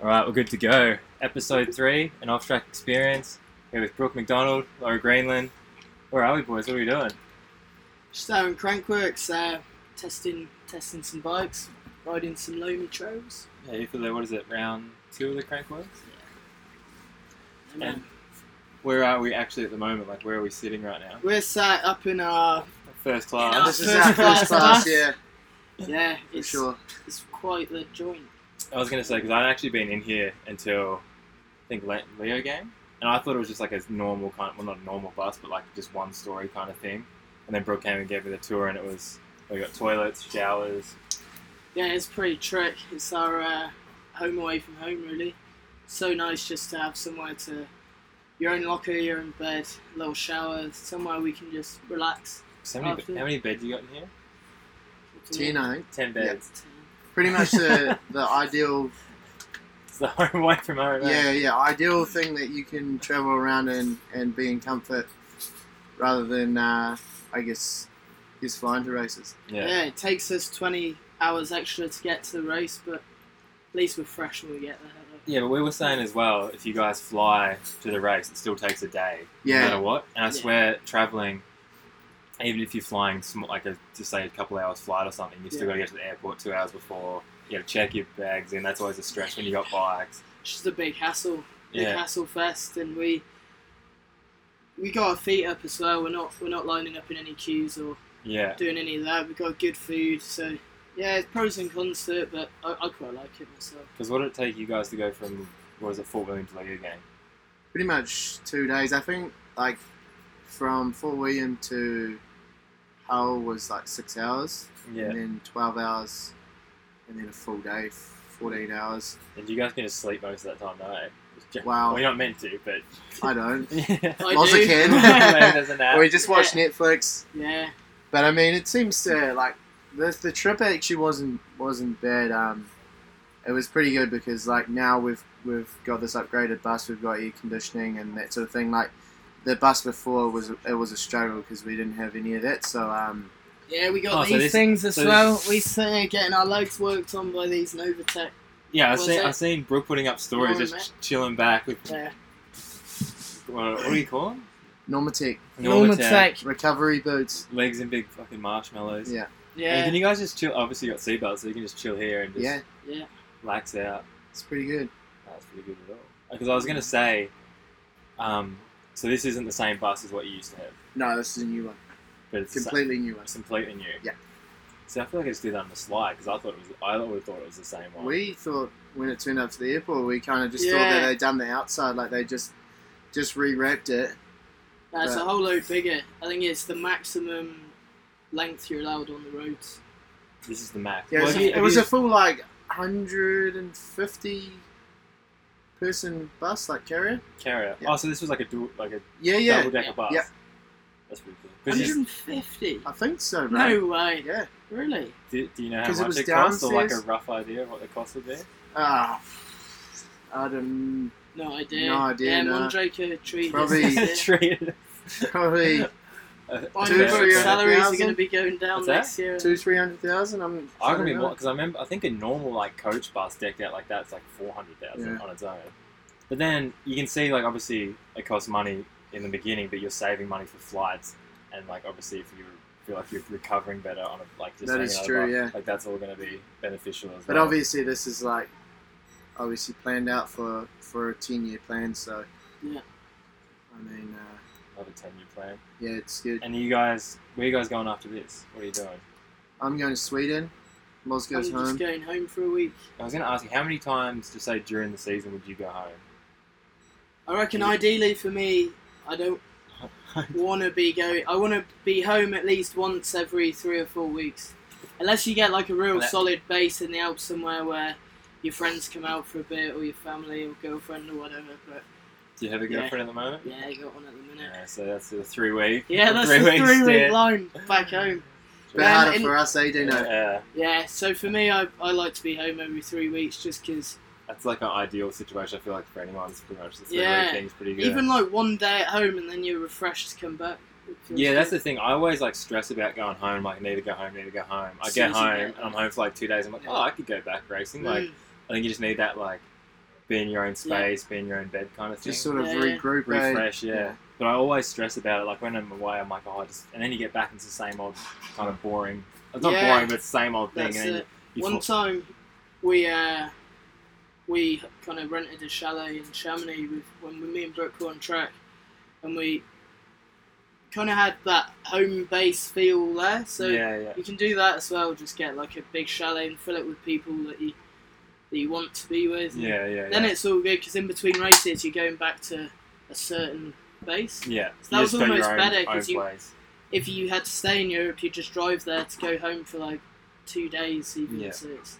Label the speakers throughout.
Speaker 1: All right, we're good to go. Episode three, an off-track experience. Here with Brooke McDonald, Laura Greenland. Where are we, boys? What are we doing?
Speaker 2: Just having crankworks, uh, testing testing some bikes, riding some loamy trails.
Speaker 1: Yeah, you feel like, what is it, round two of the Crankworks?
Speaker 2: And, um,
Speaker 1: Where are we actually at the moment? Like, where are we sitting right now?
Speaker 2: we're sat up in our
Speaker 1: First
Speaker 2: Yeah,
Speaker 1: class.
Speaker 3: This is our first class, yeah,
Speaker 2: yeah,
Speaker 3: for
Speaker 2: it's
Speaker 3: sure.
Speaker 2: it's quite the joint.
Speaker 1: I was gonna say because I'd actually been in here until I think Le- Leo game, and I thought it was just like a normal kind, well not a normal bus, but like just one story kind of thing. And then Brooke came and gave me the tour, and it was we got toilets, showers.
Speaker 2: Yeah, it's pretty trick. It's our uh, home away from home, really. So nice just to have somewhere to your own locker, your own bed, a little shower, somewhere we can just relax.
Speaker 1: So how many,
Speaker 2: Awesome.
Speaker 1: how many beds you got in here?
Speaker 3: Ten, I think.
Speaker 1: Ten
Speaker 3: Yeah.
Speaker 1: beds.
Speaker 3: Pretty much the, the ideal,
Speaker 1: It's the home away from home. eh?
Speaker 3: yeah, yeah, ideal thing that you can travel around in and be in comfort, rather than uh, I guess just flying to races.
Speaker 1: yeah.
Speaker 2: Yeah. it takes us 20 hours extra to get to the race, but at least we're fresh when we get there.
Speaker 1: Yeah, but we were saying as well, if you guys fly to the race, it still takes a day, no
Speaker 3: Yeah,
Speaker 1: matter what. And I
Speaker 2: Yeah.
Speaker 1: swear, traveling, even if you're flying sm- like a, just say a couple hours flight or something, you still
Speaker 2: Yeah.
Speaker 1: got to get to the airport two hours before. You got to check your bags in. That's always a stress when you got bikes.
Speaker 2: It's just a big hassle, big
Speaker 1: Yeah,
Speaker 2: hassle fest, and we we got our feet up as well. We're not we're not lining up in any queues or
Speaker 1: yeah.
Speaker 2: doing any of that. We got good food, so yeah, it's pros and cons to it, but I, I quite like it myself.
Speaker 1: Because what did it take you guys to go from what was it Fort William to Lego game?
Speaker 3: pretty much two days. I think like from Fort William to Hull was like six hours,
Speaker 1: Yeah.
Speaker 3: and then twelve hours, and then a full day, fourteen hours.
Speaker 1: And you guys been asleep most of that time, though. eh? Just j-
Speaker 3: Wow.
Speaker 1: Well, you're not meant to, but
Speaker 3: I don't.
Speaker 1: yeah.
Speaker 2: I
Speaker 3: Lots of
Speaker 2: do.
Speaker 3: kids.
Speaker 1: There's a nap.
Speaker 3: We just watched Netflix.
Speaker 2: yeah,
Speaker 3: But I mean, it seems to like the the trip actually wasn't wasn't bad. Um, it was pretty good because like now we've we've got this upgraded bus, we've got air conditioning and that sort of thing. Like the bus before was it was a struggle because we didn't have any of that. So um,
Speaker 2: yeah, we got
Speaker 1: Oh, so
Speaker 2: these
Speaker 1: this-
Speaker 2: things as
Speaker 1: so
Speaker 2: well.
Speaker 1: this-
Speaker 2: We sitting here getting our legs worked on by these Novatech.
Speaker 1: Yeah, I've
Speaker 2: Was
Speaker 1: seen,
Speaker 2: it-
Speaker 1: I've seen Brooke putting up stories,
Speaker 2: Norman
Speaker 1: just
Speaker 2: Mac?
Speaker 1: ch- chilling back with uh,
Speaker 2: Yeah,
Speaker 1: what, what do you call them?
Speaker 3: Normatec
Speaker 1: Normatec.
Speaker 3: recovery boots.
Speaker 1: Legs in big fucking marshmallows.
Speaker 3: Yeah.
Speaker 1: And
Speaker 2: Yeah,
Speaker 1: can you guys just chill? Obviously, you got seatbelts, so you can just chill here and just
Speaker 3: Yeah,
Speaker 2: yeah.
Speaker 1: relax out.
Speaker 3: it's pretty good.
Speaker 1: That's pretty good at all. Because I was gonna say, um, so this isn't the same bus as what you used to have,
Speaker 3: No, this is a new one,
Speaker 1: but it's the sa-
Speaker 3: completely new one.
Speaker 1: it's completely new.
Speaker 3: Yeah.
Speaker 1: So I feel like I just did that on the slide because I thought it was. I would have thought it was the same one.
Speaker 3: We thought when it turned up to the airport, we kind of just thought
Speaker 2: Yeah.
Speaker 3: that they'd done the outside, like they just just rewrapped it.
Speaker 2: No, it's a
Speaker 3: But-
Speaker 2: whole load bigger. I think it's the maximum length you're allowed on the roads.
Speaker 1: this is the max.
Speaker 3: Yeah,
Speaker 1: Well,
Speaker 3: it was,
Speaker 1: have you-
Speaker 3: a, it
Speaker 1: have
Speaker 3: was
Speaker 1: you-
Speaker 3: a full like 150 person bus, like carrier.
Speaker 1: carrier.
Speaker 3: yeah.
Speaker 1: Oh, so this was like a dual, like a
Speaker 3: Yeah, yeah,
Speaker 1: double decker bus.
Speaker 3: yeah.
Speaker 1: That's pretty cool. 'Cause you-
Speaker 2: 150?
Speaker 3: I think so, right?
Speaker 2: No way.
Speaker 3: Yeah.
Speaker 2: Really?
Speaker 1: do, do you know how
Speaker 3: 'Cause it
Speaker 1: much
Speaker 3: was
Speaker 1: it, costs, or like a
Speaker 3: downstairs.
Speaker 1: rough idea of what the cost would be?
Speaker 3: Ah, um, I don't
Speaker 2: No idea.
Speaker 3: No idea,
Speaker 2: Yeah,
Speaker 3: no.
Speaker 2: Mondraker tree.
Speaker 3: Probably-
Speaker 1: Treated.
Speaker 3: probably
Speaker 2: I
Speaker 3: Two,
Speaker 2: know
Speaker 3: three hundred
Speaker 2: salaries are
Speaker 3: thousand?
Speaker 2: going to be going down
Speaker 1: What's that?
Speaker 2: next year.
Speaker 3: two, three hundred thousand. I'm.
Speaker 1: I reckon
Speaker 3: don't
Speaker 1: be
Speaker 3: know.
Speaker 1: more because I remember. I think a normal like coach bus decked out like that's like four hundred thousand
Speaker 3: Yeah.
Speaker 1: on its own. But then you can see like obviously it costs money in the beginning, but you're saving money for flights and like obviously if you feel like you're recovering better on a like just
Speaker 3: That
Speaker 1: hanging
Speaker 3: is
Speaker 1: out a
Speaker 3: true,
Speaker 1: bike,
Speaker 3: yeah.
Speaker 1: Like that's all going to be beneficial as
Speaker 3: But
Speaker 1: well.
Speaker 3: obviously, this is like obviously planned out for for a ten year plan. So
Speaker 2: Yeah.
Speaker 3: I mean, uh,
Speaker 1: Another ten year plan.
Speaker 3: yeah, it's good.
Speaker 1: And you guys, where you guys going after this? What are you doing?
Speaker 3: I'm going to Sweden. Los
Speaker 2: I'm
Speaker 3: goes
Speaker 2: Oh, just
Speaker 3: home.
Speaker 2: going home for a week.
Speaker 1: I was going to ask you how many times to say during the season would you go
Speaker 2: I reckon
Speaker 1: Yeah.
Speaker 2: ideally for me, I don't
Speaker 1: home?
Speaker 2: want to be going. I want to be home at least once every three or four weeks. Unless you get like a real
Speaker 1: Well, that-
Speaker 2: solid base in the Alps somewhere where your friends come out for a bit or your family or girlfriend or whatever. But
Speaker 1: Do you have a
Speaker 2: Yeah.
Speaker 1: girlfriend at the moment?
Speaker 2: yeah, I got one at the minute.
Speaker 1: Yeah, so that's the three week.
Speaker 2: Yeah, that's the
Speaker 1: Three weeks,
Speaker 2: three week
Speaker 1: yeah.
Speaker 2: line back home.
Speaker 3: Bit
Speaker 2: Yeah,
Speaker 3: harder
Speaker 2: and-
Speaker 3: for us, eh, Dino?
Speaker 1: Yeah.
Speaker 2: Yeah, so for me, I, I like to be home every three weeks just because
Speaker 1: That's like an ideal situation. I feel like for anyone, it's pretty much the same
Speaker 2: Yeah.
Speaker 1: thing's pretty good.
Speaker 2: even like one day at home and then you're refreshed to come back. It feels
Speaker 1: yeah, that's the
Speaker 2: good.
Speaker 1: thing. I always like stress about going home. Like, I need to go home. Need to go home. I get
Speaker 2: Soon as you
Speaker 1: home
Speaker 2: get
Speaker 1: and I'm home for like two days. I'm like, oh, I could go back racing. Like,
Speaker 2: Mm.
Speaker 1: I think you just need that like be in your own space, be in your own bed kind of thing.
Speaker 3: Just sort of
Speaker 2: Yeah.
Speaker 3: regroup, eh?
Speaker 1: refresh, yeah.
Speaker 3: yeah.
Speaker 1: But I always stress about it. Like when I'm away, I'm like, oh, I just, and then you get back into the same old kind of boring. It's not
Speaker 2: Yeah.
Speaker 1: boring, but it's the same old thing.
Speaker 2: That's
Speaker 1: and then
Speaker 2: it.
Speaker 1: you, you
Speaker 2: One
Speaker 1: fall-
Speaker 2: time, we uh, we kind of rented a chalet in Chamonix with, when we, me and Brooke were on track, and we kind of had that home base feel there. So
Speaker 1: yeah, yeah,
Speaker 2: you can do that as well. Just get like a big chalet and fill it with people that you that you want to be with. and
Speaker 1: yeah, yeah,
Speaker 2: Then
Speaker 1: yeah.
Speaker 2: it's all good because in between races you're going back to a certain base.
Speaker 1: yeah.
Speaker 2: that
Speaker 1: You
Speaker 2: was
Speaker 1: just got your
Speaker 2: almost
Speaker 1: own-
Speaker 2: better 'cause
Speaker 1: own
Speaker 2: you-
Speaker 1: place.
Speaker 2: If you had to stay in Europe, you just drive there to go home for like two days even.
Speaker 1: Yeah.
Speaker 2: So it's,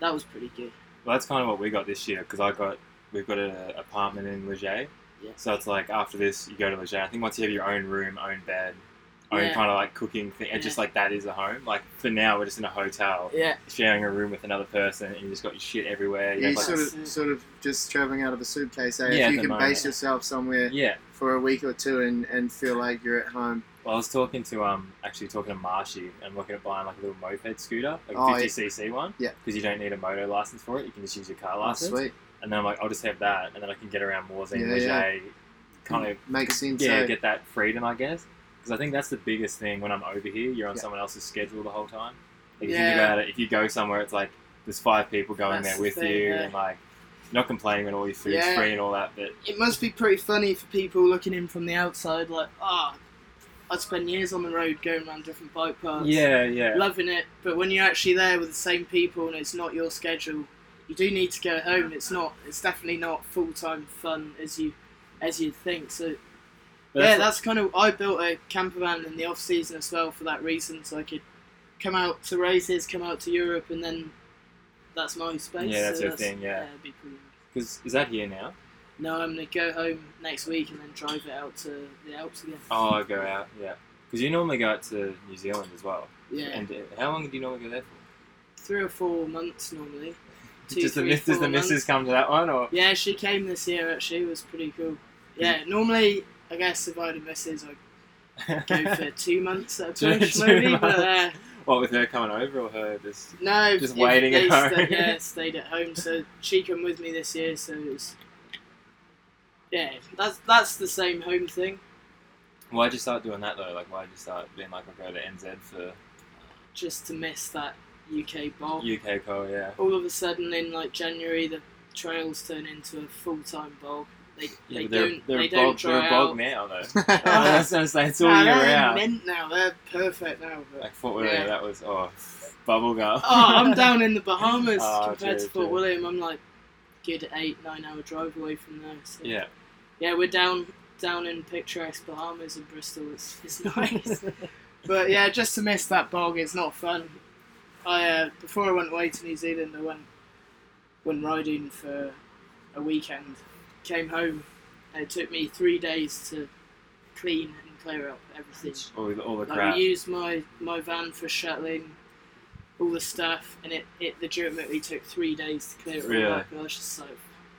Speaker 2: that was pretty good.
Speaker 1: Well, that's kind of what we got this year because I got we've got an apartment in Leger.
Speaker 2: Yeah.
Speaker 1: So it's like after this, you go to Leger. I think once you have your own room, own bed, own
Speaker 2: Yeah.
Speaker 1: kind of like cooking thing, and just
Speaker 2: Yeah.
Speaker 1: like that is a home. Like for now, we're just in a hotel,
Speaker 2: Yeah,
Speaker 1: sharing a room with another person, and you just got your shit everywhere.
Speaker 3: You
Speaker 1: You have,
Speaker 2: Yes.
Speaker 1: like,
Speaker 3: sort
Speaker 2: Yeah.
Speaker 3: of, sort of just traveling out of a suitcase. Eh?
Speaker 1: Yeah, at
Speaker 3: if you
Speaker 1: the
Speaker 3: can
Speaker 1: moment.
Speaker 3: base yourself somewhere
Speaker 1: yeah.
Speaker 3: for a week or two and, and feel like you're at home.
Speaker 1: Well, I was talking to um actually talking to Marshy and looking at buying like a little moped scooter, like
Speaker 3: Oh,
Speaker 1: a fifty cc one.
Speaker 3: Yeah.
Speaker 1: Because you don't need a moto license for it; you can just use your car
Speaker 3: Oh,
Speaker 1: license.
Speaker 3: sweet.
Speaker 1: And then I'm like, I'll just have that, and then I can get around Morzine,
Speaker 3: Yeah,
Speaker 1: Leger,
Speaker 3: yeah.
Speaker 1: kind of
Speaker 3: Makes sense.
Speaker 1: yeah,
Speaker 3: eh?
Speaker 1: get that freedom, I guess. Because I think that's the biggest thing when I'm over here. You're on
Speaker 3: Yeah.
Speaker 1: someone else's schedule the whole time. Like, if you
Speaker 2: Yeah.
Speaker 1: think about it, if you go somewhere, it's like there's five people going
Speaker 2: That's
Speaker 1: there
Speaker 2: the
Speaker 1: with
Speaker 2: thing,
Speaker 1: you,
Speaker 2: yeah.
Speaker 1: and like not complaining when all your food's
Speaker 2: Yeah.
Speaker 1: free and all that. But
Speaker 2: it must be pretty funny for people looking in from the outside. Like, ah, I'd spend years on the road going around different bike paths.
Speaker 1: yeah, yeah,
Speaker 2: loving it. But when you're actually there with the same people and it's not your schedule, you do need to go home. It's not. It's definitely not full time fun as you as you would think. So
Speaker 1: But
Speaker 2: yeah,
Speaker 1: that's-
Speaker 2: that's kind of. I built a camper van in the off season as well for that reason, so I could come out to races, come out to Europe, and then that's my space.
Speaker 1: Yeah, that's
Speaker 2: so
Speaker 1: your thing, yeah.
Speaker 2: it'd be pretty nice.
Speaker 1: Cause is that here now?
Speaker 2: No, I'm gonna go home next week and then drive it out to the Alps again.
Speaker 1: Oh, I go out, yeah. Because you normally go out to New Zealand as well.
Speaker 2: Yeah,
Speaker 1: And uh, how long do you normally go there for?
Speaker 2: three or four months normally. Two,
Speaker 1: does the,
Speaker 2: three,
Speaker 1: miss, does
Speaker 2: four
Speaker 1: the
Speaker 2: months.
Speaker 1: missus come to that one or?
Speaker 2: Yeah, she came this year actually. It was pretty
Speaker 1: Mm.
Speaker 2: cool. Yeah, normally I guess if I had a missus, I'd go for two months at a
Speaker 1: Two-
Speaker 2: push
Speaker 1: two
Speaker 2: maybe.
Speaker 1: months.
Speaker 2: But uh,
Speaker 1: what with her coming over or her just?
Speaker 2: no,
Speaker 1: Just
Speaker 2: if
Speaker 1: waiting
Speaker 2: they
Speaker 1: at home.
Speaker 2: sta- yeah, stayed at home. So she came with me this year. So it was yeah, that's that's the same home thing.
Speaker 1: Why'd you start doing that though? Like why'd you start being like I'll go to NZ for
Speaker 2: Just to miss that UK bowl.
Speaker 1: UK call? Yeah.
Speaker 2: All of a sudden in like January, the trails turn into a full time bowl. They,
Speaker 1: Yeah,
Speaker 2: they
Speaker 1: but they're,
Speaker 2: don't
Speaker 1: they're
Speaker 2: they
Speaker 1: a
Speaker 2: don't
Speaker 1: bog, they're
Speaker 2: dry
Speaker 1: a bog
Speaker 2: out.
Speaker 1: now though.
Speaker 2: Oh,
Speaker 1: Yeah, that's what I'm saying. It's all
Speaker 2: Nah,
Speaker 1: year
Speaker 2: they're
Speaker 1: round.
Speaker 2: mint now. They're perfect now. But
Speaker 1: Like Fort William,
Speaker 2: Yeah.
Speaker 1: that was oh, bubble gum.
Speaker 2: oh, I'm down in the Bahamas
Speaker 1: Ah,
Speaker 2: compared
Speaker 1: true,
Speaker 2: to Fort
Speaker 1: true.
Speaker 2: William. I'm like good eight, nine hour drive away from there. So.
Speaker 1: Yeah.
Speaker 2: Yeah, we're down down in picturesque Bahamas and Bristol. It's, it's nice. but yeah, just to miss that bog, it's not fun. I uh, before I went away to New Zealand, I went went riding for a weekend. Came home. and It took me three days to clean and clear up everything.
Speaker 1: All, the- all the
Speaker 2: Like
Speaker 1: crap.
Speaker 2: we used my, my van for shuttling, all the stuff, and it, it legitimately took three days to clear it all
Speaker 1: Really?
Speaker 2: up. And I was just so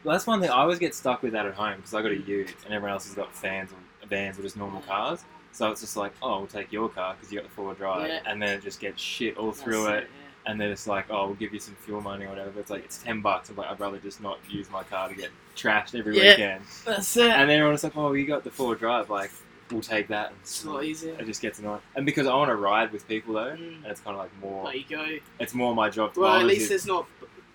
Speaker 1: Well, that's one thing I always get stuck with that at home because I got a ute and everyone else has got fans or vans or just normal cars. So it's just like, oh, we'll take your car because you got the four wheel drive,
Speaker 2: Yeah.
Speaker 1: and then it just gets shit all through
Speaker 2: that's
Speaker 1: it. And then it's like, oh, we'll give you some fuel money or whatever. It's like it's ten bucks. I'm like, I'd rather just not use my car to get trashed every
Speaker 2: Yeah.
Speaker 1: weekend.
Speaker 2: Yeah. That's it.
Speaker 1: And then everyone's like, oh, you got the four wheel drive, like we'll take that. And
Speaker 2: it's a lot easier.
Speaker 1: it just gets annoying. And because I want to ride with people though,
Speaker 2: Mm.
Speaker 1: and it's kind of like more,
Speaker 2: There you go.
Speaker 1: it's more my job. To
Speaker 2: Well, at
Speaker 1: volunteer.
Speaker 2: least it's not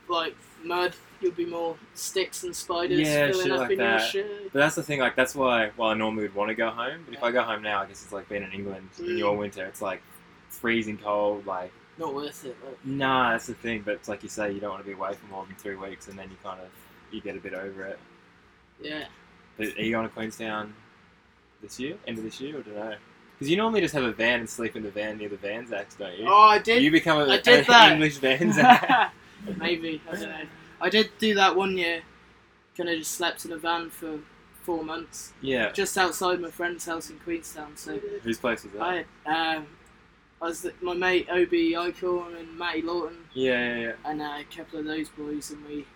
Speaker 2: like mud. You'll be more sticks and spiders
Speaker 1: Yeah, shit
Speaker 2: filling up
Speaker 1: like
Speaker 2: in
Speaker 1: that.
Speaker 2: your shirt.
Speaker 1: But that's the thing, like that's why. Well, I normally would want to go home, but if
Speaker 2: Yeah.
Speaker 1: I go home now, I guess it's like being in England in
Speaker 2: Mm.
Speaker 1: your winter. It's like freezing cold. Like,
Speaker 2: Not worth it. Like,
Speaker 1: nah, that's the thing. But it's like you say, you don't want to be away for more than three weeks, and then you kind of you get a bit over it.
Speaker 2: yeah.
Speaker 1: But are you going to Queenstown this year, end of this year, or don't know? Because you normally just have a van and sleep in the van near the Vans Act, don't you?
Speaker 2: Oh, I did.
Speaker 1: you become a,
Speaker 2: I did
Speaker 1: an
Speaker 2: that.
Speaker 1: English Vans Act.
Speaker 2: Maybe I don't know. I did do that one year. Kind of just slept in a van for four months,
Speaker 1: yeah.
Speaker 2: just outside my friend's house in Queenstown. So.
Speaker 1: Whose place was that?
Speaker 2: I um, I was th- my mate Obi Eichhorn and Matty Lawton
Speaker 1: yeah, yeah, yeah.
Speaker 2: and uh, a couple of those boys and we.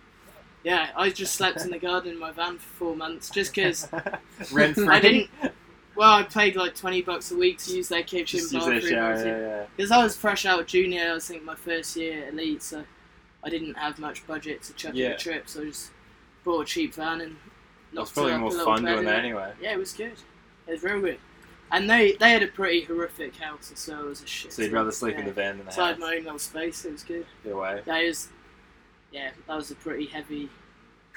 Speaker 2: Yeah, I just slept in the garden in my van for four months just because.
Speaker 1: rent free.
Speaker 2: I didn't- Well, I paid like twenty bucks a week to use their kitchen,
Speaker 1: just use their shower.
Speaker 2: bathroom,
Speaker 1: Yeah, yeah.
Speaker 2: because I was fresh out of junior. I was think my first year at elite, so I didn't have much budget to chuck in
Speaker 1: Yeah.
Speaker 2: a trip. So I just bought a cheap van and
Speaker 1: It was
Speaker 2: knocked
Speaker 1: probably
Speaker 2: it up
Speaker 1: more
Speaker 2: a little
Speaker 1: fun
Speaker 2: bit.
Speaker 1: doing that anyway.
Speaker 2: Yeah, it was good. It was real good. And they they had a pretty horrific house, so it was a shit.
Speaker 1: So you'd rather sleep in the van than the
Speaker 2: So I had
Speaker 1: house.
Speaker 2: my own little space. It was good.
Speaker 1: Get away.
Speaker 2: That is, yeah, that was a pretty heavy,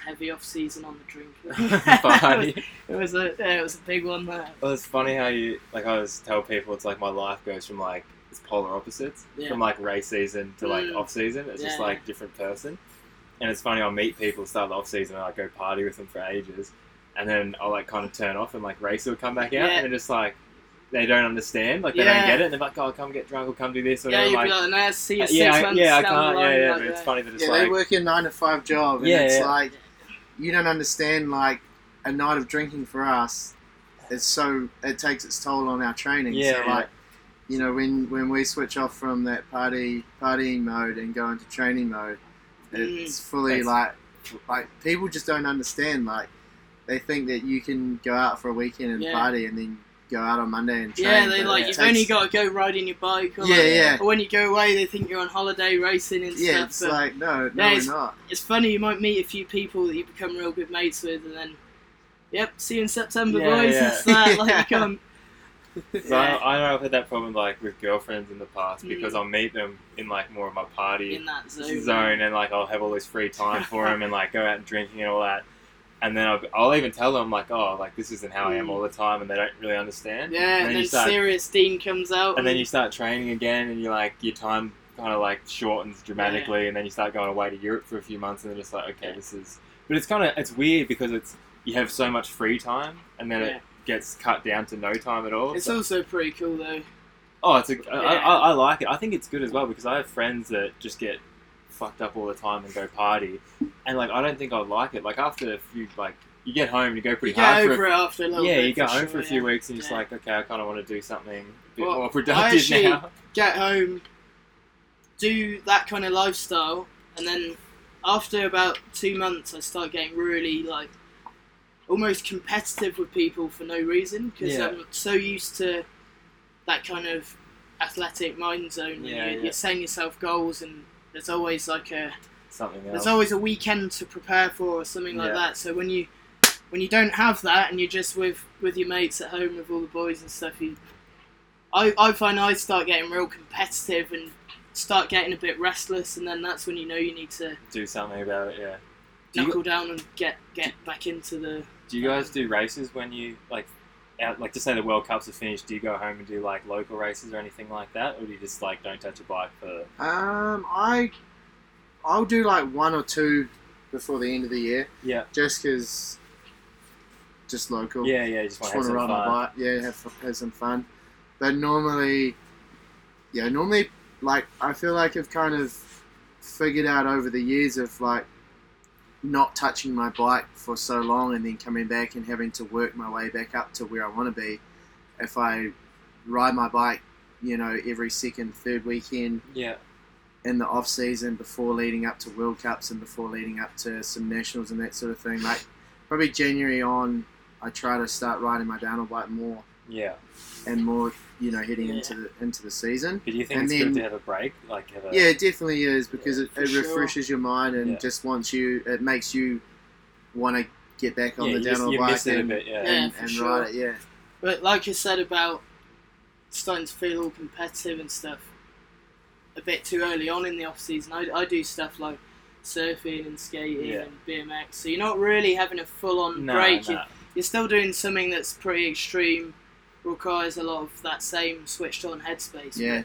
Speaker 2: heavy off season on the drink.
Speaker 1: Party.
Speaker 2: it was a yeah, it was a big one there.
Speaker 1: Well, it's funny how you like. I always tell people it's like my life goes from like it's polar opposites
Speaker 2: Yeah.
Speaker 1: from like race season to like
Speaker 2: Mm.
Speaker 1: off season. It's just
Speaker 2: Yeah.
Speaker 1: like different person. And it's funny. I'll meet people start the off season and I go party with them for ages, and then I'll like kind of turn off and like race will come back out
Speaker 2: Yeah.
Speaker 1: and they're just like they don't understand. Like they
Speaker 2: Yeah.
Speaker 1: don't get it. And they're like, "Oh, come get drunk or come do this." Or
Speaker 2: Yeah,
Speaker 1: whatever,
Speaker 2: you'd
Speaker 1: like, uh,
Speaker 2: be like, nah, see you six
Speaker 1: yeah, I-
Speaker 2: months
Speaker 1: yeah, I
Speaker 2: down the
Speaker 1: can't. Yeah,
Speaker 2: line,
Speaker 1: yeah.
Speaker 2: like
Speaker 1: but it's
Speaker 2: that.
Speaker 1: funny that it's
Speaker 3: yeah, they
Speaker 1: like
Speaker 3: work a nine to five job, and
Speaker 1: Yeah,
Speaker 3: it's
Speaker 1: yeah.
Speaker 3: like you don't understand. Like a night of drinking for us, it's so it takes its toll on our training.
Speaker 1: Yeah,
Speaker 3: so
Speaker 1: yeah.
Speaker 3: like you know when when we switch off from that party partying mode and go into training mode, it's
Speaker 2: Mm.
Speaker 3: fully
Speaker 1: Thanks.
Speaker 3: like like people just don't understand. Like they think that you can go out for a weekend and
Speaker 2: Yeah.
Speaker 3: party, and then go out on Monday and train.
Speaker 2: Yeah, they
Speaker 3: but
Speaker 2: like
Speaker 3: it
Speaker 2: you've
Speaker 3: takes-
Speaker 2: only got to go riding your bike. Or
Speaker 3: Yeah,
Speaker 2: like-
Speaker 3: yeah.
Speaker 2: Or when you go away, they think you're on holiday racing and
Speaker 3: yeah,
Speaker 2: stuff.
Speaker 3: it's
Speaker 2: but
Speaker 3: like no, no,
Speaker 2: Yeah,
Speaker 3: we're
Speaker 2: it's-
Speaker 3: not.
Speaker 2: it's funny you might meet a few people that you become real good mates with, and then, yep, see you in September,
Speaker 1: Yeah,
Speaker 2: boys.
Speaker 1: yeah.
Speaker 2: It's that
Speaker 3: Yeah.
Speaker 2: like you come.
Speaker 1: 'Cause I, I know I've had that problem like with girlfriends in the past
Speaker 2: Mm.
Speaker 1: because I'll meet them in like more of my party
Speaker 2: in that zone.
Speaker 1: zone, and like I'll have all this free time for them and like go out and drinking and all that. And then I'll, I'll even tell them like, oh, like this isn't how I am
Speaker 2: Mm.
Speaker 1: all the time, and they don't really understand.
Speaker 2: Yeah,
Speaker 1: then
Speaker 2: and
Speaker 1: you
Speaker 2: then
Speaker 1: start-
Speaker 2: serious Dean comes out,
Speaker 1: And then you start training again, and you like your time kind of like shortens dramatically, and then you start going away to Europe for a few months, and then just like, okay,
Speaker 2: Yeah.
Speaker 1: this is. But it's kind of it's weird because it's you have so much free time, and then
Speaker 2: Yeah.
Speaker 1: it gets cut down to no time at all.
Speaker 2: It's
Speaker 1: So-
Speaker 2: also pretty cool though.
Speaker 1: Oh, it's a, I,
Speaker 2: Yeah.
Speaker 1: I, I like it. I think it's good as well because I have friends that just get fucked up all the time and go party, and like I don't think I'd like it. Like after a few, like you get home and you go
Speaker 2: You
Speaker 1: pretty
Speaker 2: get
Speaker 1: hard for
Speaker 2: over it after a
Speaker 1: a,
Speaker 2: little
Speaker 1: yeah,
Speaker 2: bit.
Speaker 1: you go
Speaker 2: for
Speaker 1: home
Speaker 2: sure,
Speaker 1: for a few
Speaker 2: yeah.
Speaker 1: weeks and you're just
Speaker 2: Yeah.
Speaker 1: like, okay, I kind of want to do something a bit
Speaker 2: Well,
Speaker 1: more
Speaker 2: I
Speaker 1: productive
Speaker 2: actually-
Speaker 1: now.
Speaker 2: get home, do that kind of lifestyle, and then after about two months, I start getting really like almost competitive with people for no reason because
Speaker 1: Yeah.
Speaker 2: I'm so used to that kind of athletic mind zone.
Speaker 1: Yeah,
Speaker 2: and you're,
Speaker 1: yeah.
Speaker 2: you're setting yourself goals, and there's always like a
Speaker 1: Something else.
Speaker 2: there's always a weekend to prepare for or something like
Speaker 1: Yeah.
Speaker 2: that. So when you when you don't have that and you're just with with your mates at home with all the boys and stuff, you I I find I start getting real competitive and start getting a bit restless, and then that's when you know you need to
Speaker 1: do something about it. Yeah. Do you,
Speaker 2: knuckle down and get get back into the
Speaker 1: do you guys do races when you like? Out, like to say the World Cups are finished, do you go home and do like local races or anything like that, or do you just like don't touch a bike for?
Speaker 3: Um, I I'll do like one or two before the end of the year,
Speaker 1: Yeah,
Speaker 3: just 'cause just local.
Speaker 1: yeah, yeah. You just want
Speaker 3: just
Speaker 1: to have
Speaker 3: want to
Speaker 1: some
Speaker 3: ride my
Speaker 1: fun.
Speaker 3: bike. Yeah, have fu- have some fun. But normally, yeah, normally like I feel like I've kind of figured out over the years of like not touching my bike for so long and then coming back and having to work my way back up to where I want to be. If I ride my bike, you know, every second, third weekend
Speaker 1: Yeah,
Speaker 3: in the off season before leading up to World Cups and before leading up to some nationals and that sort of thing. Like probably January on, I try to start riding my downhill bike more
Speaker 1: yeah.
Speaker 3: and more. You know, heading
Speaker 2: Yeah.
Speaker 3: into the into the season.
Speaker 1: But do you think
Speaker 3: And
Speaker 1: it's
Speaker 3: then-
Speaker 1: good to have a break? Like have a
Speaker 3: Yeah, it definitely is because
Speaker 2: for
Speaker 3: it, it
Speaker 2: sure.
Speaker 3: refreshes your mind and
Speaker 1: Yeah.
Speaker 3: just wants you. It makes you want to get back on
Speaker 1: Yeah,
Speaker 3: the
Speaker 1: you, just-
Speaker 3: downhill
Speaker 1: you
Speaker 3: bike
Speaker 1: miss it a
Speaker 3: and,
Speaker 1: bit, yeah.
Speaker 2: Yeah.
Speaker 3: and,
Speaker 2: for
Speaker 3: and
Speaker 2: sure.
Speaker 3: ride it. Yeah,
Speaker 2: But like I said about starting to feel all competitive and stuff a bit too early on in the off season, I, I do stuff like surfing and skating
Speaker 1: Yeah.
Speaker 2: and BMX. So you're not really having a full on
Speaker 1: Nah,
Speaker 2: break. You,
Speaker 1: nah.
Speaker 2: you're still doing something that's pretty extreme, requires a lot of that same switched on headspace.
Speaker 3: yeah,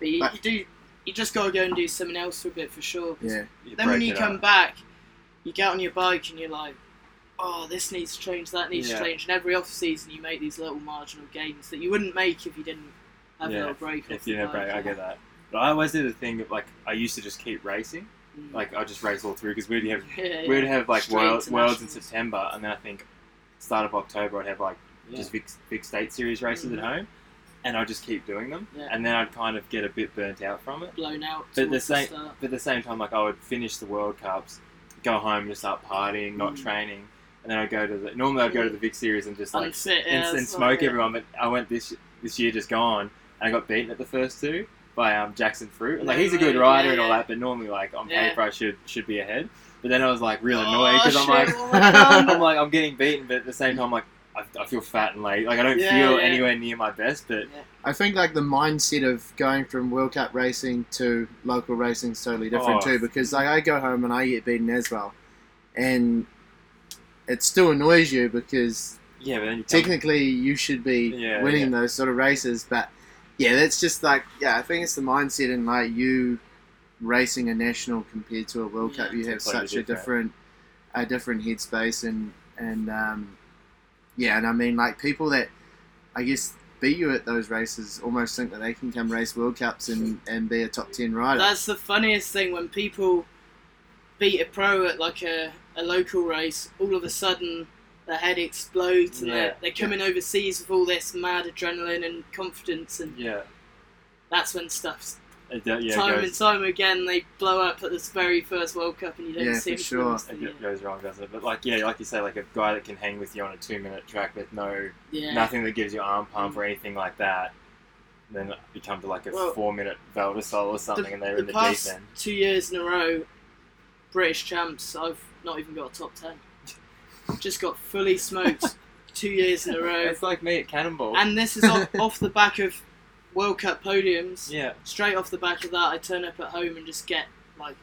Speaker 2: But you,
Speaker 3: But-
Speaker 2: you do, you just gotta go and do something else for a bit for sure. 'cause
Speaker 3: yeah.
Speaker 1: You
Speaker 2: then when
Speaker 1: break
Speaker 2: you
Speaker 1: it
Speaker 2: come
Speaker 1: up.
Speaker 2: back, you get on your bike and you're like, oh, this needs to change, that needs
Speaker 1: Yeah.
Speaker 2: to change. And every off season, you make these little marginal gains that you wouldn't make if you didn't have
Speaker 1: Yeah,
Speaker 2: a little break.
Speaker 1: if
Speaker 2: off
Speaker 1: you
Speaker 2: your
Speaker 1: know break,
Speaker 2: bike.
Speaker 1: I get that. But I always did the thing of like I used to just keep racing,
Speaker 2: Mm.
Speaker 1: like I just race all through because we'd have
Speaker 2: yeah, yeah.
Speaker 1: we'd have like
Speaker 2: Straight
Speaker 1: world,
Speaker 2: to
Speaker 1: worlds in
Speaker 2: nationals.
Speaker 1: September, and then I think start of October I'd have like just big big state series races
Speaker 2: Mhm.
Speaker 1: at home, and I'd just keep doing them,
Speaker 2: Yeah.
Speaker 1: and then I'd kind of get a bit burnt out from it.
Speaker 2: blown out.
Speaker 1: But the
Speaker 2: towards
Speaker 1: same-
Speaker 2: start.
Speaker 1: But at the same time, like I would finish the World Cups, go home, just start partying, not
Speaker 2: Mm.
Speaker 1: training, and then I'd go to the normally I'd go to the big series and just like
Speaker 2: Unfit, yeah,
Speaker 1: and, and
Speaker 2: it's
Speaker 1: smoke
Speaker 2: like,
Speaker 1: everyone. But I went this this year just gone, and I got beaten at the first two by um, Jackson Fruit. And, like he's a good
Speaker 2: Yeah,
Speaker 1: rider
Speaker 2: yeah,
Speaker 1: and all
Speaker 2: yeah.
Speaker 1: that, but normally like on
Speaker 2: Yeah.
Speaker 1: paper I should should be ahead. But then I was like real annoyed
Speaker 2: Oh,
Speaker 1: because I'm like,
Speaker 2: shit, what have I done?
Speaker 1: I'm like, I'm getting beaten, but at the same time, like, I, I feel fat and late. Like, I don't
Speaker 2: Yeah,
Speaker 1: feel
Speaker 2: yeah.
Speaker 1: anywhere near my best, but
Speaker 3: I think like the mindset of going from World Cup racing to local racing is totally different
Speaker 1: Oh.
Speaker 3: too. Because like I go home and I get beaten as well, and it still annoys you because
Speaker 1: yeah, but then you come-
Speaker 3: technically you should be
Speaker 1: Yeah,
Speaker 3: winning those sort of races. But yeah, that's just like yeah, I think it's the mindset and like you racing a national compared to a World
Speaker 2: Yeah,
Speaker 3: Cup, you have
Speaker 1: totally
Speaker 3: such a
Speaker 1: different.
Speaker 3: different a different headspace and and um, yeah, and I mean like people that I guess beat you at those races almost think that they can come race World Cups and, and be a top ten rider.
Speaker 2: That's the funniest thing when people beat a pro at like a, a local race, all of a sudden their head explodes and
Speaker 1: Yeah.
Speaker 2: they're, they're coming overseas with all this mad adrenaline and confidence, and
Speaker 1: yeah,
Speaker 2: that's when stuff's
Speaker 1: it, do- yeah,
Speaker 2: time
Speaker 1: it
Speaker 2: and
Speaker 1: goes,
Speaker 2: time again they blow up at this very first World Cup and you don't
Speaker 3: Yeah,
Speaker 2: see
Speaker 3: for
Speaker 2: them for the
Speaker 3: sure.
Speaker 2: rest of
Speaker 1: it
Speaker 2: the
Speaker 1: go- goes wrong, doesn't it? But like, yeah, like you say, like a guy that can hang with you on a two-minute track with no
Speaker 2: year. Yeah.
Speaker 1: nothing that gives you arm pump or anything like that, then it becomes like a
Speaker 2: Well,
Speaker 1: four-minute Valdesol or something, and they're in the deep
Speaker 2: past
Speaker 1: end.
Speaker 2: two years in a row, British champs, I've not even got a top ten. Just got fully smoked two years in a row.
Speaker 1: It's like me at Cannonball.
Speaker 2: And this is off, off the back of World Cup podiums.
Speaker 1: yeah,
Speaker 2: Straight off the back of that, I turn up at home and just get like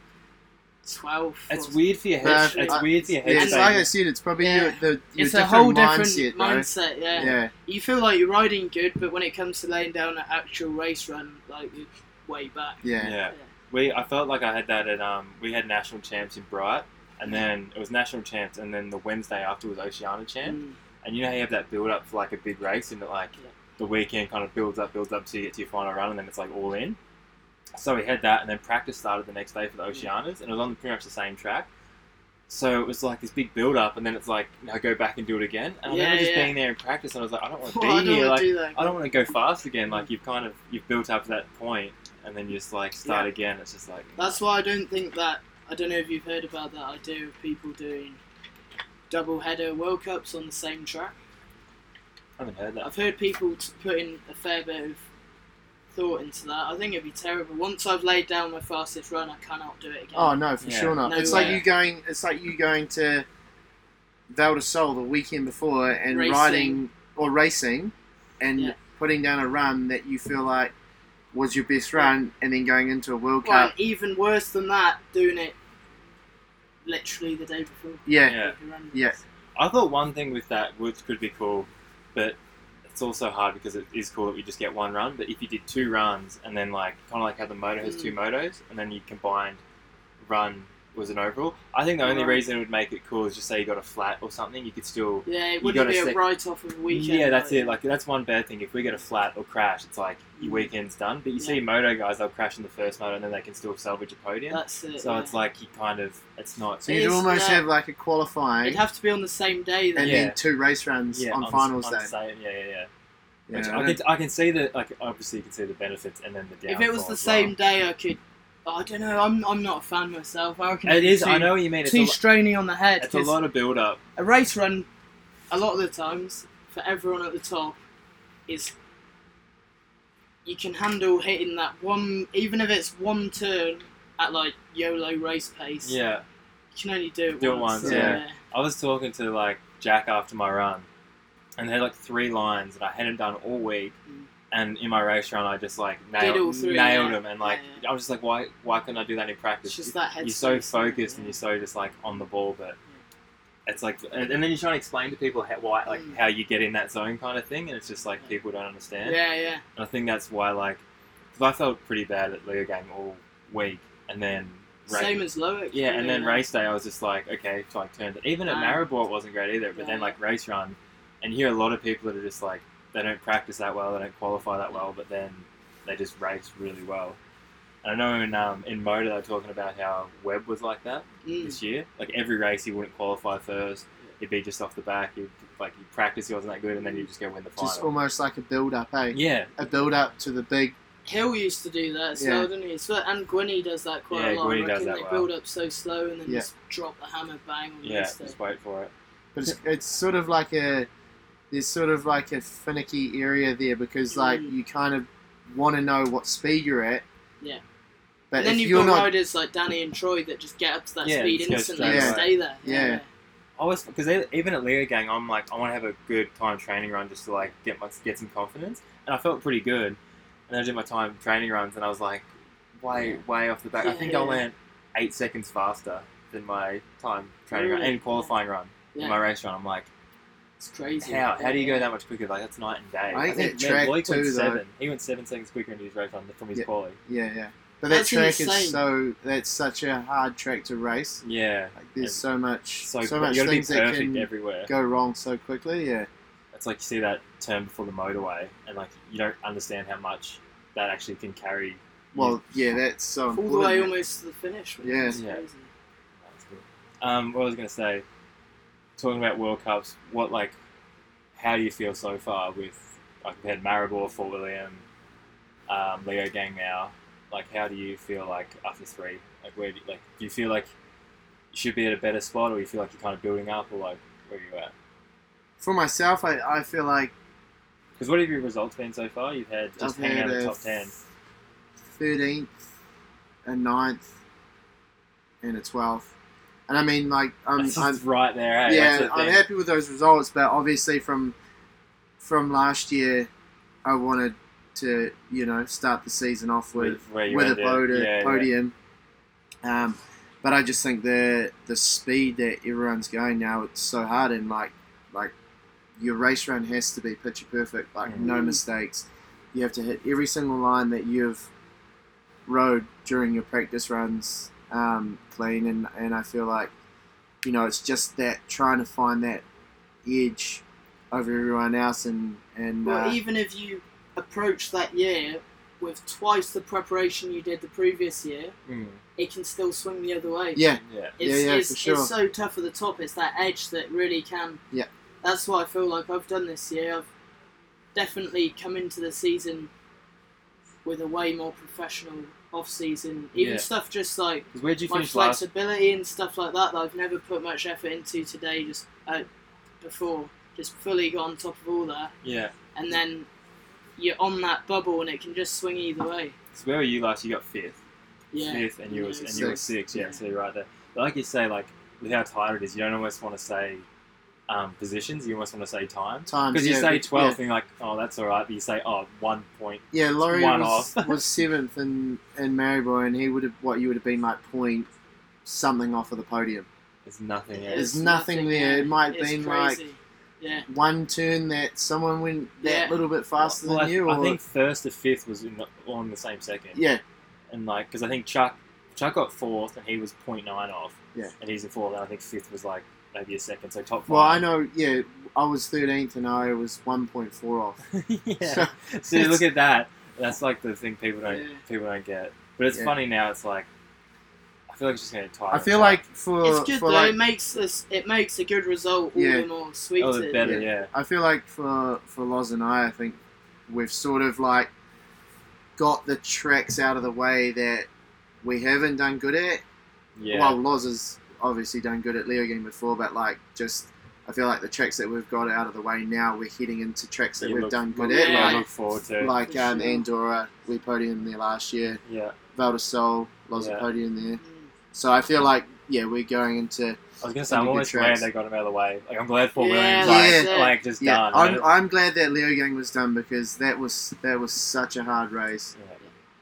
Speaker 2: 12.
Speaker 1: it's
Speaker 2: or-
Speaker 1: weird for your head.
Speaker 3: Yeah,
Speaker 1: it's
Speaker 3: I-
Speaker 1: weird for your head.
Speaker 3: yeah,
Speaker 2: and
Speaker 3: it's
Speaker 1: space.
Speaker 3: like I said, it's probably
Speaker 2: Yeah.
Speaker 3: your, the your
Speaker 2: It's a whole different
Speaker 3: mindset, though.
Speaker 2: mindset, yeah.
Speaker 3: yeah.
Speaker 2: You feel like you're riding good, but when it comes to laying down an actual race run, like you're way back.
Speaker 3: yeah,
Speaker 1: yeah. We I felt like I had that at um we had national champs in Bright and then it was national champs and then the Wednesday after was Oceania champ
Speaker 2: Mm.
Speaker 1: and you know how you have that build up for like a big race and that like
Speaker 2: Yeah.
Speaker 1: the weekend kind of builds up builds up till you get to your final run and then it's like all in. So we had that and then practice started the next day for the
Speaker 2: Mm.
Speaker 1: Oceanias and it was on pretty much the same track. So it was like this big build up and then it's like now go back and do it again. And I
Speaker 2: Yeah,
Speaker 1: remember just
Speaker 2: yeah.
Speaker 1: being there in practice and I was like I don't want to
Speaker 2: Oh, I
Speaker 1: be
Speaker 2: don't
Speaker 1: here
Speaker 2: wanna
Speaker 1: like
Speaker 2: do Mm. that.
Speaker 1: I don't want to go fast again. Like you've kind of you've built up to that point, and then you just like start
Speaker 2: Yeah.
Speaker 1: again. It's just like
Speaker 2: That's why I don't think that. I don't know if you've heard about that idea of people doing double header World Cups on the same track.
Speaker 1: I haven't heard that.
Speaker 2: I've heard people t- put in a fair bit of thought into that. I think it'd be terrible. Once I've laid down my fastest run, I cannot do it again.
Speaker 3: Oh no, for
Speaker 1: Yeah.
Speaker 3: sure not.
Speaker 2: No
Speaker 3: it's like
Speaker 2: way.
Speaker 3: you going. It's like you going to Val de Sol the weekend before and
Speaker 2: Racing.
Speaker 3: riding or racing, and
Speaker 2: Yeah.
Speaker 3: putting down a run that you feel like was your best run, and then going into a World
Speaker 2: Well,
Speaker 3: Cup.
Speaker 2: and even worse than that, doing it literally the day before.
Speaker 3: Yeah,
Speaker 1: Yeah.
Speaker 2: the run.
Speaker 3: Yeah.
Speaker 1: I thought one thing with that which could be cool, but it's also hard because it is cool that we just get one run. But if you did two runs and then like kind of like how the moto has two
Speaker 2: Mm.
Speaker 1: motos, and then you combined run was an overall. I think the only
Speaker 2: Right.
Speaker 1: reason it would make it cool is just say you got a flat or something. You could still
Speaker 2: Yeah, it
Speaker 1: You
Speaker 2: wouldn't
Speaker 1: gotta
Speaker 2: be a
Speaker 1: stick-
Speaker 2: write off of a weekend.
Speaker 1: Yeah, that's
Speaker 2: like-
Speaker 1: it. Like that's one bad thing. If we get a flat or crash, it's like
Speaker 2: Mm.
Speaker 1: your weekend's done. But you see moto guys, they'll crash in the first moto and then they can still salvage a podium.
Speaker 2: that's it.
Speaker 1: So
Speaker 2: yeah.
Speaker 1: it's like you kind of it's not
Speaker 3: so you'd
Speaker 2: It's
Speaker 3: almost
Speaker 2: that-
Speaker 3: have like a
Speaker 2: It'd
Speaker 3: qualifying
Speaker 2: have to be on the same day then.
Speaker 3: and
Speaker 1: Yeah.
Speaker 3: then two race runs
Speaker 1: yeah,
Speaker 3: on,
Speaker 1: s-
Speaker 3: finals
Speaker 1: on
Speaker 3: day.
Speaker 1: same- yeah, yeah, yeah.
Speaker 3: Yeah,
Speaker 1: Which
Speaker 3: I
Speaker 1: I,
Speaker 3: don't-
Speaker 1: can, I can see the like obviously you can see the benefits and then the
Speaker 2: If
Speaker 1: downfall.
Speaker 2: it was the
Speaker 1: as well.
Speaker 2: same day, I could. I don't know. I'm, I'm not a fan myself. I reckon
Speaker 1: it
Speaker 2: it'd be
Speaker 1: is.
Speaker 2: Too,
Speaker 1: I know what you mean. It's, a,
Speaker 2: too
Speaker 1: lo-
Speaker 2: straining on the head.
Speaker 1: it's a
Speaker 2: 'cause
Speaker 1: lot of build up.
Speaker 2: a race run, a lot of the times for everyone at the top, is you can handle hitting that one, even if it's one turn at like YOLO race pace.
Speaker 1: Yeah,
Speaker 2: You can only do it
Speaker 1: Do it
Speaker 2: once.
Speaker 3: once,
Speaker 1: yeah. I was talking to like Jack after my run, and they had like three lines that I hadn't done all week.
Speaker 2: Mm.
Speaker 1: And in my race run, I just like
Speaker 2: Did all
Speaker 1: nailed,
Speaker 2: three,
Speaker 1: nailed
Speaker 2: yeah.
Speaker 1: them, and like
Speaker 2: Yeah, yeah.
Speaker 1: I was just like, why, why couldn't I do that in practice?
Speaker 2: It's just that head
Speaker 1: you're so
Speaker 2: space, isn't it?
Speaker 1: focused and
Speaker 2: Yeah.
Speaker 1: you're so just like on the ball, but it's like, and, and then you try and explain to people how, why, like
Speaker 2: Mm.
Speaker 1: how you get in that zone kind of thing, and it's just like
Speaker 2: Yeah.
Speaker 1: people don't understand.
Speaker 2: Yeah, yeah.
Speaker 1: And I think that's why, like, 'cause I felt pretty bad at Leo game all week, and then ra-
Speaker 2: Same as Loic.
Speaker 1: yeah, and
Speaker 2: you
Speaker 1: then
Speaker 2: know.
Speaker 1: race day, I was just like, okay, so I turned. Even at
Speaker 2: Um,
Speaker 1: Maribor, it wasn't great either. But then
Speaker 2: yeah.
Speaker 1: like race run, and you hear a lot of people that are just like they don't practice that well, they don't qualify that well, but then they just race really well. And I know in um, in motor they were talking about how Webb was like that
Speaker 2: Mm.
Speaker 1: this year. Like every race, he wouldn't qualify first. He'd be just off the back. He'd like he practice, he wasn't that good, and then you just go win the
Speaker 3: just
Speaker 1: final.
Speaker 3: almost like a build up, eh?
Speaker 1: Yeah,
Speaker 3: A build up to the big.
Speaker 2: Hill used to do that as
Speaker 3: Yeah.
Speaker 2: well, didn't he? So, and Gwynny does that quite
Speaker 1: Yeah,
Speaker 2: a lot. I
Speaker 1: Gwynny does
Speaker 2: reckon
Speaker 1: that
Speaker 2: they
Speaker 1: well.
Speaker 2: build up so slow and then
Speaker 3: Yeah.
Speaker 2: just drop the hammer bang on
Speaker 1: yeah.
Speaker 2: race day.
Speaker 1: Just wait for it.
Speaker 3: But it's, it's sort of like a there's sort of like a finicky area there because like
Speaker 2: Mm.
Speaker 3: you kind of want to know what speed you're at.
Speaker 2: Yeah.
Speaker 3: But
Speaker 2: and then
Speaker 3: if
Speaker 2: you've
Speaker 3: you're
Speaker 2: got
Speaker 3: not,
Speaker 2: riders like Danny and Troy that just get up to that
Speaker 1: Yeah,
Speaker 2: speed
Speaker 1: just go
Speaker 2: instantly
Speaker 1: straight
Speaker 2: and
Speaker 3: away.
Speaker 2: stay there.
Speaker 3: Yeah.
Speaker 1: I always because even at Leo Gang, I'm like I want to have a good time training run just to like get my get some confidence, and I felt pretty good. And I did my time training runs, and I was like way way off the back. I
Speaker 2: Yeah,
Speaker 1: think
Speaker 2: yeah.
Speaker 1: I went eight seconds faster than my time training run
Speaker 2: Really?
Speaker 1: and qualifying run
Speaker 2: Yeah.
Speaker 1: in my race run. I'm like,
Speaker 2: It's crazy.
Speaker 1: how how do you go that much quicker? Like that's night and day.
Speaker 3: I think that
Speaker 1: Matt
Speaker 3: track
Speaker 1: Blake
Speaker 3: too,
Speaker 1: went
Speaker 3: though-
Speaker 1: seven. He went seven seconds quicker in his race run from his
Speaker 3: Yeah.
Speaker 1: quali.
Speaker 3: yeah, yeah. But that
Speaker 2: That's
Speaker 3: track
Speaker 2: insane.
Speaker 3: is so that's such a hard track to race.
Speaker 1: Yeah,
Speaker 3: Like there's
Speaker 1: And
Speaker 3: so much,
Speaker 1: so,
Speaker 3: so,
Speaker 1: you
Speaker 3: much
Speaker 1: got to be
Speaker 3: things that
Speaker 1: perfect
Speaker 3: can
Speaker 1: everywhere.
Speaker 3: go wrong so quickly. Yeah,
Speaker 1: It's like you see that term before the motorway, and like you don't understand how much that actually can carry. you.
Speaker 3: well, yeah, that's so
Speaker 2: All the way
Speaker 3: important.
Speaker 2: almost to the finish. man.
Speaker 3: Yeah.
Speaker 2: It's
Speaker 1: Yeah.
Speaker 2: crazy.
Speaker 1: Um, what I was gonna say, talking about World Cups, what like, how do you feel so far with like we've had Maribor, Fort William, um, Leo Gang now? Like, how do you feel like after three? Like, where do you, like do you feel like you should be at a better spot, or you feel like you're kind of building up, or like where are you at?
Speaker 3: For myself, I, I feel like
Speaker 1: Because what have your results been so far? You've had just
Speaker 3: I've
Speaker 1: hanging
Speaker 3: had
Speaker 1: out in
Speaker 3: a
Speaker 1: the top ten.
Speaker 3: thirteenth, a ninth, and a twelfth. And I mean, like, I'm,
Speaker 1: That's
Speaker 3: I'm
Speaker 1: just right there. Hey,
Speaker 3: yeah,
Speaker 1: That's the
Speaker 3: I'm
Speaker 1: thing.
Speaker 3: happy with those results, but obviously from from last year, I wanted to you know start the season off with
Speaker 1: where you
Speaker 3: with a
Speaker 1: ended.
Speaker 3: podi-
Speaker 1: Yeah, yeah.
Speaker 3: podium. Um, but I just think the the speed that everyone's going now, it's so hard and like like your race run has to be picture perfect, like
Speaker 1: Mm-hmm.
Speaker 3: no
Speaker 2: Mhm.
Speaker 3: mistakes. You have to hit every single line that you've rode during your practice runs um, clean, and and I feel like you know it's just that trying to find that edge over everyone else, and and
Speaker 2: Well,
Speaker 3: uh,
Speaker 2: even if you approach that year with twice the preparation you did the previous year,
Speaker 1: Mm,
Speaker 2: it can still swing the other way.
Speaker 3: yeah,
Speaker 1: yeah.
Speaker 2: It's,
Speaker 3: Yeah, yeah,
Speaker 2: it's,
Speaker 3: for sure.
Speaker 2: it's so tough at the top. It's that edge that really can.
Speaker 3: Yeah.
Speaker 2: That's what I feel like I've done this year. I've definitely come into the season with a way more professional off season. Even
Speaker 1: Yeah.
Speaker 2: stuff just like
Speaker 1: 'Cause where'd you
Speaker 2: my
Speaker 1: finish last?
Speaker 2: flexibility and stuff like that that I've never put much effort into today. Just uh, before, just fully got on top of all that,
Speaker 1: Yeah.
Speaker 2: and then you're on that bubble and it can just swing either way.
Speaker 1: 'Cause where were you last? You got fifth.
Speaker 2: Yeah.
Speaker 1: Fifth, and you was
Speaker 2: Yeah,
Speaker 1: and you were
Speaker 3: sixth.
Speaker 1: six. Yeah,
Speaker 2: Yeah.
Speaker 1: So you're right there. But like you say, like with how tight it is, you don't almost want to say um, positions. You almost want to say time.
Speaker 3: times
Speaker 1: Because you
Speaker 3: yeah,
Speaker 1: say
Speaker 3: but-
Speaker 1: twelve,
Speaker 3: yeah.
Speaker 1: and you're like, oh, that's all right. But you say, oh, one point.
Speaker 3: Yeah, Laurie
Speaker 1: one
Speaker 3: was, was seventh in in Maryboy, and he would have what you would have been like point something off of the podium.
Speaker 1: It's nothing. Yeah.
Speaker 3: There's nothing there. It might
Speaker 2: It's
Speaker 3: been
Speaker 2: crazy.
Speaker 3: like-
Speaker 2: yeah,
Speaker 3: One turn that someone went that
Speaker 2: Yeah.
Speaker 3: little bit faster
Speaker 1: Well,
Speaker 3: than
Speaker 1: I,
Speaker 3: you,
Speaker 1: I
Speaker 3: or
Speaker 1: think first to fifth was in the, all in the same second.
Speaker 3: yeah,
Speaker 1: and like because I think Chuck Chuck got fourth and he was 0.9 off.
Speaker 3: Yeah.
Speaker 1: And he's in fourth, and I think fifth was like maybe a second. So top five.
Speaker 3: well, I know, yeah, I was thirteenth and I was one point four off.
Speaker 1: yeah.
Speaker 3: So,
Speaker 1: so you look at that. That's like the thing people don't
Speaker 2: Yeah.
Speaker 1: people don't get. But it's
Speaker 3: Yeah.
Speaker 1: funny now. It's like I feel like it's just gonna get tired.
Speaker 3: I feel like for
Speaker 2: it's good
Speaker 3: for
Speaker 2: though.
Speaker 3: like
Speaker 2: it makes us. It makes a good result all
Speaker 3: Yeah.
Speaker 2: the more sweeter.
Speaker 1: oh, the better. Yeah.
Speaker 3: I feel like for for Loz and I, I think we've sort of like got the tracks out of the way that we haven't done good at,
Speaker 1: Yeah.
Speaker 3: Well, Loz has obviously done good at Leo game before, but like just I feel like the tracks that we've got out of the way now, we're heading into tracks that
Speaker 1: You
Speaker 3: we've
Speaker 1: look-
Speaker 3: done good
Speaker 2: look-
Speaker 3: at,
Speaker 1: yeah. I
Speaker 2: like-
Speaker 1: look forward to.
Speaker 3: like like
Speaker 2: For
Speaker 3: um,
Speaker 2: sure.
Speaker 3: Andorra, we podium there last year.
Speaker 1: yeah.
Speaker 3: Val de Sol, Loz
Speaker 1: Yeah.
Speaker 3: podium there.
Speaker 2: Mm.
Speaker 3: So I feel like yeah, we're going into
Speaker 1: I was gonna say
Speaker 3: Some
Speaker 1: I'm
Speaker 3: good
Speaker 1: always glad
Speaker 3: tracks.
Speaker 1: they got him out of the way. Like I'm glad for
Speaker 2: Yeah,
Speaker 1: Williams.
Speaker 3: that's
Speaker 1: Like,
Speaker 2: it.
Speaker 1: like just
Speaker 3: yeah.
Speaker 1: done.
Speaker 3: I'm, I'm glad that Leo gang was done because that was that was such a hard race.
Speaker 1: Yeah.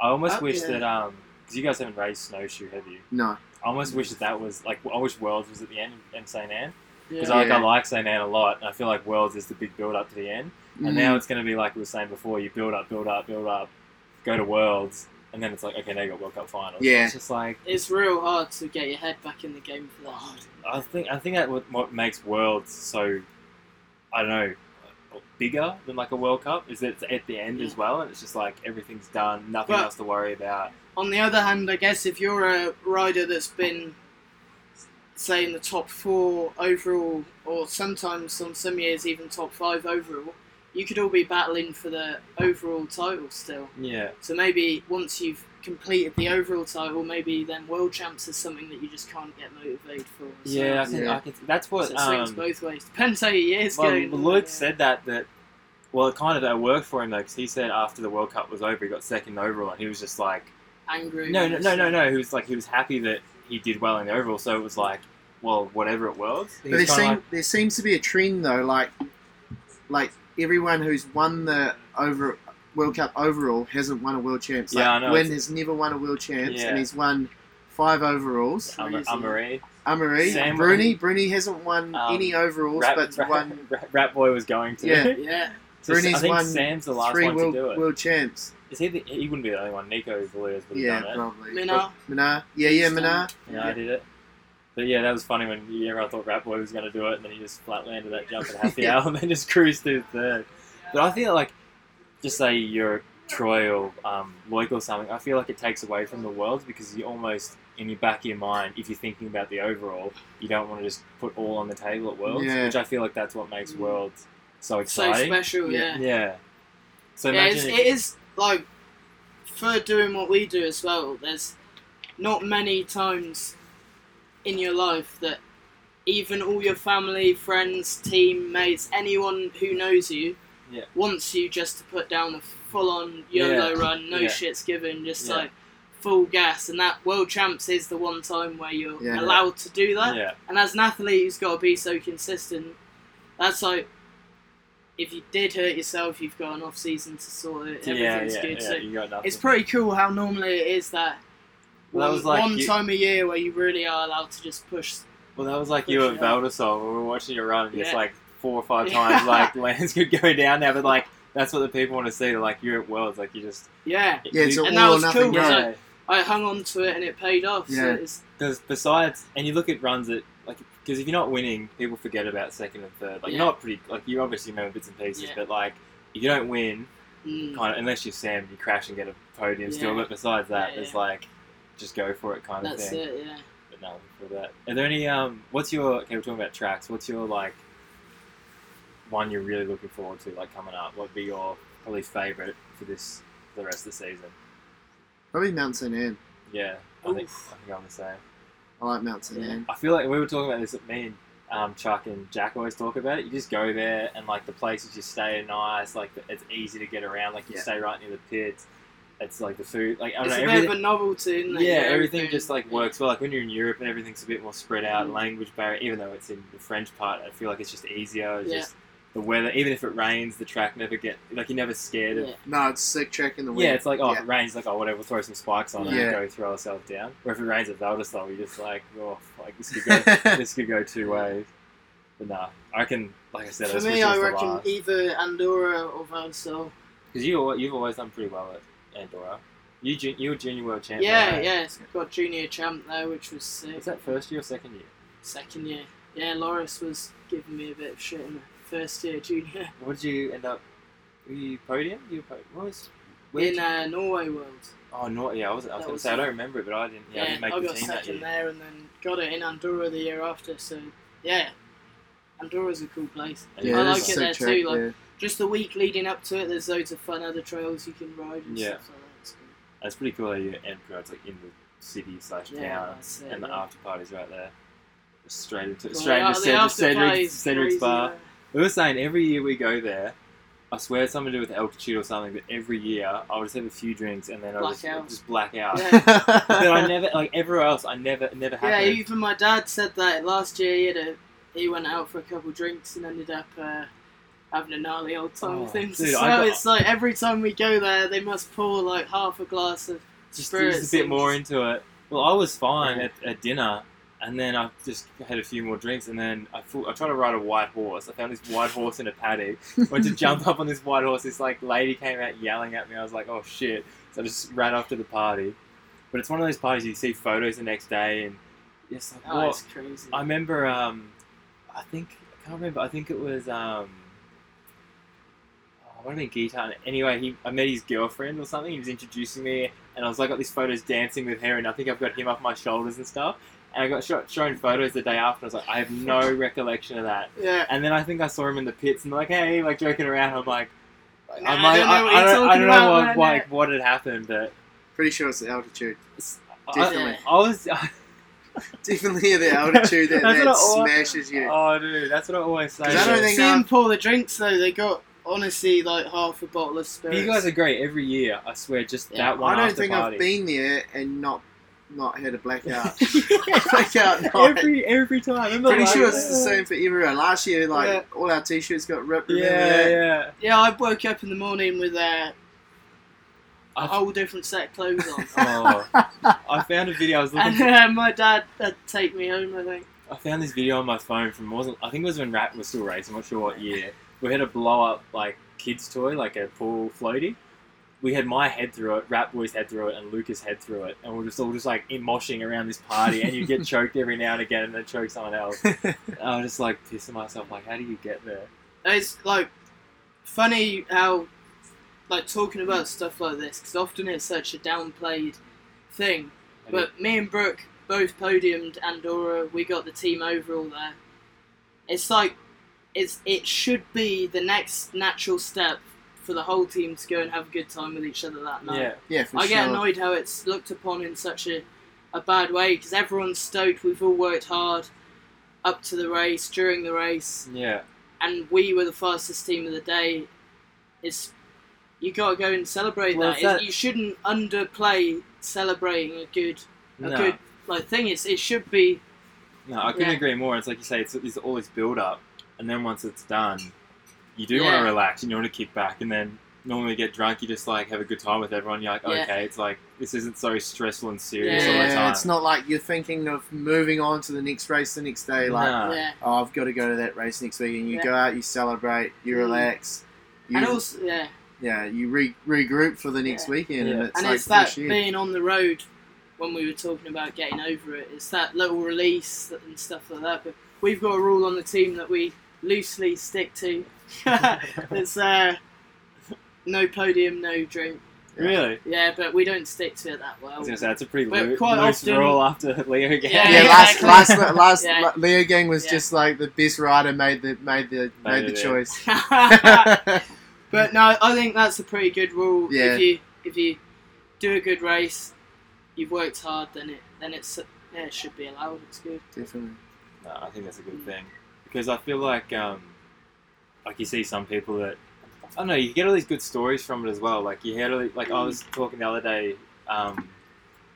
Speaker 1: I almost
Speaker 2: Oh,
Speaker 1: wish
Speaker 2: yeah.
Speaker 1: that um because you guys haven't raced snowshoe, have you?
Speaker 3: No,
Speaker 1: I almost wish that that was like I wish Worlds was at the end and St Anne because
Speaker 2: Yeah.
Speaker 1: like I
Speaker 3: Yeah.
Speaker 1: like St Anne a lot. And I feel like Worlds is the big build up to the end, and now
Speaker 3: Mm.
Speaker 1: it's going to be like we were saying before: you build up, build up, build up, go to Worlds, and then it's like okay, now you got World Cup finals.
Speaker 3: Yeah.
Speaker 1: it's just like
Speaker 2: It's real hard to get your head back in the game for that.
Speaker 1: I think I think that what, what makes Worlds so I don't know bigger than like a World Cup is that it's at the end as well, and it's just like everything's done, nothing
Speaker 2: But-
Speaker 1: else to worry about.
Speaker 2: On the other hand, I guess if you're a rider that's been, say, in the top four overall, or sometimes on some years even top five overall, you could all be battling for the overall title still.
Speaker 1: Yeah,
Speaker 2: So maybe once you've completed the overall title, maybe then world champs is something that you just can't get motivated for. So
Speaker 1: yeah, I can,
Speaker 3: Yeah.
Speaker 1: I can, that's
Speaker 2: so
Speaker 1: what.
Speaker 2: it swings
Speaker 1: um,
Speaker 2: both ways. Depends how your year's
Speaker 1: Well,
Speaker 2: going.
Speaker 1: Luke
Speaker 2: Yeah.
Speaker 1: said that that. Well, it kind of it worked for him though, because he said after the World Cup was over, he got second overall, and he was just like,
Speaker 2: angry.
Speaker 1: No,
Speaker 2: when
Speaker 1: no,
Speaker 2: it's
Speaker 1: no, no,
Speaker 2: like-
Speaker 1: no. He was like, he was happy that he did well in the overall. So it was like, well, whatever it was. He
Speaker 3: But
Speaker 1: was kinda
Speaker 3: there, seem,
Speaker 1: like,
Speaker 3: there seems to be a trend though, like like everyone who's won the over World Cup overall hasn't won a world champs. Like,
Speaker 1: Yeah, I know,
Speaker 3: Wynn
Speaker 1: it's-
Speaker 3: has never won a world champs,
Speaker 1: Yeah.
Speaker 3: and he's won five overalls.
Speaker 1: um,
Speaker 2: crazy.
Speaker 1: Amari.
Speaker 3: Amari,
Speaker 1: Sam-
Speaker 3: Bruni, Bruni hasn't won
Speaker 1: Um,
Speaker 3: any overalls,
Speaker 1: Rat,
Speaker 3: but
Speaker 1: Rat-
Speaker 3: won
Speaker 1: Rat- Rat Boy was going to.
Speaker 3: Yeah.
Speaker 2: Yeah,
Speaker 1: So I
Speaker 3: Rooney's
Speaker 1: think
Speaker 3: won
Speaker 1: Sam's the last
Speaker 3: three
Speaker 1: one
Speaker 3: world,
Speaker 1: to do it.
Speaker 3: world champs.
Speaker 1: Is he? The, he wouldn't be the only one. Nico Villiers would have
Speaker 3: Yeah,
Speaker 1: done it.
Speaker 3: probably.
Speaker 2: Minna.
Speaker 3: Minar, yeah, yeah, Minar.
Speaker 1: Yeah, I did it. But yeah, that was funny when you- everyone thought Rat Boy was going to do it, and then he just flat landed that jump at half the
Speaker 3: Yeah.
Speaker 1: hour and then just cruised through third. But I feel like, just say you're Troy or um, Loic or something, I feel like it takes away from the worlds because you almost, in your back of your mind, if you're thinking about the overall, you don't want to just put all on the table at worlds,
Speaker 3: Yeah.
Speaker 1: which I feel like that's what makes
Speaker 2: Mm.
Speaker 1: worlds so
Speaker 2: so
Speaker 1: exciting.
Speaker 2: special.
Speaker 3: Yeah.
Speaker 2: Yeah.
Speaker 1: yeah. So
Speaker 2: yeah,
Speaker 1: imagine if-
Speaker 2: it's, it is like for doing what we do as well. There's not many times in your life that even all your family, friends, teammates, anyone who knows you
Speaker 1: Yeah.
Speaker 2: wants you just to put down a full-on YOLO run, no
Speaker 1: Yeah.
Speaker 2: shits given, just
Speaker 1: Yeah.
Speaker 2: like full gas. And that World Champs is the one time where you're
Speaker 3: Yeah.
Speaker 2: allowed to do that.
Speaker 1: yeah,
Speaker 2: And as an athlete who's got to be so consistent, that's like, if you did hurt yourself, you've got an off season to sort it.
Speaker 1: yeah, yeah,
Speaker 2: Everything's good.
Speaker 1: yeah,
Speaker 2: so
Speaker 1: you got nothing.
Speaker 2: it's pretty cool how normally it is that
Speaker 1: Well, that
Speaker 2: one,
Speaker 1: was like
Speaker 2: one
Speaker 1: you-
Speaker 2: time a year where you really are allowed to just push.
Speaker 1: Well, that was like
Speaker 2: Push
Speaker 1: you
Speaker 2: it
Speaker 1: at Valdasol. We were watching you run, and it's
Speaker 2: Yeah.
Speaker 1: like four or five
Speaker 2: Yeah.
Speaker 1: times, like lands could go down there, but like that's what the people want to see. Like you're at Worlds, like you just
Speaker 2: Yeah,
Speaker 3: Yeah, it's
Speaker 1: you-
Speaker 3: all
Speaker 2: And that
Speaker 3: or
Speaker 2: was
Speaker 3: nothing.
Speaker 2: cool,
Speaker 3: yeah.
Speaker 2: wasn't it? I hung on to it and it paid off.
Speaker 3: Yeah.
Speaker 2: So it's,
Speaker 1: Because besides, and you look at runs that like because if you're not winning, people forget about second and third. Like
Speaker 2: Yeah.
Speaker 1: you're not pretty. Like you obviously remember bits and pieces,
Speaker 2: Yeah.
Speaker 1: but like if you don't win,
Speaker 2: mm,
Speaker 1: kind of unless you're Sam, you crash and get a podium still.
Speaker 2: Yeah.
Speaker 1: But besides that,
Speaker 2: Yeah,
Speaker 1: there's
Speaker 2: yeah.
Speaker 1: like just go for it kind of
Speaker 2: that's
Speaker 1: thing.
Speaker 2: it. Yeah.
Speaker 1: But no, for that. Are there any? Um, what's your? Okay, we're talking about tracks. What's your like? One you're really looking forward to, like coming up. What'd be your probably favorite for this for the rest of the season?
Speaker 3: Probably Mount St. Anne.
Speaker 1: Yeah, I think,
Speaker 2: Oof.
Speaker 1: I think I'm the same.
Speaker 3: I like Mount St.
Speaker 2: Yeah.
Speaker 3: Anne.
Speaker 1: I feel like we were talking about this. Me and um, Chuck and Jack always talk about it. You just go there, and like the places you stay are nice. Like the, it's easy to get around. Like you
Speaker 3: Yeah.
Speaker 1: stay right near the pits. It's like the food. Like I don't
Speaker 2: It's
Speaker 1: know.
Speaker 2: a
Speaker 1: everything-
Speaker 2: bit of a novelty. Isn't it?
Speaker 1: yeah, everything just like works well. Like when you're in Europe and everything's a bit more spread out, language barrier. Even though it's in the French part, I feel like it's just easier. It's
Speaker 2: Yeah.
Speaker 1: just the weather. Even if it rains, the track never get like you're never scared of.
Speaker 2: Yeah.
Speaker 3: No, it's sick track in the
Speaker 1: Yeah,
Speaker 3: week.
Speaker 1: it's like oh,
Speaker 3: Yeah.
Speaker 1: if it rains, like oh, whatever, we'll throw some spikes on and
Speaker 3: Yeah.
Speaker 1: go throw ourselves down. Or if it rains at Valdisol, you're just like oh, like this could go, this could go two ways. But nah, I can like I said,
Speaker 2: For
Speaker 1: this
Speaker 2: me,
Speaker 1: was
Speaker 2: I
Speaker 1: just the
Speaker 2: reckon
Speaker 1: last
Speaker 2: either Andorra or Valsol.
Speaker 1: because you al- you've always done pretty well at Andorra. You ju- you were junior world champion.
Speaker 2: Yeah,
Speaker 1: right?
Speaker 2: yeah, it's got junior champ there, which was sick.
Speaker 1: Was that first year or second year?
Speaker 2: Second year. Yeah, Loris was giving me a bit of shit in the first year junior
Speaker 1: What did you end up? Were you podium? You were podium. What was? Where did
Speaker 2: in
Speaker 1: you-
Speaker 2: uh, Norway World.
Speaker 1: oh no! Yeah, I was. I was
Speaker 2: That
Speaker 1: gonna
Speaker 2: was
Speaker 1: say I
Speaker 2: it.
Speaker 1: don't remember it, but I didn't. Yeah, I
Speaker 2: Yeah,
Speaker 1: didn't
Speaker 2: I
Speaker 1: make the
Speaker 2: got
Speaker 1: team that
Speaker 2: second
Speaker 1: year.
Speaker 2: there and then got it in Andorra the year after. So yeah, Andorra's a cool place.
Speaker 1: And
Speaker 3: yeah,
Speaker 1: you
Speaker 2: I
Speaker 1: were
Speaker 2: like it
Speaker 3: it's
Speaker 1: just
Speaker 3: a
Speaker 2: there
Speaker 3: sick
Speaker 2: too,
Speaker 3: track,
Speaker 2: like-
Speaker 3: yeah.
Speaker 2: Just the week leading up to it, there's loads of fun other trails you can ride and
Speaker 1: Yeah.
Speaker 2: stuff like that. It's cool.
Speaker 1: That's pretty cool. How you end it's like in the city slash town,
Speaker 2: Yeah, that's it.
Speaker 1: and the
Speaker 2: yeah.
Speaker 1: after parties right there. Just Straight into
Speaker 2: Well,
Speaker 1: straight
Speaker 2: the-
Speaker 1: into
Speaker 2: the
Speaker 1: Cedric,
Speaker 2: after
Speaker 1: Cedric's,
Speaker 2: party's
Speaker 1: Cedric's
Speaker 2: crazy,
Speaker 1: bar.
Speaker 2: yeah.
Speaker 1: We were saying every year we go there. I swear it's something to do with altitude or something. But every year I would just have a few drinks and then I would just,
Speaker 2: Blackout.
Speaker 1: just black out.
Speaker 2: Yeah.
Speaker 1: but I never like everywhere else. I never it never
Speaker 2: Yeah,
Speaker 1: happened.
Speaker 2: even my dad said that last year. He had a, he went out for a couple drinks and ended up uh, having a gnarly old time
Speaker 1: Oh,
Speaker 2: with things.
Speaker 1: dude,
Speaker 2: so
Speaker 1: I got-
Speaker 2: it's like every time we go there, they must pour like half a glass of.
Speaker 1: just,
Speaker 2: Spirit
Speaker 1: just a bit
Speaker 2: sings.
Speaker 1: more into it. Well, I was fine at, at dinner, and then I just had a few more drinks, and then I, thought- I tried to ride a white horse. I found this white horse in a paddock. Went to jump up on this white horse. This like lady came out yelling at me. I was like, oh shit! So I just ran off to the party. But it's one of those parties you see photos the next day, and it's like,
Speaker 2: Oh,
Speaker 1: what?
Speaker 2: it's crazy.
Speaker 1: I remember. Um, I think I can't remember. I think it was. Um, oh, I want to be Gitan. Anyway, he I met his girlfriend or something. He was introducing me, and I was like, got these photos dancing with her, and I think I've got him up my shoulders and stuff. And I got shot, shown photos the day after. And I was like, I have no recollection of that.
Speaker 2: yeah.
Speaker 1: And then I think I saw him in the pits, and like, hey, like joking around. I'm like,
Speaker 2: Nah,
Speaker 1: I'm like,
Speaker 2: I don't know what
Speaker 1: I,
Speaker 2: you're
Speaker 1: don't, I
Speaker 2: talking
Speaker 1: don't know
Speaker 2: about,
Speaker 1: what,
Speaker 2: man.
Speaker 1: like what had happened, but
Speaker 3: Pretty sure it's the altitude.
Speaker 1: I,
Speaker 3: Definitely.
Speaker 1: I was.
Speaker 3: Definitely the altitude that,
Speaker 1: That's
Speaker 3: that
Speaker 1: what I-
Speaker 3: smashes you.
Speaker 1: Oh, dude, that's what I always say.
Speaker 3: I don't
Speaker 1: but-
Speaker 3: think
Speaker 2: Seeing
Speaker 3: I'm-
Speaker 2: pour the drinks though, they got honestly like half a bottle of spirits.
Speaker 1: You guys are great every year. I swear, just
Speaker 4: Yeah,
Speaker 1: that one
Speaker 3: I don't
Speaker 1: after
Speaker 3: think
Speaker 1: party.
Speaker 3: I've been there and not not had a blackout. blackout
Speaker 1: yeah.
Speaker 3: night.
Speaker 1: every every time. I'm not
Speaker 3: Pretty
Speaker 1: like,
Speaker 3: sure it's the
Speaker 1: "Oh."
Speaker 3: same for everyone. Last year, like all our t-shirts got ripped. remember
Speaker 1: Yeah,
Speaker 3: that?
Speaker 1: yeah.
Speaker 2: yeah, I woke up in the morning with a
Speaker 1: I've-
Speaker 2: whole different set of clothes on.
Speaker 1: Oh, I found a video. I was looking.
Speaker 2: and
Speaker 1: For,
Speaker 2: uh, my dad had to take me home, I think.
Speaker 1: I found this video on my phone from wasn't I think it was when Rat was still racing. I'm not sure what year. We had a blow up like kids toy, like a pool floaty. We had my head through it, Rat Boy's head through it, and Lucas' head through it, and we're just all just like in moshing around this party, and you get choked every now and again, and then choke someone else. And I was just like pissing myself, like, how do you get there?
Speaker 2: It's like funny how like talking about stuff like this because often it's such a downplayed thing.
Speaker 1: I
Speaker 2: But me and Brooke both podiumed Andorra. We got the team overall there. It's like it's it should be the next natural step for the whole team to go and have a good time with each other that
Speaker 1: did-
Speaker 2: night.
Speaker 1: Yeah,
Speaker 3: yeah. For
Speaker 2: I
Speaker 3: sure.
Speaker 2: get annoyed how it's looked upon in such a, a bad way because everyone's stoked. We've all worked hard up to the race, during the race,
Speaker 1: yeah.
Speaker 2: and we were the fastest team of the day. It's you gotta go and celebrate
Speaker 1: Well,
Speaker 2: that.
Speaker 1: it's
Speaker 2: It's-
Speaker 1: that-
Speaker 2: You shouldn't underplay celebrating a good a
Speaker 1: No,
Speaker 2: good like thing. It's it should be
Speaker 1: no, I couldn't
Speaker 2: yeah.
Speaker 1: agree more. It's like you say, it's, it's all this build up, and then once it's done, you do want
Speaker 2: Yeah.
Speaker 1: to relax, you want to kick back, and then normally you get drunk, you just like have a good time with everyone. You're like,
Speaker 2: Yeah.
Speaker 1: okay, it's like this isn't so stressful and serious all the
Speaker 3: Yeah,
Speaker 1: time.
Speaker 3: it's not like you're thinking of moving on to the next race the next day. Like,
Speaker 1: Nah.
Speaker 2: yeah.
Speaker 3: oh, I've got to go to that race next week, and you
Speaker 2: Yeah.
Speaker 3: go out, you celebrate, you
Speaker 2: Mm.
Speaker 3: relax, you
Speaker 2: And also yeah.
Speaker 3: yeah, you re- regroup for the next
Speaker 2: Yeah.
Speaker 3: weekend, and
Speaker 1: Yeah.
Speaker 3: it's
Speaker 2: and
Speaker 3: like
Speaker 2: it's that
Speaker 3: fresh air.
Speaker 2: being on the road when we were talking about getting over it it's that little release and stuff like that but we've got a rule on the team that we loosely stick to it's uh, no podium no drink
Speaker 1: Really?
Speaker 2: yeah but we don't stick to it that
Speaker 1: I
Speaker 2: well
Speaker 1: was gonna say that's a pretty
Speaker 2: But
Speaker 1: loo-
Speaker 2: quite
Speaker 1: loose
Speaker 2: often-
Speaker 1: rule after Leo again.
Speaker 2: Yeah,
Speaker 3: yeah, last
Speaker 2: exactly.
Speaker 3: last last
Speaker 2: Yeah.
Speaker 3: la- Leo gang was
Speaker 2: Yeah.
Speaker 3: just like the best rider made the made the made,
Speaker 1: Made
Speaker 3: the
Speaker 1: it, yeah.
Speaker 3: choice.
Speaker 2: but no i think that's a pretty good rule
Speaker 3: Yeah.
Speaker 2: if you if you do a good race you've worked hard then it then it's yeah, it should be allowed it's good
Speaker 3: Definitely.
Speaker 1: No, I think that's a good thing because I feel like, um, like you see some people that I don't know. You get all these good stories from it as well. Like you hear, all the- like I was talking the other day um,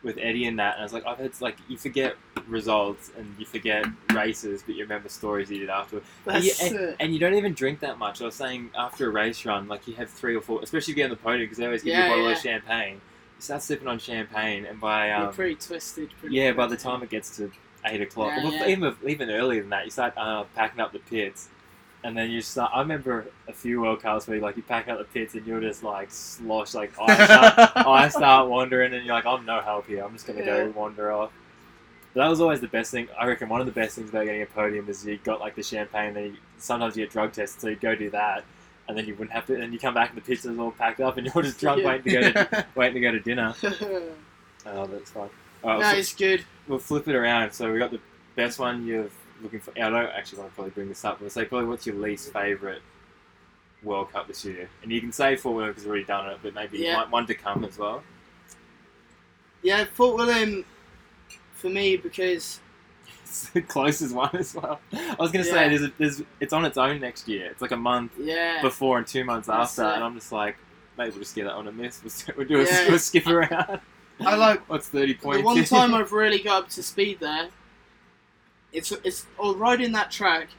Speaker 1: with Eddie and that, and I was like, I've had like you forget results and you forget races, but you remember stories you did afterwards. And you,
Speaker 2: that's
Speaker 1: and,
Speaker 2: it.
Speaker 1: and you don't even drink that much. I was saying after a race run, like you have three or four, especially if you get on the podium because they always give you
Speaker 2: Yeah,
Speaker 1: a bottle
Speaker 2: yeah.
Speaker 1: of champagne. You start sipping on champagne, and by
Speaker 2: you're
Speaker 1: um,
Speaker 2: pretty twisted pretty
Speaker 1: yeah, by the
Speaker 2: quick.
Speaker 1: time it gets to eight o'clock,
Speaker 2: Yeah,
Speaker 1: well,
Speaker 2: yeah.
Speaker 1: even even earlier than that, you start uh, packing up the pits, and then you start. I remember a few World Cups where you, like you pack up the pits and you're just like sloshed, like I start, uh, I start wandering, and you're like, I'm no help here. I'm just gonna
Speaker 2: Yeah.
Speaker 1: go wander off. But that was always the best thing. I reckon one of the best things about getting a podium is you got like the champagne. Then you, sometimes you get drug tested, so you go do that, and then you wouldn't have to. And you come back and the pits is all packed up, and you're just drunk
Speaker 2: Yeah.
Speaker 1: waiting to go to waiting to go to dinner.
Speaker 2: no,
Speaker 1: Oh, that's fun. All right, so-
Speaker 2: it's good.
Speaker 1: we'll flip it around. So we got the best one you're looking for. I don't actually want to probably bring this up, but say probably what's your least favorite World Cup this year, and you can say Fort William because we've already done it, but maybe
Speaker 2: Yeah.
Speaker 1: one, one to come as well.
Speaker 2: Yeah, Fort William for me because
Speaker 1: It's the closest one as well. I was gonna
Speaker 2: Yeah.
Speaker 1: say there's, a, there's it's on its own next year. It's like a month
Speaker 2: yeah,
Speaker 1: before and two months
Speaker 2: That's
Speaker 1: after,
Speaker 2: it.
Speaker 1: and I'm just like. Maybe we'll just get that on a miss. We'll, sk- we'll do a,
Speaker 2: Yeah.
Speaker 1: we'll skip around.
Speaker 2: I like
Speaker 1: What's thirty points?
Speaker 2: the one time I've really got up to speed there. It's it's or riding that track,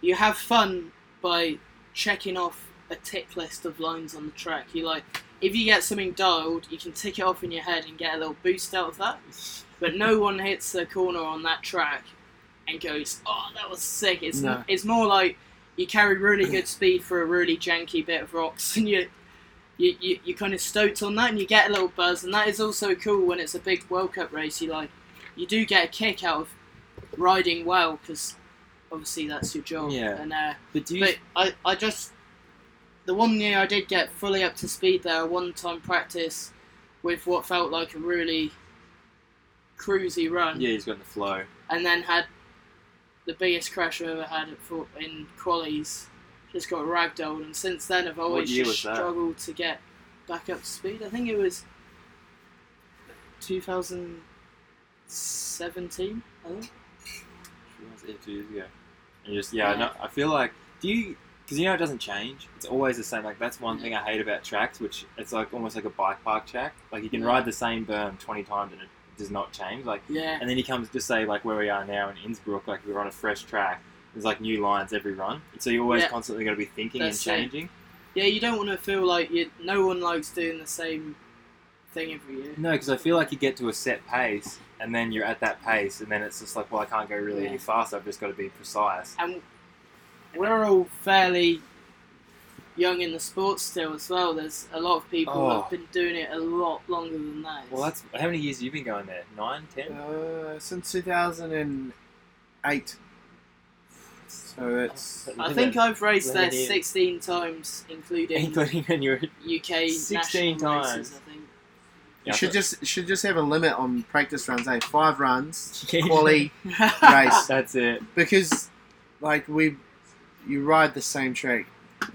Speaker 2: you have fun by checking off a tick list of lines on the track. You like if you get something dialed, you can tick it off in your head and get a little boost out of that. But no one hits the corner on that track and goes, "Oh, that was sick." It's
Speaker 3: No.
Speaker 2: m- it's more like you carry really good speed for a really janky bit of rocks, and you you you you kind of stoked on that, and you get a little buzz, and that is also cool when it's a big World Cup race. You like you do get a kick out of riding well because obviously that's your job.
Speaker 1: Yeah.
Speaker 2: And uh,
Speaker 1: but do you,
Speaker 2: but I, I just the one year I did get fully up to speed there, one time practice with what felt like a really cruisy run,
Speaker 1: yeah, he's got the flow.
Speaker 2: and then had the biggest crash I ever had at four, in qualies. Just got ragdolled, and since then I've always
Speaker 1: year
Speaker 2: just
Speaker 1: was that?
Speaker 2: struggled to get back up to speed. I think it was 2017. I think.
Speaker 1: That was eight years ago. And you just yeah, I know I feel like do you because you know it doesn't change. It's always the same. Like that's
Speaker 2: Mm.
Speaker 1: one thing I hate about tracks, which it's like almost like a bike park track. Like you can
Speaker 2: Yeah.
Speaker 1: ride the same berm twenty times and it does not change. Like
Speaker 2: Yeah.
Speaker 1: and then he comes to say like where we are now in Innsbruck, like we're on a fresh track. There's like new lines every run, and so you're always
Speaker 2: Yeah.
Speaker 1: constantly going to be thinking
Speaker 2: That's it.
Speaker 1: and changing.
Speaker 2: Yeah, you don't want to feel like you. No one likes doing the same thing every year.
Speaker 1: No, because I feel like you get to a set pace, and then you're at that pace, and then it's just like, well, I can't go really any
Speaker 2: Yeah.
Speaker 1: faster. I've just got to be precise.
Speaker 2: And we're all fairly young in the sport still as well. There's a lot of people that
Speaker 1: Oh.
Speaker 2: have been doing it a lot longer than that.
Speaker 1: Well, that's how many years have you been going there? Nine, ten?
Speaker 3: Uh, since 2008. So it's.
Speaker 2: I think I've raced
Speaker 1: Let it
Speaker 2: there
Speaker 1: in.
Speaker 2: 16 times, including
Speaker 1: including when you were.
Speaker 2: UK
Speaker 1: 16
Speaker 2: national
Speaker 1: times.
Speaker 2: races, I think.
Speaker 3: You should just you should just have a limit on practice runs, eh? Five runs,
Speaker 1: Yeah.
Speaker 3: quali, Race.
Speaker 1: That's it.
Speaker 3: because like we, you ride the same track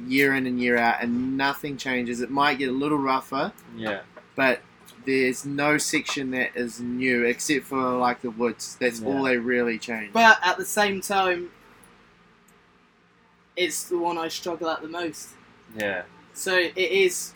Speaker 3: year in and year out, and nothing changes. It might get a little rougher,
Speaker 1: Yeah.
Speaker 3: but there's no section that is new except for like the woods. That's
Speaker 1: Yeah.
Speaker 3: all they really change.
Speaker 2: But at the same time, it's the one I struggle at the most.
Speaker 1: Yeah.
Speaker 2: So it is,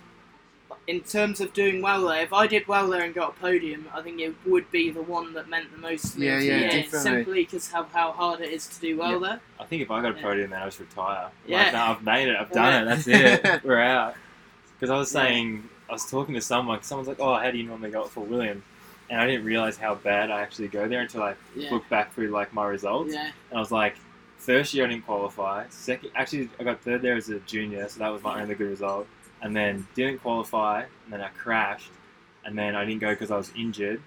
Speaker 2: in terms of doing well there. If I did well there and got a podium, I think it would be the one that meant the most to me.
Speaker 3: Yeah,
Speaker 2: over the
Speaker 1: yeah,
Speaker 2: years,
Speaker 3: definitely.
Speaker 2: Simply because of how hard it is to do well there.
Speaker 1: I think if I got a
Speaker 2: Yeah.
Speaker 1: podium, then I just retire.
Speaker 2: Yeah.
Speaker 1: Like, no, I've made it. I've done it. That's
Speaker 3: Yeah.
Speaker 1: it. We're out. Because I was
Speaker 2: Yeah.
Speaker 1: saying, I was talking to someone. Someone's like, "Oh, how do you normally go up for William?" And I didn't realize how bad I actually go there until I
Speaker 2: Yeah,
Speaker 1: looked back through like my results.
Speaker 2: yeah,
Speaker 1: And I was like, first year I didn't qualify. Second, actually, I got third there as a junior, so that was my only good result. And then didn't qualify, and then I crashed, and then I didn't go because I was injured,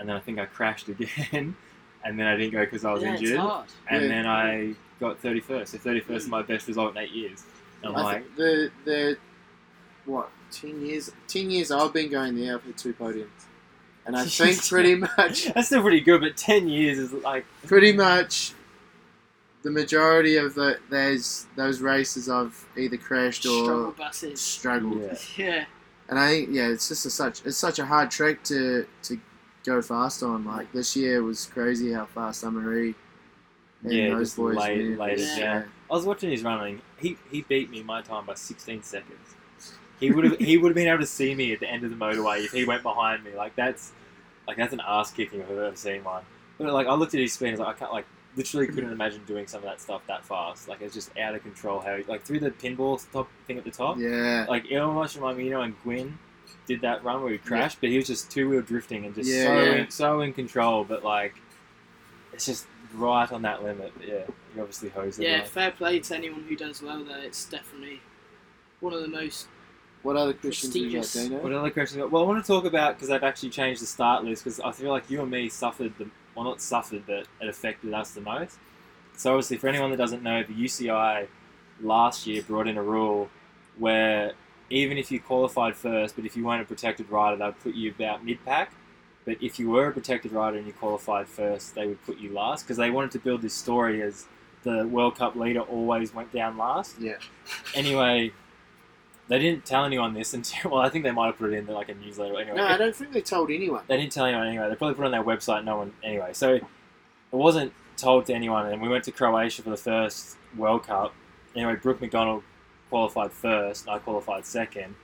Speaker 1: and then I think I crashed again, and then I didn't go because I was
Speaker 2: yeah it's
Speaker 1: injured,
Speaker 2: hard.
Speaker 1: and
Speaker 3: Yeah.
Speaker 1: then I got 31st. So 31st is my best result in eight years. And I'm
Speaker 3: I
Speaker 1: like,
Speaker 3: think the the what ten years ten years I've been going there. I've had two podiums, and I think pretty much
Speaker 1: that's still pretty good, but 10 years is like,
Speaker 3: pretty much the majority of the those those races I've either crashed or
Speaker 2: Struggle buses.
Speaker 3: struggled.
Speaker 1: yeah.
Speaker 2: Yeah,
Speaker 3: And I think yeah, it's just a such it's such a hard track to to go fast on. Like this year was crazy how fast Amarie and
Speaker 1: Yeah,
Speaker 3: those
Speaker 1: just
Speaker 3: boys
Speaker 1: laid-
Speaker 3: went.
Speaker 1: laid
Speaker 2: it
Speaker 1: down. I was watching his running. He he beat me my time by 16 seconds. He would have he would have been able to see me at the end of the motorway if he went behind me. Like that's like that's an ass kicking if I've ever seen one. But like I looked at his speed, I was like I can't like literally couldn't imagine doing some of that stuff that fast. Like it's just out of control. How he, like through the pinball top thing at the top.
Speaker 3: Yeah,
Speaker 1: Like it almost reminded me, you know, when Gwyn did that run where he crashed, but he was just two wheel drifting and just
Speaker 3: Yeah,
Speaker 1: so
Speaker 3: yeah.
Speaker 1: In, so in control. But like it's just right on that limit. But yeah, you obviously hose it.
Speaker 2: yeah. Fair play to anyone who does well there. It's definitely one of the most.
Speaker 3: What other questions do you got,
Speaker 2: Prestigious.
Speaker 3: Dino?
Speaker 1: What other question? Well, I want to talk about because I've actually changed the start list because I feel like you and me suffered the well, not suffered, but it affected us the most. So obviously, for anyone that doesn't know, the UCI last year brought in a rule where even if you qualified first, but if you weren't a protected rider, they'd put you about mid pack. But if you were a protected rider and you qualified first, they would put you last because they wanted to build this story as the World Cup leader always went down last
Speaker 3: Yeah,
Speaker 1: anyway, they didn't tell anyone this until. Well, I think they might have put it in like a newsletter. Anyway,
Speaker 3: no, I don't think they told anyone.
Speaker 1: they didn't tell anyone anyway. They probably put it on their website. No one anyway. So it wasn't told to anyone. And we went to Croatia for the first World Cup. Anyway, Brooke McDonald qualified first, and I qualified second.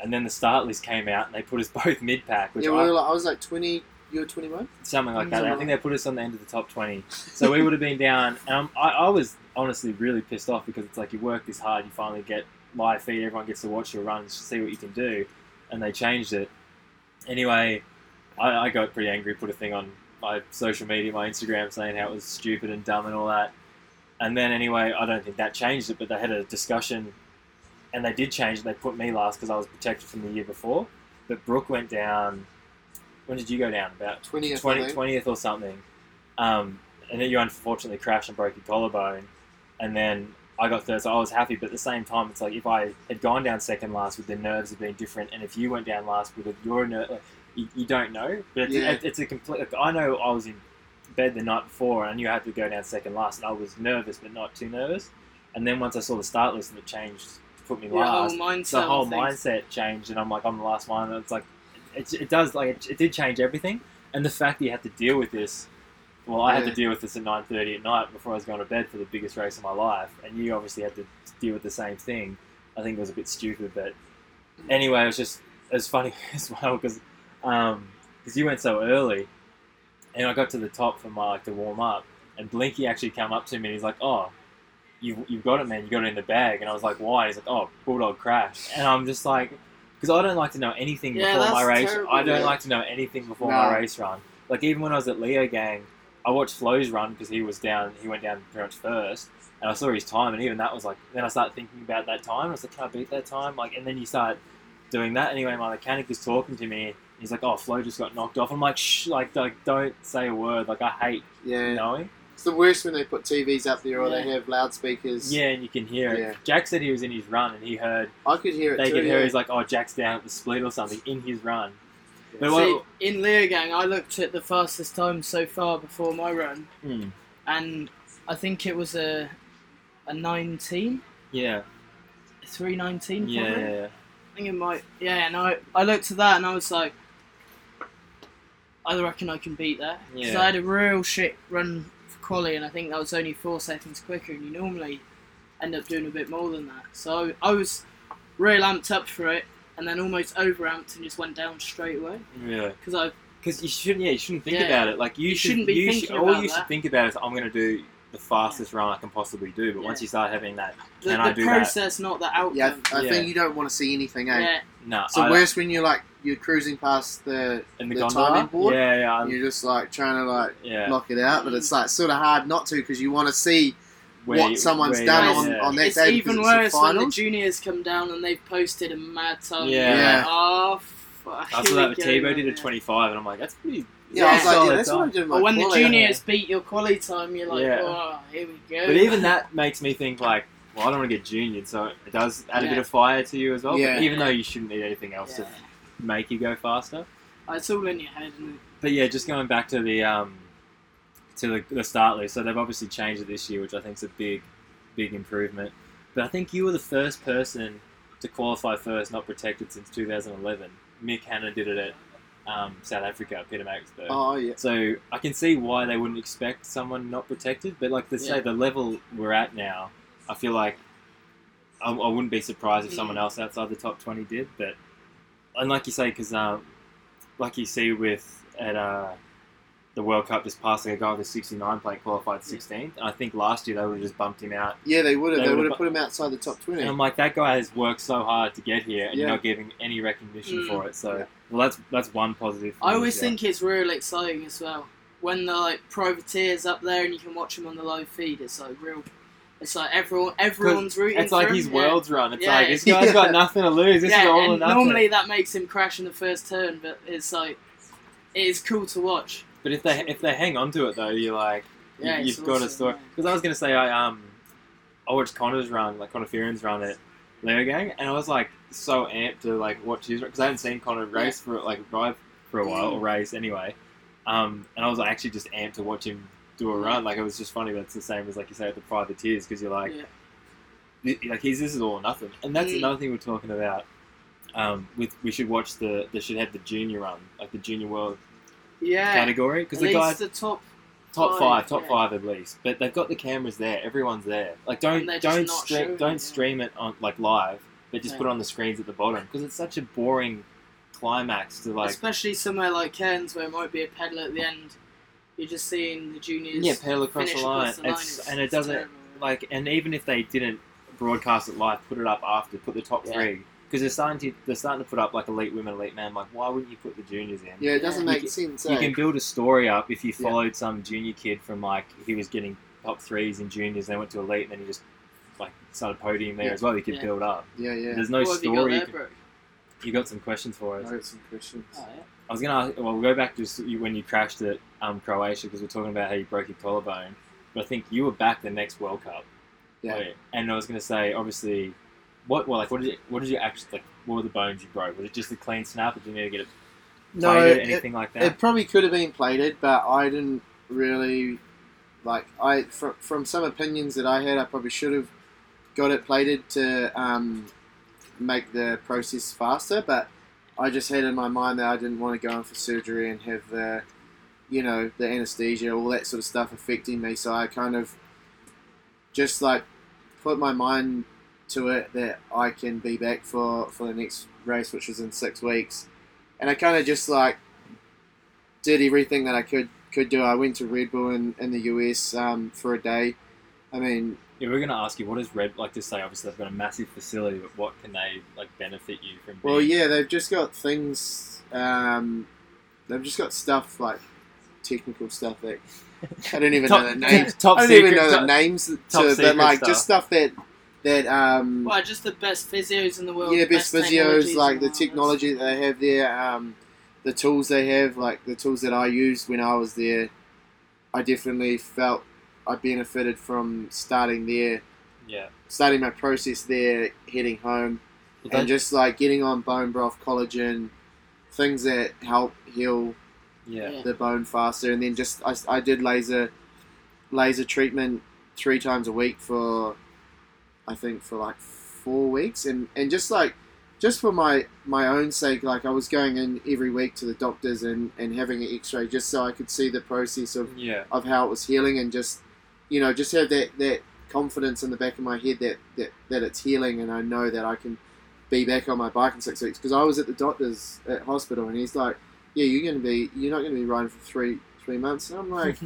Speaker 1: And then the start list came out, and they put us both mid pack, which
Speaker 3: Yeah, we
Speaker 1: I,
Speaker 3: were like, I was like twenty. You were twenty-one.
Speaker 1: something like that. I
Speaker 3: Something
Speaker 1: think they put us on the end of the top twenty, so we would have been down. Um, I, I was honestly really pissed off because it's like you work this hard, you finally get live feed, everyone gets to watch your runs, see what you can do, and they changed it. Anyway, I, I got pretty angry, put a thing on my social media, my Instagram, saying how it was stupid and dumb and all that. And then anyway, I don't think that changed it, but they had a discussion, and they did change it. They put me last because I was protected from the year before. But Brooke went down. When did you go down? About
Speaker 3: Twenty.
Speaker 1: 20, 20th or something. Um, and then you unfortunately crashed and broke your collarbone. And then I got third, so I was happy. But at the same time, it's like if I had gone down second last, would the nerves have been different? And if you went down last, would have your nerve. Like, you, you don't know. But it's,
Speaker 3: Yeah.
Speaker 1: it- it's a complete. Like, I know I was in bed the night before and I knew I had to go down second last, and I was nervous, but not too nervous. And then once I saw the start list and it changed to put me
Speaker 2: Yeah,
Speaker 1: last,
Speaker 2: whole mindset.
Speaker 1: the whole
Speaker 2: on things.
Speaker 1: mindset changed, and I'm like, I'm the last one. And it's like, it, it does like it, it did change everything, and the fact that you had to deal with this Well, I had
Speaker 3: Yeah.
Speaker 1: to deal with this at nine thirty at night before I was going to bed for the biggest race of my life, and you obviously had to deal with the same thing. I think it was a bit stupid, but anyway, it was just it was funny as well um, because because you went so early, and I got to the top for my like to warm up, and Blinky actually came up to me and he's like, "Oh, you you've got it, man. You got it in the bag." And I was like, "Why?" He's like, "Oh, Bulldog crashed," and I'm just like, "Because I don't like to know anything
Speaker 2: Yeah,
Speaker 1: before my
Speaker 2: that's
Speaker 1: race.
Speaker 2: terrible,
Speaker 1: I don't
Speaker 2: yeah.
Speaker 1: like to know anything before
Speaker 3: No.
Speaker 1: my race run. Like even when I was at Leo Gang, I watched Flo's run because he was down. He went down pretty much first." And I saw his time, and even that was like. Then I started thinking about that time. I was like, "Can I beat that time?" Like, and then you start doing that anyway. My mechanic was talking to me. He's like, "Oh, Flo just got knocked off." I'm like, "Shh, like, like don't say a word. Like, I hate
Speaker 3: Yeah.
Speaker 1: knowing."
Speaker 3: It's the worst when they put TVs up there or they
Speaker 1: Yeah.
Speaker 3: have loudspeakers.
Speaker 1: Yeah, and you can hear it.
Speaker 3: Yeah.
Speaker 1: Jack said he was in his run and he heard
Speaker 3: I could hear it
Speaker 1: they
Speaker 3: too.
Speaker 1: could hear.
Speaker 3: yeah.
Speaker 1: He's like, "Oh, Jack's down at the split or something in his run."
Speaker 3: Yeah.
Speaker 1: But
Speaker 2: See,
Speaker 1: what,
Speaker 2: in Leogang, I looked at the fastest time so far before my run,
Speaker 1: mm,
Speaker 2: and I think it was a a 19,
Speaker 1: yeah,
Speaker 2: 319.
Speaker 1: yeah,
Speaker 2: probably.
Speaker 1: yeah, yeah.
Speaker 2: I think it might. Yeah, and I, I looked at that and I was like, I reckon I can beat that. Because
Speaker 1: Yeah.
Speaker 2: I had a real shit run for quali and I think that was only four seconds quicker and you normally end up doing a bit more than that. So I, I was real amped up for it and then almost over amped and just went down straight away.
Speaker 1: Really,
Speaker 2: Because I,
Speaker 1: because you shouldn't. Yeah, you shouldn't think
Speaker 2: Yeah.
Speaker 1: about it. Like you,
Speaker 2: You
Speaker 1: should-
Speaker 2: shouldn't be
Speaker 1: you
Speaker 2: thinking
Speaker 1: should, all
Speaker 2: about
Speaker 1: you
Speaker 2: that.
Speaker 1: should think about is, "I'm going to do the fastest run I can possibly do." But once
Speaker 2: Yeah.
Speaker 1: you start having that,
Speaker 2: the,
Speaker 1: Can I
Speaker 2: the
Speaker 1: do that?
Speaker 2: process, not the outcome.
Speaker 3: Yeah, I
Speaker 1: Yeah.
Speaker 3: think you don't want to see anything, eh?
Speaker 2: Yeah,
Speaker 1: nah,
Speaker 3: It's the
Speaker 1: I-
Speaker 3: worst when you're like you're cruising past the
Speaker 1: in the,
Speaker 3: the
Speaker 1: gondola.
Speaker 3: timing board?
Speaker 1: Yeah, yeah, I'm-
Speaker 3: and you're just like trying to like
Speaker 1: yeah.
Speaker 3: block it out, but it's like sort of hard not to because you want to see
Speaker 1: Where
Speaker 3: what
Speaker 1: you-
Speaker 3: someone's
Speaker 1: where
Speaker 3: done
Speaker 1: you-
Speaker 3: on,
Speaker 1: yeah.
Speaker 3: on that
Speaker 2: it's
Speaker 3: day
Speaker 2: even
Speaker 3: because
Speaker 2: worse
Speaker 3: it's the
Speaker 2: when the
Speaker 3: final.
Speaker 2: juniors come down and they've posted a mad time.
Speaker 1: Yeah.
Speaker 2: You're like,
Speaker 3: Yeah.
Speaker 2: Oh, fuck.
Speaker 1: I
Speaker 2: here
Speaker 1: saw
Speaker 2: we
Speaker 1: that with
Speaker 2: go,
Speaker 1: Tebow did a
Speaker 2: yeah.
Speaker 1: 25, and I'm like, that's pretty.
Speaker 3: Yeah, I was like,
Speaker 1: solid
Speaker 3: yeah, that's what I
Speaker 1: time.
Speaker 3: did. in my
Speaker 2: But when the
Speaker 3: quali.
Speaker 2: juniors beat your quality time, you're like,
Speaker 1: Yeah.
Speaker 2: oh, here we go.
Speaker 1: But even that makes me think like, well, I don't want to get juniored, so it does add a bit
Speaker 2: Yeah.
Speaker 1: of fire to you as well.
Speaker 3: Yeah.
Speaker 1: But even though you shouldn't need anything else
Speaker 2: Yeah.
Speaker 1: to make you go faster.
Speaker 2: It's all in your head. And
Speaker 1: But yeah, just going back to the um, to the, the start list. So they've obviously changed it this year, which I think is a big, big improvement. But I think you were the first person to qualify first, not protected since 2011. Mick Hanna did it at um, South Africa, at Peter Maxburg.
Speaker 3: Oh yeah,
Speaker 1: So I can see why they wouldn't expect someone not protected, but like they say,
Speaker 2: Yeah.
Speaker 1: the level we're at now, I feel like I, I wouldn't be surprised if someone else outside the top twenty did. But and like you say, because um, like you see with at uh, the World Cup just passing a guy with a sixty nine plate qualified sixteenth, and I think last year they would have just bumped him out.
Speaker 3: yeah, they would have.
Speaker 1: They would've
Speaker 3: They,
Speaker 1: um,
Speaker 3: would have
Speaker 1: bu-
Speaker 3: put him outside the top twenty.
Speaker 1: And I'm like, that guy has worked so hard to get here, and you're
Speaker 3: Yeah.
Speaker 1: not giving any recognition
Speaker 2: Mm.
Speaker 1: for it. So
Speaker 3: Yeah.
Speaker 1: well, that's that's one positive.
Speaker 2: I
Speaker 1: thing
Speaker 2: always
Speaker 1: this year.
Speaker 2: think it's real exciting as well. When the like privateers up there and you can watch them on the live feed, it's like real. It's like everyone, everyone's rooting.
Speaker 1: It's like
Speaker 2: for
Speaker 1: his
Speaker 2: him.
Speaker 1: world's run. It's
Speaker 2: Yeah,
Speaker 1: like this
Speaker 3: yeah.
Speaker 1: guy's got nothing to lose.
Speaker 2: Yeah,
Speaker 1: This is all
Speaker 2: and
Speaker 1: or nothing.
Speaker 2: normally that makes him crash in the first turn, but it's like it is cool to watch.
Speaker 1: but if they if they hang on to it though, you're like you-
Speaker 2: Yeah, it's
Speaker 1: you've got a
Speaker 2: awesome,
Speaker 1: story.
Speaker 2: yeah.
Speaker 1: Because I was gonna say I um I watched Connor's run, like Connor Fearon's run at Leo Gang, and I was like so amped to like watch his because I hadn't seen Connor race for like ride for a while or race anyway. Um, and I was like, actually just amped to watch him do a run. Like it was just funny. That's the same as like you say with the privateers because you're like.
Speaker 2: yeah.
Speaker 1: th- like his this is all or nothing, and that's
Speaker 2: Mm.
Speaker 1: another thing we're talking about. Um, with we should watch the they should have the junior run, like the junior world
Speaker 2: yeah.
Speaker 1: category, because
Speaker 2: At
Speaker 1: the guy
Speaker 2: least the top.
Speaker 1: top
Speaker 2: five,
Speaker 1: five, top
Speaker 2: Oh, yeah.
Speaker 1: five at least. But they've got the cameras there, everyone's there. Like don't
Speaker 2: And they're just
Speaker 1: don't
Speaker 2: not
Speaker 1: stre-
Speaker 2: showing it,
Speaker 1: don't
Speaker 2: yeah.
Speaker 1: stream it on like live, but just
Speaker 2: No.
Speaker 1: put it on the screens at the bottom because it's such a boring climax to like
Speaker 2: especially somewhere like Cairns where it might be a pedal at the end. You're just seeing the juniors.
Speaker 1: yeah pedal across
Speaker 2: finish
Speaker 1: the line,
Speaker 2: across the line.
Speaker 1: It's-
Speaker 2: It's-
Speaker 1: and it
Speaker 2: it's
Speaker 1: doesn't
Speaker 2: terrible.
Speaker 1: like and even if they didn't broadcast it live put it up after put the top
Speaker 2: Yeah.
Speaker 1: three because they're starting to they're starting to put up like elite women elite men like why wouldn't you put the juniors in
Speaker 3: yeah, it doesn't
Speaker 1: You
Speaker 3: make
Speaker 1: can-
Speaker 3: sense.
Speaker 1: you
Speaker 3: eh?
Speaker 1: can build a story up if you
Speaker 3: Yeah.
Speaker 1: followed some junior kid from like he was getting top threes in juniors then went to elite and then he just like started podium there
Speaker 3: Yeah.
Speaker 1: as well you could
Speaker 2: Yeah.
Speaker 1: build up
Speaker 3: yeah, yeah.
Speaker 1: there's no
Speaker 2: What have you got
Speaker 1: story you,
Speaker 2: there,
Speaker 1: could-
Speaker 2: bro?
Speaker 1: you got some questions for us
Speaker 3: I got some questions.
Speaker 2: Oh, yeah.
Speaker 1: I was gonna ask, well, we'll go back to s- you- when you crashed at um, Croatia because we're talking about how you broke your collarbone, but I think you were back the next World Cup.
Speaker 3: Yeah.
Speaker 1: Like, And I was gonna say, obviously, what well, like what did you, what did you actually like? What were the bones you broke? Was it just a clean snap? Did you need to get it
Speaker 3: No,
Speaker 1: plated?
Speaker 3: it-
Speaker 1: anything like that?
Speaker 3: It probably could have been plated, but I didn't really like. I from, from some opinions that I had, I probably should have got it plated to um, make the process faster. But I just had in my mind that I didn't want to go in for surgery and have the you know, the anesthesia, all that sort of stuff affecting me. So I kind of just like put my mind to it that I can be back for, for the next race, which is in six weeks. And I kind of just like did everything that I could could do. I went to Red Bull in, in the US um, for a day. I mean,
Speaker 1: Yeah, we we're going to ask you what is Red like to say. Obviously, they've got a massive facility, but what can they like benefit you from?
Speaker 3: Well,
Speaker 1: being-
Speaker 3: yeah, they've just got things. Um, they've just got stuff like technical stuff that I don't even
Speaker 1: top,
Speaker 3: know the names.
Speaker 1: Top
Speaker 3: I don't
Speaker 1: secret,
Speaker 3: even know the
Speaker 1: top-
Speaker 3: names to,
Speaker 1: top
Speaker 3: but
Speaker 1: secret
Speaker 3: like
Speaker 1: stuff.
Speaker 3: just stuff that that um,
Speaker 2: Well, just the best physios in the world.
Speaker 3: yeah,
Speaker 2: the
Speaker 3: best physios
Speaker 2: technologies
Speaker 3: like
Speaker 2: in
Speaker 3: the
Speaker 2: world.
Speaker 3: technology that they have there, um, the tools they have, like the tools that I used when I was there. I definitely felt I benefited from starting there,
Speaker 1: Yeah,
Speaker 3: starting my process there, heading home
Speaker 1: Well,
Speaker 3: and
Speaker 1: that-
Speaker 3: just like getting on bone broth collagen things that help heal
Speaker 1: yeah.
Speaker 2: Yeah.
Speaker 3: the bone faster and then just I, I did laser laser treatment three times a week for i think for like four weeks and and just like just for my my own sake like i was going in every week to the doctors and and having an x-ray just so i could see the process of
Speaker 1: Yeah,
Speaker 3: of how it was healing and just you know just have that that confidence in the back of my head that that, that it's healing and I know that I can be back on my bike in six weeks because I was at the doctor's at hospital and he's like yeah you're gonna be you're not gonna be riding for three three months and I'm like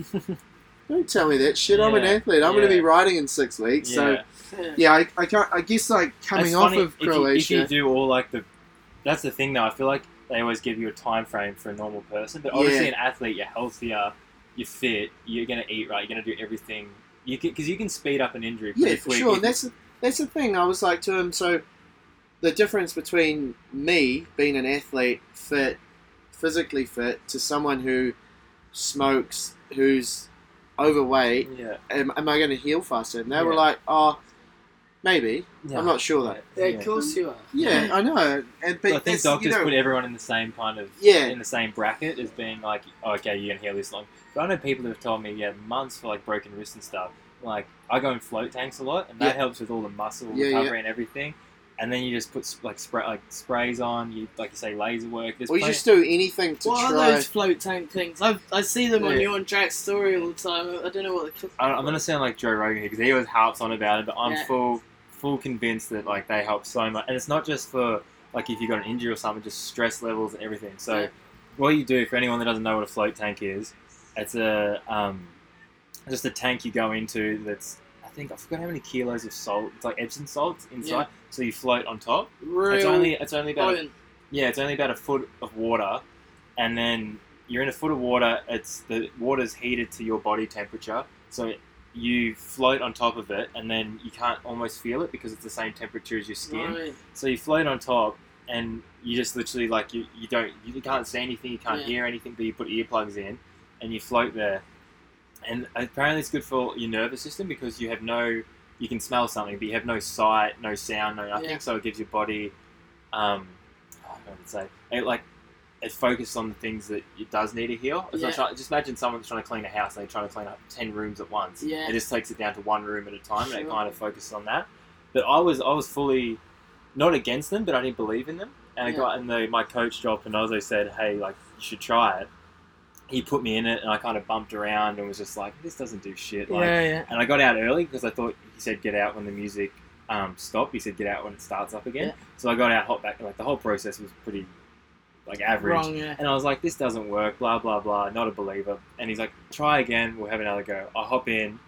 Speaker 3: don't tell me that shit I'm an
Speaker 1: Yeah,
Speaker 3: athlete I'm gonna be
Speaker 1: yeah.
Speaker 3: riding in six weeks so
Speaker 1: Yeah.
Speaker 3: yeah I, I can't I guess like coming
Speaker 1: It's
Speaker 3: off
Speaker 1: funny,
Speaker 3: of
Speaker 1: if you-
Speaker 3: Croatia
Speaker 1: if you do all like the, that's the thing though. I feel like they always give you a time frame for a normal person, but
Speaker 3: Yeah.
Speaker 1: obviously an athlete, you're healthier, you're fit, you're gonna eat right, you're gonna do everything. You can because you can speed up an injury.
Speaker 3: Yeah,
Speaker 1: pretty
Speaker 3: for
Speaker 1: quick
Speaker 3: sure.
Speaker 1: if-
Speaker 3: And that's the- that's the thing. I was like to him. So the difference between me being an athlete, fit, physically fit, to someone who smokes, who's overweight,
Speaker 1: yeah.
Speaker 3: am, am I going to heal faster? And they were
Speaker 1: Yeah.
Speaker 3: like, oh, maybe.
Speaker 1: Yeah.
Speaker 3: I'm not sure though.
Speaker 2: Yeah,
Speaker 1: Yeah.
Speaker 2: of course you are.
Speaker 3: Yeah, I know. And but
Speaker 1: I think
Speaker 3: that's,
Speaker 1: doctors
Speaker 3: you know,
Speaker 1: put everyone in the same kind of
Speaker 3: Yeah.
Speaker 1: in the same bracket as being like, oh, okay, you're gonna heal this long. But I know people that have told me, yeah, months for like broken wrists and stuff. Like I go in float tanks a lot, and that
Speaker 3: Yeah.
Speaker 1: helps with all the muscle
Speaker 3: Yeah,
Speaker 1: recovery and everything. And then you just put s- like spray like sprays on. You like you say laser work. There's
Speaker 3: Well, you
Speaker 1: plenty-
Speaker 3: just do anything to
Speaker 2: What
Speaker 3: try.
Speaker 2: are those float tank things? I I see them on
Speaker 3: Yeah.
Speaker 2: you on Jack's story all the time. I don't know what the.
Speaker 1: I, I'm gonna sound like Joe Rogan here because he always harps on about it, but I'm
Speaker 2: Yeah.
Speaker 1: full full convinced that like they help so much, and it's not just for like if you got an injury or something, just stress levels and everything. So
Speaker 2: Yeah.
Speaker 1: what you do for anyone that doesn't know what a float tank is, it's a um, just a tank you go into that's I think I forgot how many kilos of salt. It's like Epsom salts inside,
Speaker 2: Yeah.
Speaker 1: so you float on top.
Speaker 2: Real
Speaker 1: It's only it's only about
Speaker 2: buoyant.
Speaker 1: yeah, it's only about a foot of water, and then you're in a foot of water. It's the water's heated to your body temperature, so you float on top of it, and then you can't almost feel it because it's the same temperature as your skin.
Speaker 2: Right.
Speaker 1: So you float on top, and you just literally like you, you don't you can't see anything, you can't
Speaker 2: Yeah.
Speaker 1: hear anything, but you put earplugs in, and you float there. And apparently, it's good for your nervous system because you have no you can smell something, but you have no sight, no sound, no nothing.
Speaker 2: Yeah.
Speaker 1: So it gives your body, um, I don't know what to say it like. It focuses on the things that it does need to heal. It's not
Speaker 2: Yeah.
Speaker 1: try- just imagine someone's trying to clean a house and they're trying to clean up ten rooms at once.
Speaker 2: Yeah.
Speaker 1: It just takes it down to one room at a time, and it
Speaker 2: Sure.
Speaker 1: kind of focuses on that. But I was I was fully not against them, but I didn't believe in them. And
Speaker 2: Yeah.
Speaker 1: I got and the, my coach Joel Pinozzo said, "Hey, like you should try it." He put me in it, and I kind of bumped around and was just like, "This doesn't do shit." Like,
Speaker 2: yeah, yeah.
Speaker 1: and I got out early because I thought he said get out when the music um, stopped. He said get out when it starts up again.
Speaker 2: Yeah.
Speaker 1: So I got out, hot back. Like the whole process was pretty like average.
Speaker 2: Wrong, yeah.
Speaker 1: And I was like, this doesn't work, blah, blah, blah, not a believer. And he's like, try again, we'll have another go. I hop in,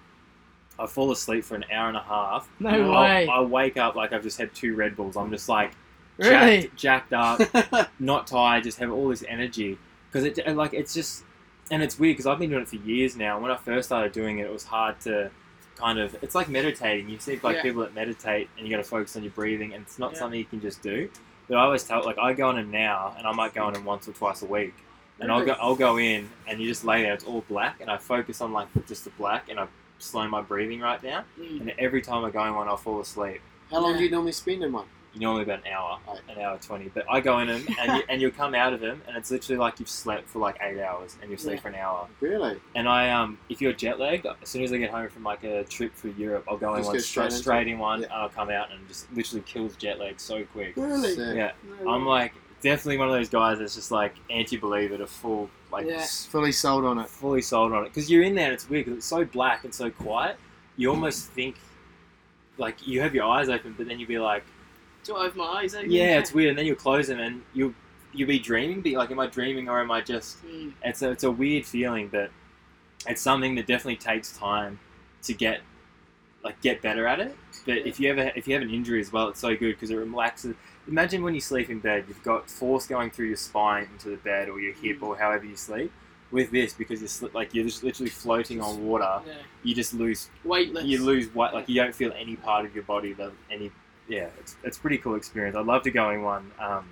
Speaker 1: I fall asleep for an hour and a half.
Speaker 2: No
Speaker 1: I-
Speaker 2: way.
Speaker 1: I wake up like I've just had two Red Bulls. I'm just like,
Speaker 2: Really?
Speaker 1: jacked, jacked up, not tired, just have all this energy. Because it, and, like, it's just, and it's weird because I've been doing it for years now. When I first started doing it, it was hard to kind of, it's like meditating. You see, like,
Speaker 2: Yeah.
Speaker 1: people that meditate and you got to focus on your breathing, and it's not
Speaker 2: Yeah.
Speaker 1: something you can just do. But I always tell, like, I go on them now, and I might go on them once or twice a week. And I'll go, I'll go in, and you just lay there. It's all black, and I focus on like just the black, and I slow my breathing right down.
Speaker 2: Mm.
Speaker 1: And every time I go in one, I'll fall asleep.
Speaker 3: How long do you normally spend in one?
Speaker 1: Normally about an hour,
Speaker 3: Right.
Speaker 1: an hour twenty. But I go in them, and you, and you'll come out of them, and it's literally like you've slept for like eight hours, and you sleep
Speaker 2: Yeah.
Speaker 1: for an hour.
Speaker 3: Really?
Speaker 1: And I, um, if you're jet lagged, as soon as I get home from like a trip through Europe, I'll go in
Speaker 3: Just
Speaker 1: one
Speaker 3: go
Speaker 1: straight,
Speaker 3: straight into
Speaker 1: straight in one,
Speaker 3: Yeah.
Speaker 1: and I'll come out and just literally kills jet lag so quick.
Speaker 2: Really?
Speaker 3: So-
Speaker 1: Yeah.
Speaker 2: No way.
Speaker 1: I'm like, definitely one of those guys that's just like anti-believer to full, like
Speaker 2: Yeah.
Speaker 3: S- fully sold on it.
Speaker 1: fully sold on it. Because you're in there and it's weird 'cause it's so black and so quiet. You almost think, like, you have your eyes open, but then you'd be like,
Speaker 2: Do I have my eyes open?
Speaker 1: yeah, it's weird. And then you close them and you'll, you'll be dreaming, but you're like, am I dreaming or am I just.
Speaker 2: Mm,
Speaker 1: It's a, it's a weird feeling, but it's something that definitely takes time to get. Like get better at it, but if you ever if you have an injury as well, it's so good because it relaxes. Imagine when you sleep in bed, you've got force going through your spine into the bed or your hip or however you sleep. With this, because you're sli- like you're just literally floating on water,
Speaker 2: yeah.
Speaker 1: you just lose
Speaker 2: Weightless.
Speaker 1: you lose weight like you don't feel any part of your body that any yeah it's, it's a pretty cool experience i'd love to go in one um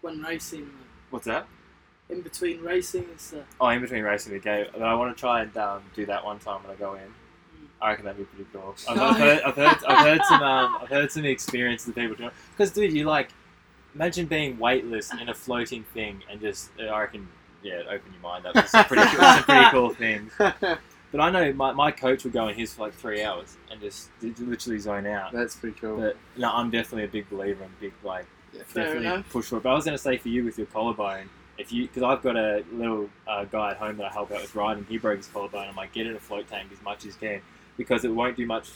Speaker 2: when racing,
Speaker 1: what's that
Speaker 2: in between racing and stuff.
Speaker 1: oh in between racing the game but i want to try and um, do that one time when i go in I reckon that'd be pretty cool. I've, I've, heard, I've, heard, I've heard some um, I've heard some experiences of people doing because dude, you like imagine being weightless in a floating thing and just uh, I reckon yeah, it'd open your mind up. It's a pretty, cool- it's a pretty cool thing. But I know my, my coach would go in his for like three hours and just d- d- literally zone out.
Speaker 3: That's pretty cool.
Speaker 1: But no, I'm definitely a big believer in big like
Speaker 2: Fair
Speaker 1: definitely
Speaker 2: enough.
Speaker 1: push for it. But I was going to say for you with your collarbone, if you because I've got a little uh, guy at home that I help out with riding, he broke his collarbone. I'm like, get in a float tank as much as you can because it won't do much.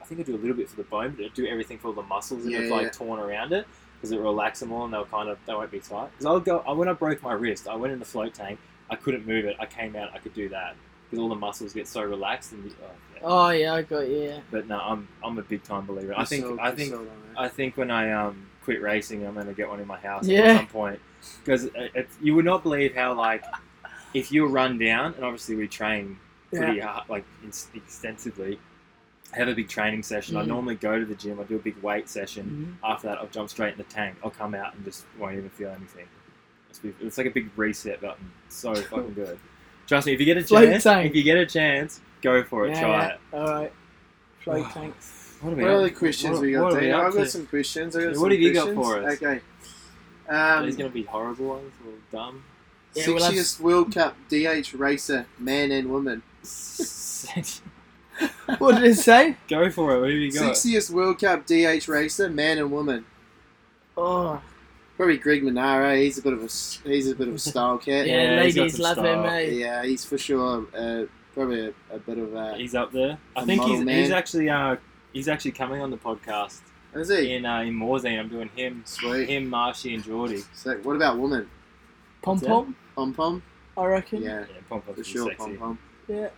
Speaker 1: I think it'll do a little bit for the bone, but it'll do everything for all the muscles that
Speaker 3: Yeah,
Speaker 1: have like
Speaker 3: yeah.
Speaker 1: torn around it because it relax them all and they'll kind of they won't be tight. Because I'll go I, when I broke my wrist, I went in the float tank. I couldn't move it. I came out. I could do that because all the muscles get so relaxed and. Oh, yeah.
Speaker 2: Oh yeah, I got you. Yeah.
Speaker 1: But no, I'm I'm a big time believer. I
Speaker 3: You're
Speaker 1: think
Speaker 3: sold-
Speaker 1: I
Speaker 3: you're
Speaker 1: think
Speaker 3: sold on it.
Speaker 1: I think when I um, quit racing, I'm going to get one in my house
Speaker 2: Yeah.
Speaker 1: at some point. Because you would not believe how, like, if you're run down, and obviously we train pretty hard, like, ins extensively, I have a big training session. I
Speaker 2: Mhm.
Speaker 1: normally go to the gym, I do a big weight session.
Speaker 2: Mhm.
Speaker 1: After that, I'll jump straight in the tank. I'll come out and just won't even feel anything. It's, be- it's like a big reset button. It's so fucking good. Trust me, if you get a
Speaker 2: Float
Speaker 1: chance,
Speaker 2: tank.
Speaker 1: if you get a chance, go for it.
Speaker 2: Yeah,
Speaker 1: try
Speaker 2: yeah.
Speaker 1: it.
Speaker 2: All right. Float
Speaker 1: Wow.
Speaker 2: tanks.
Speaker 1: What, are we
Speaker 3: What
Speaker 1: up-
Speaker 3: other questions
Speaker 1: what-
Speaker 3: we got?
Speaker 1: what are
Speaker 3: Dave?
Speaker 1: up
Speaker 3: I've got
Speaker 1: to?
Speaker 3: some questions. I got
Speaker 1: What
Speaker 3: some
Speaker 1: have you got
Speaker 3: questions.
Speaker 1: for us?
Speaker 3: Okay.
Speaker 1: Are these
Speaker 3: Um,
Speaker 1: going to be horrible ones or dumb?
Speaker 2: Yeah, we'll have-
Speaker 3: sexiest World Cup DH racer, man and woman.
Speaker 2: what did it say?
Speaker 1: Go for it. What have you got?
Speaker 3: Sexiest World Cup DH racer, man and woman.
Speaker 2: Oh
Speaker 3: Probably Greg Monaro. He's a bit of a s- he's a bit of a style
Speaker 2: yeah,
Speaker 3: cat.
Speaker 1: Yeah, he's got
Speaker 2: ladies
Speaker 1: some
Speaker 2: love him,
Speaker 1: style.
Speaker 2: mate.
Speaker 3: Yeah, he's for sure uh, probably a, a bit of a.
Speaker 1: He's up there. I
Speaker 3: A
Speaker 1: think
Speaker 3: model
Speaker 1: he's,
Speaker 3: man.
Speaker 1: he's actually uh, he's actually coming on the podcast
Speaker 3: Is he?
Speaker 1: in uh, in Morzine. I'm doing him,
Speaker 3: Sweet.
Speaker 1: him, Marshy, and Geordie.
Speaker 3: So what about woman?
Speaker 2: Pom pom,
Speaker 3: Pom pom.
Speaker 2: I reckon.
Speaker 3: Yeah,
Speaker 1: Yeah, Pom Pom's
Speaker 3: for
Speaker 1: pretty
Speaker 3: sure.
Speaker 1: sexy.
Speaker 3: Pom pom.
Speaker 2: Yeah.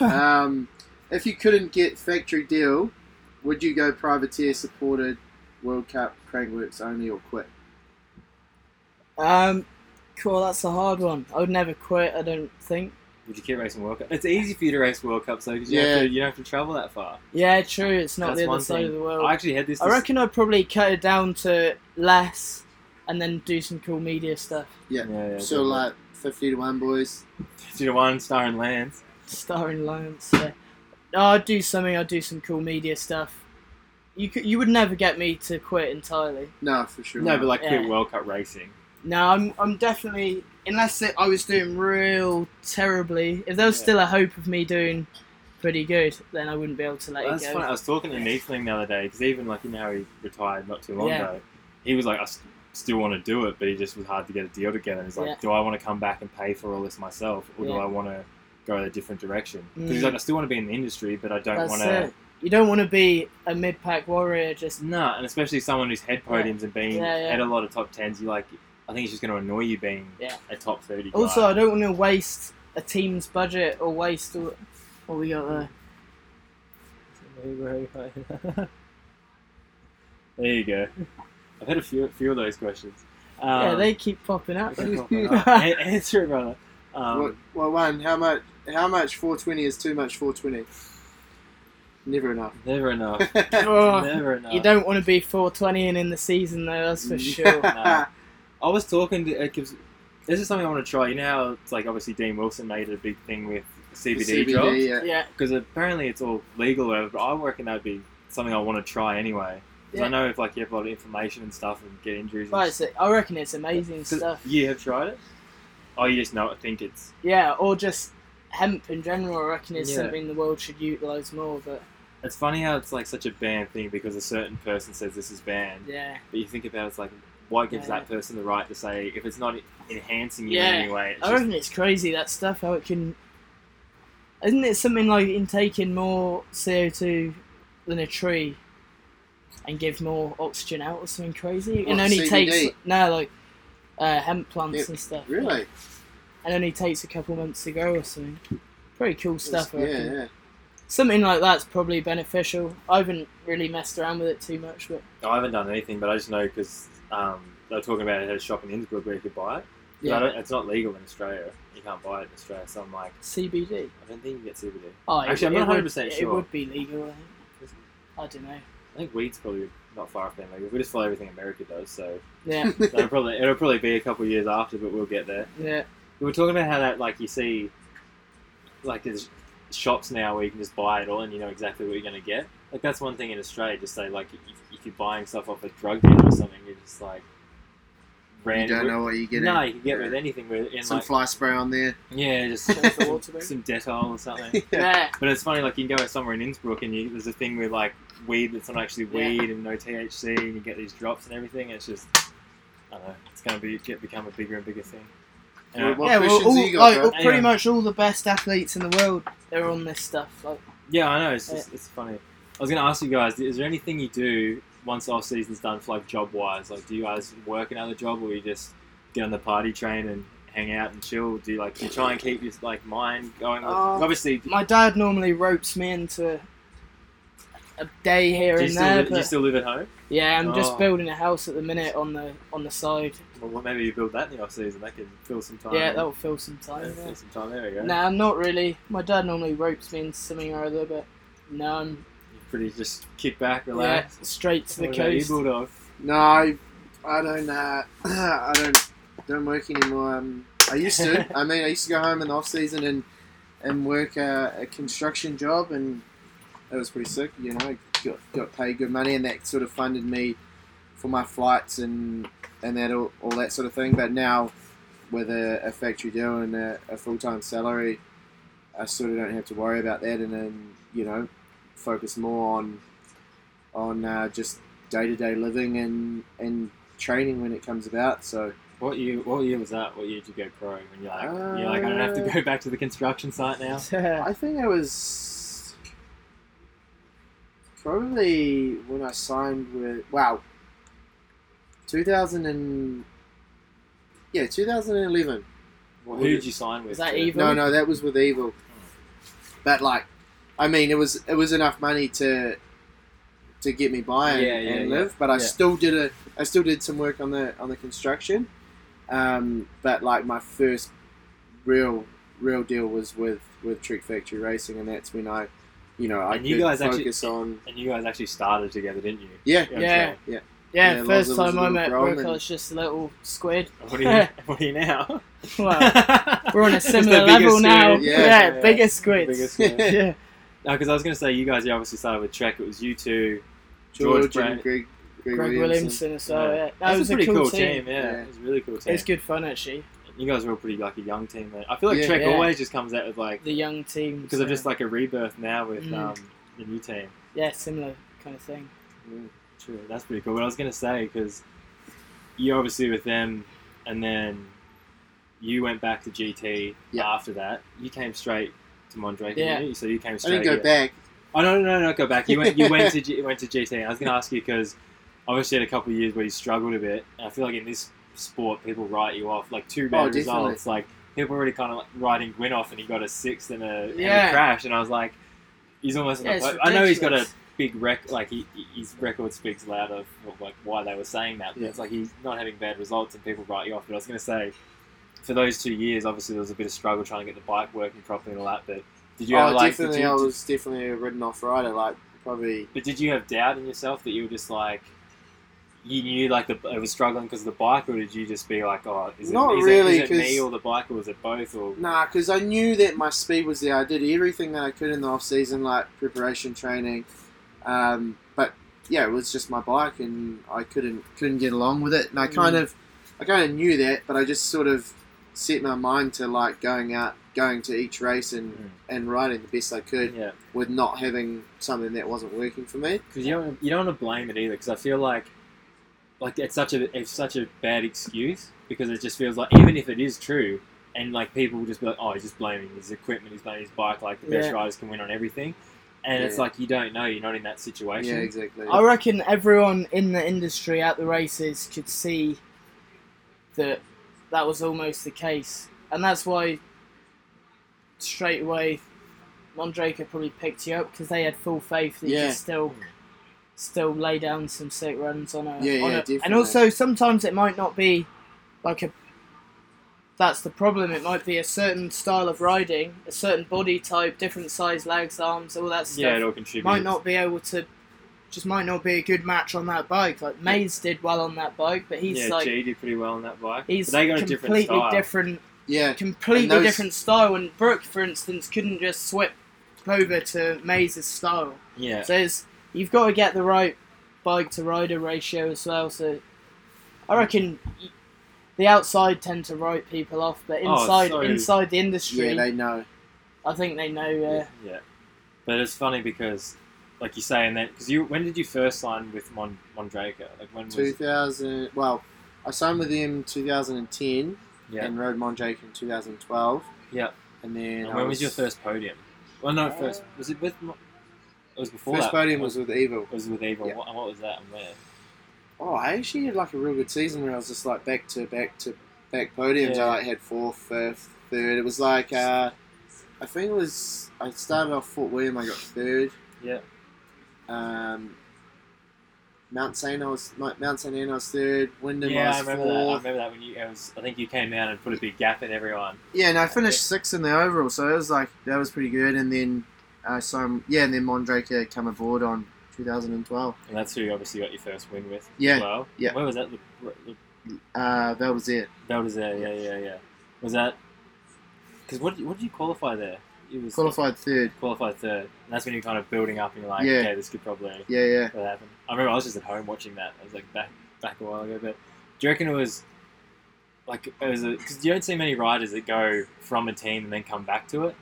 Speaker 3: Um, if you couldn't get factory deal, would you go privateer supported World Cup crankworks only or quit?
Speaker 2: um, cool. That's a hard one. I would never quit. I don't think.
Speaker 1: Would you keep racing World Cup? It's easy for you to race World Cup, though, because you,
Speaker 3: Yeah.
Speaker 1: have to- you don't have to travel that far.
Speaker 2: Yeah, true. It's not
Speaker 1: That's
Speaker 2: the
Speaker 1: one
Speaker 2: other side
Speaker 1: thing.
Speaker 2: of the world.
Speaker 1: I actually had this.
Speaker 2: I reckon I'd probably cut it down to less, and then do some cool media stuff.
Speaker 1: Yeah, yeah,
Speaker 3: so like fifty to one boys.
Speaker 1: two to one, star and Lance.
Speaker 2: starring Lance. Yeah. No, I'd do something. I'd do some cool media stuff. You could, you would never get me to quit entirely.
Speaker 3: No, for sure.
Speaker 1: No, but like
Speaker 2: Yeah.
Speaker 1: quit World Cup racing.
Speaker 2: No, I'm I'm definitely unless it, I was doing real terribly. If there was
Speaker 1: Yeah.
Speaker 2: still a hope of me doing pretty good, then I wouldn't be able to let
Speaker 1: Well,
Speaker 2: it
Speaker 1: that's
Speaker 2: go.
Speaker 1: funny. I was talking to Neathling the other day because even like you know how he retired not too long
Speaker 2: Yeah.
Speaker 1: ago. He was like, I st- still want to do it, but he just was hard to get a deal together. He's like,
Speaker 2: Yeah.
Speaker 1: do I want to come back and pay for all this myself, or do
Speaker 2: Yeah.
Speaker 1: I want to go a different direction? Because he's
Speaker 2: Mm.
Speaker 1: like, I still want to be in the industry, but I don't
Speaker 2: That's
Speaker 1: want to.
Speaker 2: it. You don't want to be a mid pack warrior. Just
Speaker 1: Nah, and especially someone who's had
Speaker 2: Yeah.
Speaker 1: podiums and been
Speaker 2: Yeah, yeah.
Speaker 1: had a lot of top tens. You like, I think it's just going to annoy you being
Speaker 2: Yeah.
Speaker 1: a top thirty. guy.
Speaker 2: also, I don't want to waste a team's budget or waste all, what we got there.
Speaker 1: there you go. I've had a few few of those questions. Um,
Speaker 2: yeah, they keep popping up.
Speaker 1: Uh, A- answer it, brother. Um,
Speaker 3: What, well, one. How much? How much? Four twenty is too much. Four twenty. Never enough.
Speaker 1: Never enough.
Speaker 2: Oh.
Speaker 1: Never enough.
Speaker 2: You don't want to be 420 and in the season though, that's for sure.
Speaker 1: Nah. I was talking to because this is something I want to try. You know how it's like obviously Dean Wilson made it a big thing with CBD,
Speaker 3: CBD,
Speaker 1: drugs
Speaker 3: yeah.
Speaker 2: yeah,
Speaker 1: because apparently it's all legal, or whatever. But I reckon that'd be something I want to try anyway. 'Cause I
Speaker 2: Yeah.
Speaker 1: know if like you have a lot of information and stuff and get injuries.
Speaker 2: but
Speaker 1: And
Speaker 2: it's, I reckon it's amazing
Speaker 1: 'Cause
Speaker 2: stuff.
Speaker 1: You have tried it? Oh, you just know. I think it's
Speaker 2: Yeah, or just hemp in general. I reckon it's
Speaker 1: Yeah.
Speaker 2: something the world should utilize more. But
Speaker 1: it's funny how it's like such a banned thing because a certain person says this is banned,
Speaker 2: yeah,
Speaker 1: but you think about it, it's like what gives
Speaker 2: Yeah.
Speaker 1: that person the right to say if it's not enhancing you
Speaker 2: Yeah.
Speaker 1: in any way? It's
Speaker 2: I
Speaker 1: just,
Speaker 2: reckon it's crazy that stuff how it can. Isn't it something like intaking more CO two than a tree, and gives more oxygen out or something crazy? It
Speaker 3: What,
Speaker 2: only
Speaker 3: CBD?
Speaker 2: takes no like uh, hemp plants
Speaker 3: Yeah,
Speaker 2: and stuff.
Speaker 3: Really?
Speaker 2: And only takes a couple months to grow or something. Pretty cool stuff. I
Speaker 3: Yeah,
Speaker 2: reckon.
Speaker 3: yeah.
Speaker 2: Something like that's probably beneficial. I haven't really messed around with it too much, but
Speaker 1: I haven't done anything, but I just know because um, they were talking about it at a shop in Innsbruck where you could buy it. 'Cause I
Speaker 2: yeah,
Speaker 1: don't, it's not legal in Australia. You can't buy it in Australia. So I'm like,
Speaker 2: CBD.
Speaker 1: I don't think you get CBD.
Speaker 2: Oh, it-
Speaker 1: Actually, I'm
Speaker 2: it
Speaker 1: not
Speaker 2: would-
Speaker 1: 100%
Speaker 2: It
Speaker 1: sure.
Speaker 2: would be legal. I think. I don't know.
Speaker 1: I think weed's probably not far off being legal. We just follow everything America does, so
Speaker 2: Yeah,
Speaker 1: that'll probably it'll probably be a couple of years after, but we'll get there.
Speaker 2: yeah.
Speaker 1: We were talking about how that like you see, like there's shops now where you can just buy it all and you know exactly what you're going to get. Like that's one thing in Australia. Just say like if, if you're buying stuff off a drug dealer or something, you're just like
Speaker 3: You
Speaker 1: random.
Speaker 3: don't know what you get.
Speaker 1: no,
Speaker 3: in.
Speaker 1: you can get with anything. With in
Speaker 3: Some
Speaker 1: like
Speaker 3: fly spray on there.
Speaker 1: yeah, just
Speaker 2: Some water,
Speaker 1: some Dettol or something.
Speaker 2: yeah.
Speaker 1: But it's funny, like you can go somewhere in Innsbruck and you, there's a thing with like weed that's not actually
Speaker 2: Yeah.
Speaker 1: weed and no THC, and you get these drops and everything. And it's just, I don't know, it's gonna be get become a bigger and bigger thing. And I-
Speaker 3: What
Speaker 2: yeah, well,
Speaker 3: questions
Speaker 2: all,
Speaker 3: have you got,
Speaker 2: like,
Speaker 3: bro?
Speaker 2: pretty
Speaker 1: Hang on.
Speaker 2: much all the best athletes in the world, they're on this stuff. Like,
Speaker 1: yeah, I know. It's just, it's funny. I was gonna ask you guys: Is there anything you do once off season's done for like job wise? Like, do you guys work another job, or you just get on the party train and hang out and chill? Do you like do you try and keep your like mind going? With,
Speaker 2: Um,
Speaker 1: obviously, do
Speaker 2: my dad normally ropes me into a day here
Speaker 1: you,
Speaker 2: and
Speaker 1: still,
Speaker 2: there,
Speaker 1: li- do
Speaker 2: but
Speaker 1: you still live at home?
Speaker 2: yeah, I'm just
Speaker 1: Oh.
Speaker 2: building a house at the minute on the on the side.
Speaker 1: Well, well, maybe you build that in the off season. That can fill some time.
Speaker 2: yeah,
Speaker 1: in.
Speaker 2: that'll fill some time.
Speaker 1: Yeah, some time. There we go.
Speaker 2: Yeah. Nah, not really. My dad normally ropes me into something or other, but no, I'm
Speaker 1: You pretty just kick back,
Speaker 2: yeah,
Speaker 1: relax.
Speaker 2: straight to the
Speaker 1: What about you,
Speaker 2: coast.
Speaker 1: Bulldog?
Speaker 3: No, I, I don't. Uh, I don't. Don't work anymore. Um, I used to. I mean, I used to go home in the off season and and work a, a construction job, and it was pretty sick. You know, got got paid good money, and that sort of funded me for my flights and and that all, all that sort of thing. But now, with a, a factory deal and a, a full time salary, I sort of don't have to worry about that, and then you know, focus more on on uh, just day to day living and and training when it comes about. So
Speaker 1: What year? What year was that? What year did you go pro? And you're like, you're like, I don't have to
Speaker 3: Uh,
Speaker 1: go back to the construction site now.
Speaker 3: I think I was probably when I signed with wow, two thousand and yeah, two thousand and eleven.
Speaker 1: Well, who did you sign with?
Speaker 2: Is that
Speaker 1: to-
Speaker 2: Evil?
Speaker 3: No, no, that was with Evil. But like, I mean, it was it was enough money to to get me by and,
Speaker 1: Yeah, yeah,
Speaker 3: and
Speaker 1: yeah.
Speaker 3: live. But I
Speaker 1: Yeah.
Speaker 3: still did a I still did some work on the on the construction. Um, but like my first real real deal was with with Trick Factory Racing, and that's when I, you know, I
Speaker 1: And you
Speaker 3: could
Speaker 1: guys actually-
Speaker 3: focus on
Speaker 1: And you guys actually started together, didn't you?
Speaker 3: yeah.
Speaker 2: Yeah.
Speaker 3: Yeah.
Speaker 2: Yeah,
Speaker 3: Yeah, Lonzo
Speaker 2: first
Speaker 3: was
Speaker 2: time
Speaker 3: a
Speaker 2: I
Speaker 3: little
Speaker 2: met
Speaker 3: grown
Speaker 2: Brooke, I
Speaker 3: and-
Speaker 2: was just a little squid.
Speaker 1: And What are you? what are you now?
Speaker 2: Well, we're on a
Speaker 1: It's the
Speaker 2: similar
Speaker 1: biggest
Speaker 2: level now.
Speaker 1: squid.
Speaker 3: Yeah,
Speaker 2: Yeah,
Speaker 1: yeah.
Speaker 2: bigger squids.
Speaker 1: Biggest squid.
Speaker 3: Yeah.
Speaker 2: yeah.
Speaker 1: No, because I was going to say you guys. You obviously started with Trek. It was you two.
Speaker 3: George,
Speaker 1: George
Speaker 3: and Greg, Greg,
Speaker 2: Greg
Speaker 3: Williamson.
Speaker 2: Williamson as well. Yeah. That
Speaker 1: That's
Speaker 2: was
Speaker 1: a pretty
Speaker 2: a cool, team.
Speaker 1: team. Yeah,
Speaker 3: Yeah.
Speaker 1: it was a really cool team.
Speaker 2: It's good fun actually.
Speaker 1: You guys were all pretty like a young team. Then. I feel like
Speaker 3: Yeah.
Speaker 1: Trek
Speaker 2: Yeah.
Speaker 1: always just comes out with like
Speaker 2: The young team.
Speaker 1: because of just like a rebirth now with
Speaker 2: Mm.
Speaker 1: um, the new team.
Speaker 2: yeah, similar kind of thing.
Speaker 1: True, that's pretty cool. But I was gonna say because you obviously with them, and then you went back to GT
Speaker 3: Yeah.
Speaker 1: after that. You came straight to Mondrake,
Speaker 2: Yeah.
Speaker 1: didn't you? So you came
Speaker 3: I
Speaker 1: straight.
Speaker 3: didn't go
Speaker 1: here.
Speaker 3: back.
Speaker 1: Oh no, no, no, no, go back. You went, you went to G, you went to GT. I was gonna ask you because obviously you had a couple of years where you struggled a bit, and I feel like in this sport people write you off. Like two bad
Speaker 3: Oh, definitely.
Speaker 1: results, like people already kind of like writing Gwyn off, and he got a sixth and a, and a
Speaker 2: Yeah.
Speaker 1: crash, and I was like. He's almost. on
Speaker 2: Yeah,
Speaker 1: the
Speaker 2: it's
Speaker 1: podium. I know he's got a
Speaker 2: ridiculous.
Speaker 1: big rec like he, his record speaks loud of of, like why they were saying that.
Speaker 3: Yeah.
Speaker 1: It's like he's not having bad results and people write you off. But I was going to say, for those two years, obviously there was a bit of struggle trying to get the bike working properly and all that. But did you
Speaker 3: oh,
Speaker 1: have like? Did
Speaker 3: definitely,
Speaker 1: you,
Speaker 3: I was definitely a ridden off rider. Like probably
Speaker 1: But did you have doubt in yourself that you were just like, you knew like the, it was struggling because of the bike, or did you just be like, oh, is it,
Speaker 3: Not
Speaker 1: is
Speaker 3: really,
Speaker 1: it, is it me
Speaker 3: 'cause-
Speaker 1: or the bike, or was it both? Or
Speaker 3: Nah, because I knew that my speed was there. I did everything that I could in the off season, like preparation training. Um, but yeah, it was just my bike, and I couldn't couldn't get along with it. And I
Speaker 1: Mm.
Speaker 3: kind of, I kind of knew that, but I just sort of set my mind to like going out, going to each race, and
Speaker 1: Mm.
Speaker 3: and riding the best I could
Speaker 1: yeah.
Speaker 3: with not having something that wasn't working for me.
Speaker 1: Because you don't, you don't want to blame it either. Because I feel like like it's such a it's such a bad excuse because it just feels like even if it is true and like people will just be like oh he's just blaming his equipment he's blaming his bike like the best
Speaker 2: Yeah.
Speaker 1: riders can win on everything and it's
Speaker 3: Yeah.
Speaker 1: like you don't know you're not in that
Speaker 3: Yeah,
Speaker 1: situation
Speaker 3: exactly.
Speaker 2: I reckon everyone in the industry at the races could see that that was almost the case, and that's why straight away Mondraker probably picked you up because they had full faith that you
Speaker 3: Yeah.
Speaker 2: could still still lay down some sick runs on a
Speaker 3: Yeah,
Speaker 2: on
Speaker 3: yeah,
Speaker 2: a- and
Speaker 3: definitely.
Speaker 2: also sometimes it might not be like a that's the problem it might be a certain style of riding a certain body type different size legs arms all that stuff
Speaker 1: yeah it all contributes
Speaker 2: might not be able to just might not be a good match on that bike. Like Mays did well on that bike, but he's
Speaker 1: yeah
Speaker 2: like
Speaker 1: G did pretty well on that bike
Speaker 2: he's
Speaker 1: but they got a different
Speaker 2: completely
Speaker 1: style
Speaker 2: different,
Speaker 3: yeah,
Speaker 2: completely
Speaker 3: And those-
Speaker 2: different style. And Brooke, for instance, couldn't just swap over to Mays' style.
Speaker 1: yeah
Speaker 2: So it's, you've got to get the right bike to rider ratio as well. So I reckon y- the outside tend to write people off, but
Speaker 1: Oh,
Speaker 2: inside
Speaker 1: so-
Speaker 2: inside the industry,
Speaker 3: yeah, they know.
Speaker 2: I think they know. Uh,
Speaker 1: yeah but it's funny because like you say and then because you when did you first sign with Mon Mondraker like when was
Speaker 3: 2000. Well, I signed with him 2010
Speaker 1: yeah
Speaker 3: and rode Monjake in 2012.
Speaker 1: Yeah.
Speaker 3: And then
Speaker 1: And
Speaker 3: I Uh,
Speaker 1: when was your first podium well no first was it with Mon- it was before
Speaker 3: first
Speaker 1: that
Speaker 3: podium was with Evil.
Speaker 1: It was with Evil
Speaker 3: Yeah.
Speaker 1: what, and what was that and where
Speaker 3: Oh, I actually had like a real good season where I was just like back to back to back podiums.
Speaker 1: Yeah.
Speaker 3: I like had fourth, fifth, third. It was like uh, I think it was I started off Fort William. I got third.
Speaker 1: Yeah.
Speaker 3: Um, Mount St. I was Mount Mount St. Anne I was third. Wyndham
Speaker 1: yeah, I
Speaker 3: I was
Speaker 1: remember that. I
Speaker 3: fourth.
Speaker 1: remember that when you, it was, I think you came down and put a big gap in everyone.
Speaker 3: Yeah, and I finished sixth in the overall, so it was like that was pretty good. And then uh, some yeah, and then Mondraker come aboard on 2012.
Speaker 1: And that's who you obviously got your first win with
Speaker 3: Yeah,
Speaker 1: as well.
Speaker 3: yeah.
Speaker 1: Where was that? The, the,
Speaker 3: Uh, that was it.
Speaker 1: that was there, yeah, yeah, yeah. Was that. Because what, did you- what did you qualify there? It was
Speaker 3: Qualified third.
Speaker 1: Qualified third. And that's when you're kind of building up and you're like,
Speaker 3: Yeah.
Speaker 1: okay, this could probably
Speaker 3: Yeah, yeah.
Speaker 1: what happened. I remember I was just at home watching that. I was like back back a while ago. But do you reckon it was. Like it was because you don't see many riders that go from a team and then come back to it.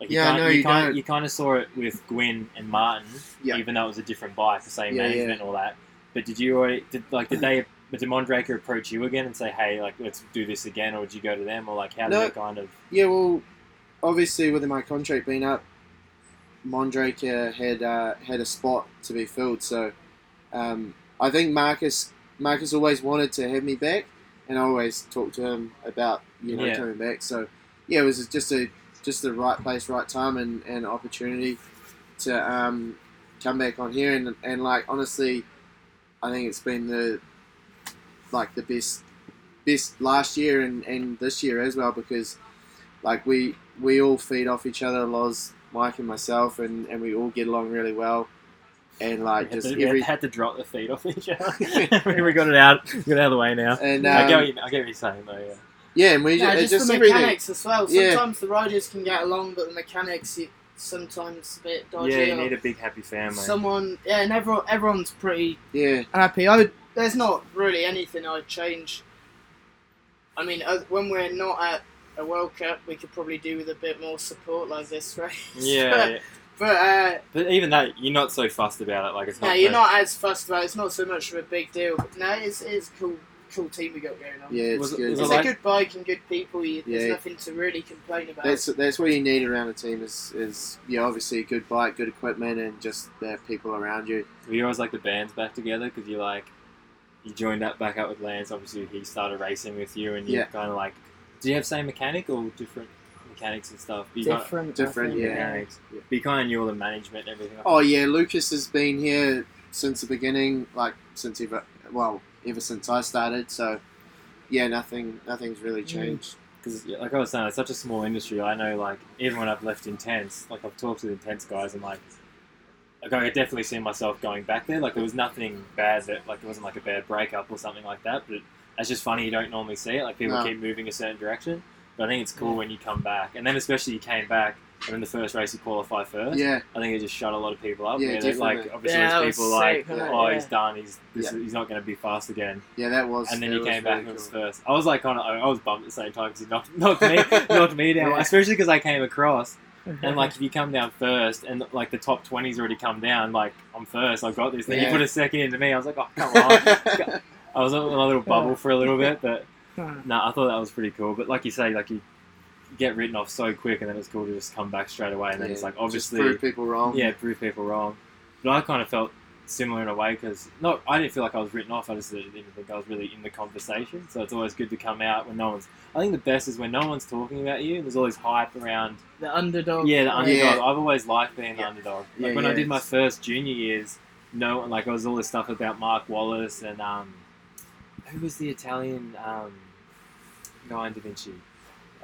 Speaker 1: Like you
Speaker 3: Yeah,
Speaker 1: kind,
Speaker 3: no,
Speaker 1: you,
Speaker 3: you
Speaker 1: kind
Speaker 3: don't.
Speaker 1: you kind of saw it with Gwyn and Martin,
Speaker 3: Yeah.
Speaker 1: even though it was a different bike, the same
Speaker 3: Yeah,
Speaker 1: management and all that. But did you already did like did they did Mondraker approach you again and say, hey, like let's do this again, or did you go to them, or like how did
Speaker 3: No.
Speaker 1: that kind of
Speaker 3: Yeah, well, obviously with my contract being up, Mondraker had uh, had a spot to be filled. So um, I think Marcus Marcus always wanted to have me back, and I always talked to him about you know
Speaker 1: Yeah.
Speaker 3: coming back. So yeah, it was just a just the right place, right time, and, and opportunity to um, come back on here. And, and like honestly, I think it's been the like the best best last year and, and this year as well because like we we all feed off each other, Loz, Mike, and myself, and, and we all get along really well. And
Speaker 1: we
Speaker 3: like
Speaker 1: had,
Speaker 3: just
Speaker 1: to, we
Speaker 3: every
Speaker 1: had to drop the feet off each other? we got it out, got it out of the way now.
Speaker 3: and
Speaker 1: I get what
Speaker 3: um,
Speaker 1: you, I get what you're saying though. Yeah.
Speaker 3: yeah, and we
Speaker 2: Yeah,
Speaker 3: ju- it's
Speaker 2: just,
Speaker 3: just
Speaker 2: the
Speaker 3: everything.
Speaker 2: mechanics as well.
Speaker 3: Yeah.
Speaker 2: Sometimes the riders can get along, but the mechanics you, sometimes a bit dodgy.
Speaker 1: Yeah, you
Speaker 2: or
Speaker 1: need a big happy family.
Speaker 2: someone, yeah, and everyone, everyone's pretty
Speaker 3: Yeah,
Speaker 2: happy. I would, there's not really anything I'd change. I mean, uh, when we're not at a World Cup, we could probably do with a bit more support like this race.
Speaker 1: yeah, yeah,
Speaker 2: but uh,
Speaker 1: but even that, you're not so fussed about it. Like it's
Speaker 2: no,
Speaker 1: not.
Speaker 2: you're
Speaker 1: the-
Speaker 2: not as fussed about. it. It's not so much of a big deal. But no, it's it's cool, cool team we got going on.
Speaker 3: yeah, it's
Speaker 1: Was it-
Speaker 3: good.
Speaker 1: was
Speaker 2: It's
Speaker 1: it
Speaker 2: a
Speaker 1: like-
Speaker 2: good bike and good people. You, there's
Speaker 3: Yeah.
Speaker 2: nothing to really complain about.
Speaker 3: that's that's what you need around a team is is yeah, obviously a good bike, good equipment, and just the people around you.
Speaker 1: Were you always like the bands back together? Because you like, you joined up back up with Lance. Obviously, he started racing with you, and you
Speaker 3: Yeah.
Speaker 1: kind of like, do you have same mechanic or different mechanics and stuff? You kinda-
Speaker 2: different,
Speaker 3: Different,
Speaker 2: I think,
Speaker 3: yeah.
Speaker 1: mechanics.
Speaker 3: Yeah.
Speaker 1: But you kind of knew all the management and everything.
Speaker 3: Oh yeah, Lucas has been here since the beginning, like since ever well ever since I started. So yeah, nothing nothing's really
Speaker 2: Mm.
Speaker 3: changed.
Speaker 1: Because like I was saying, it's such a small industry. I know like even when I've left Intense, like I've talked to the Intense guys and like. Like I could definitely see myself going back there. Like there was nothing bad that like it wasn't like a bad breakup or something like that. But it's just funny you don't normally see it. Like people
Speaker 3: No.
Speaker 1: keep moving a certain direction. But I think it's cool
Speaker 2: Yeah.
Speaker 1: when you come back, and then especially you came back and in the first race you qualify first.
Speaker 3: Yeah,
Speaker 1: I think it just shut a lot of people up.
Speaker 3: Yeah,
Speaker 1: Yeah, there's, like
Speaker 3: definitely.
Speaker 1: obviously
Speaker 2: Yeah, that
Speaker 1: there's
Speaker 2: was
Speaker 1: people like,
Speaker 2: sick, wasn't it?
Speaker 1: oh,
Speaker 2: Yeah.
Speaker 1: he's done. He's this is, he's not going to be fast again
Speaker 3: yeah, that was.
Speaker 1: and then
Speaker 3: that
Speaker 1: you
Speaker 3: was
Speaker 1: came back
Speaker 3: really
Speaker 1: and it was
Speaker 3: cool.
Speaker 1: first. I was like, kind of, I was bummed at the same time because he knocked, knocked me, knocked me down,
Speaker 3: Yeah.
Speaker 1: especially because I came across. And like, if you come down first, and like the top twenties already come down, like I'm first, I've got this. Then you
Speaker 3: Yeah.
Speaker 1: put a second into me, I was like, oh come on. I was in my little bubble for a little bit, but
Speaker 3: Yeah.
Speaker 1: no, I thought that was pretty cool. But like you say, like you get written off so quick, and then it's cool to just come back straight away. And then it's like
Speaker 3: Just
Speaker 1: obviously,
Speaker 3: prove people wrong.
Speaker 1: yeah, prove people wrong. But I kind of felt similar in a way because no, I didn't feel like I was written off. I just didn't even think I was really in the conversation. So it's always good to come out when no one's. I think the best is when no one's talking about you. and There's all this hype around
Speaker 2: The underdog.
Speaker 1: yeah, the
Speaker 2: right?
Speaker 1: underdog. I've always liked being the
Speaker 3: Oh, Yeah.
Speaker 1: underdog. Like
Speaker 3: Yeah,
Speaker 1: when I
Speaker 3: yeah,
Speaker 1: did my
Speaker 3: it's-
Speaker 1: first junior years, no, one- like I was all this stuff about Mark Wallace and um, who was the Italian um, guy in Da Vinci?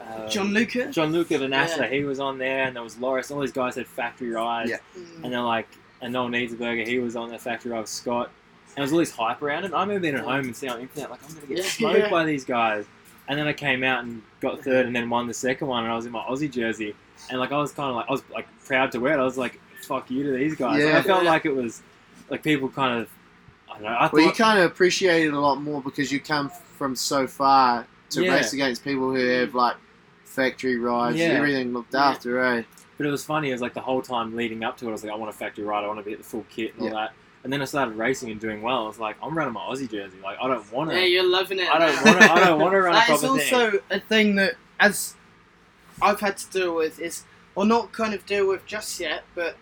Speaker 1: Uh,
Speaker 2: John Luca.
Speaker 1: John Luca Vanessa.
Speaker 2: Yeah.
Speaker 1: He was on there, and there was Loris. All these guys had factory eyes,
Speaker 3: Yeah.
Speaker 2: Mm.
Speaker 1: and they're like, and Noel Burger. He was on the factory eyes. Scott. And there was all this hype around him. I remember being at
Speaker 2: Yeah.
Speaker 1: home and seeing on the internet like I'm gonna get
Speaker 2: Yeah,
Speaker 1: smoked
Speaker 2: yeah.
Speaker 1: by these guys. And then I came out and got third, and then won the second one, and I was in my Aussie jersey, and like I was kind of like I was like proud to wear it. I was like, "Fuck you to these guys." Like,
Speaker 3: Yeah.
Speaker 1: I felt
Speaker 2: Yeah.
Speaker 1: like it was like people kind of I don't know. I
Speaker 3: Well, you
Speaker 1: thought
Speaker 3: kind of appreciate it a lot more because you come from so far to
Speaker 1: Yeah.
Speaker 3: race against people who have like factory rides,
Speaker 1: Yeah.
Speaker 3: everything looked
Speaker 2: Yeah.
Speaker 3: after, eh?
Speaker 1: But it was funny. It was like the whole time leading up to it, I was like, I want a factory ride. I want to be at the full kit and all
Speaker 3: Yeah.
Speaker 1: that. And then I started racing and doing well. I was like, I'm running my Aussie jersey. Like I don't want
Speaker 2: Yeah,
Speaker 1: to.
Speaker 2: you're loving it.
Speaker 1: I
Speaker 2: now.
Speaker 1: don't want to. I don't want to run a
Speaker 2: That is
Speaker 1: proper thing.
Speaker 2: also a thing that, as I've had to deal with, is or not kind of deal with just yet, but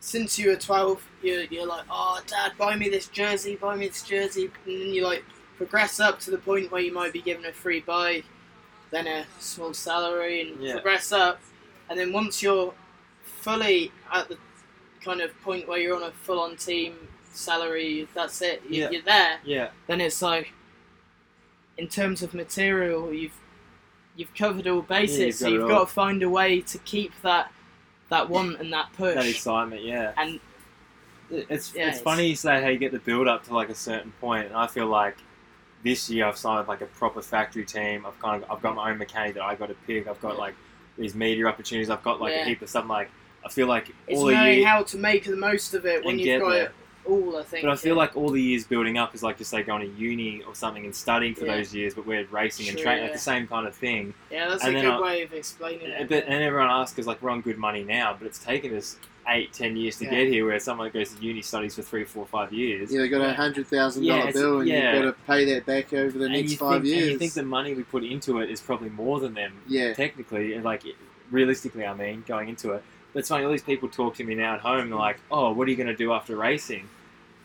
Speaker 2: since you were twelve, you're, you're like, oh, dad, buy me this jersey, buy me this jersey, and then you like progress up to the point where you might be given a free buy, then a small salary, and
Speaker 1: Yeah.
Speaker 2: progress up, and then once you're fully at the kind of point where you're on a full-on team salary, that's it, you-
Speaker 1: Yeah.
Speaker 2: you're there
Speaker 1: Yeah,
Speaker 2: then it's like in terms of material you've you've covered all bases
Speaker 1: Yeah, you've
Speaker 2: so
Speaker 1: got it
Speaker 2: you've
Speaker 1: all.
Speaker 2: got to find a way to keep that that want and that push
Speaker 1: that excitement. Yeah.
Speaker 2: and
Speaker 1: it's
Speaker 2: Yeah,
Speaker 1: it's
Speaker 2: it's-
Speaker 1: funny you say how you get the build up to like a certain point, and I feel like this year I've signed like a proper factory team. I've kind of I've got my own mechanic that I got to pick. I've got
Speaker 2: Yeah.
Speaker 1: like these media opportunities. I've got like
Speaker 2: Yeah.
Speaker 1: a heap of stuff. Like I feel like
Speaker 2: it's
Speaker 1: all the
Speaker 2: knowing
Speaker 1: year,
Speaker 2: how to make the most of it when
Speaker 1: And
Speaker 2: you've
Speaker 1: get
Speaker 2: got
Speaker 1: there.
Speaker 2: it all i think
Speaker 1: but I feel
Speaker 2: yeah.
Speaker 1: like all the years building up is like just like going to uni or something and studying for
Speaker 2: Yeah.
Speaker 1: those years. But we're racing and
Speaker 2: Sure,
Speaker 1: training,
Speaker 2: yeah.
Speaker 1: like the same kind of thing.
Speaker 2: yeah that's a
Speaker 1: and then
Speaker 2: good
Speaker 1: I-
Speaker 2: way of explaining
Speaker 1: And,
Speaker 2: it
Speaker 1: but, and everyone asks us like we're on good money now, but it's taken us eight, ten years to
Speaker 2: Yeah.
Speaker 1: get here. Where someone goes to uni studies for three, four, five years.
Speaker 3: Yeah, they got a hundred thousand
Speaker 1: Yeah,
Speaker 3: dollar
Speaker 1: it's-
Speaker 3: bill, and
Speaker 1: yeah.
Speaker 3: you've got to pay that back over the
Speaker 1: And
Speaker 3: next
Speaker 1: you
Speaker 3: five
Speaker 1: think,
Speaker 3: years.
Speaker 1: And you think the money we put into it is probably more than them,
Speaker 3: yeah,
Speaker 1: technically, and like realistically, I mean, going into it. But it's funny, all these people talk to me now at home, they're like, oh, what are you going to do after racing?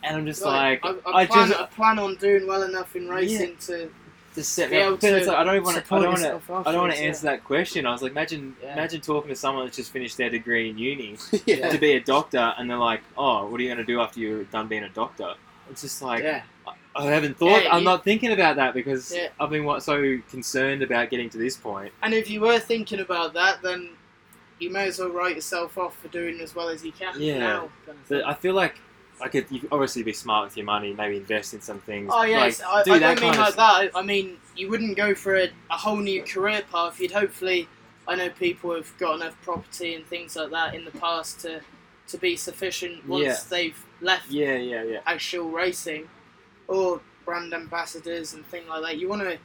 Speaker 1: And I'm just like,
Speaker 2: I, I,
Speaker 1: I
Speaker 2: plan,
Speaker 1: just-
Speaker 2: I plan on doing well enough in racing to
Speaker 1: just set
Speaker 2: be
Speaker 1: me
Speaker 2: able
Speaker 1: up. But it's
Speaker 2: to
Speaker 1: like, I don't want to, I
Speaker 2: support
Speaker 1: don't want to.
Speaker 2: yourself
Speaker 1: I don't want
Speaker 2: afterwards,
Speaker 1: to
Speaker 2: yeah.
Speaker 1: answer that question. I was like, imagine,
Speaker 2: Yeah.
Speaker 1: imagine talking to someone that's just finished their degree in uni
Speaker 3: yeah.
Speaker 1: to be a doctor, and they're like, "Oh, what are you going to do after you're done being a doctor?" It's just like,
Speaker 2: yeah
Speaker 1: I haven't thought.
Speaker 2: Yeah,
Speaker 1: I'm
Speaker 2: you-
Speaker 1: not thinking about that because
Speaker 2: Yeah.
Speaker 1: I've been what, so concerned about getting to this point.
Speaker 2: and if you were thinking about that then you may as well write yourself off for doing as well as you can
Speaker 1: Yeah.
Speaker 2: now kind of
Speaker 1: But
Speaker 2: thing.
Speaker 1: I feel like I could you could obviously be smart with your money, maybe invest in some things.
Speaker 2: Oh yes,
Speaker 1: like, do
Speaker 2: I, I
Speaker 1: that
Speaker 2: don't mean
Speaker 1: kind
Speaker 2: like
Speaker 1: of
Speaker 2: that. I I mean you wouldn't go for a, a whole new career path. You'd hopefully, I know people have got enough property and things like that in the past to to be sufficient once
Speaker 1: Yeah.
Speaker 2: they've left
Speaker 1: Yeah, yeah, yeah.
Speaker 2: actual racing or brand ambassadors and thing like that. You want to.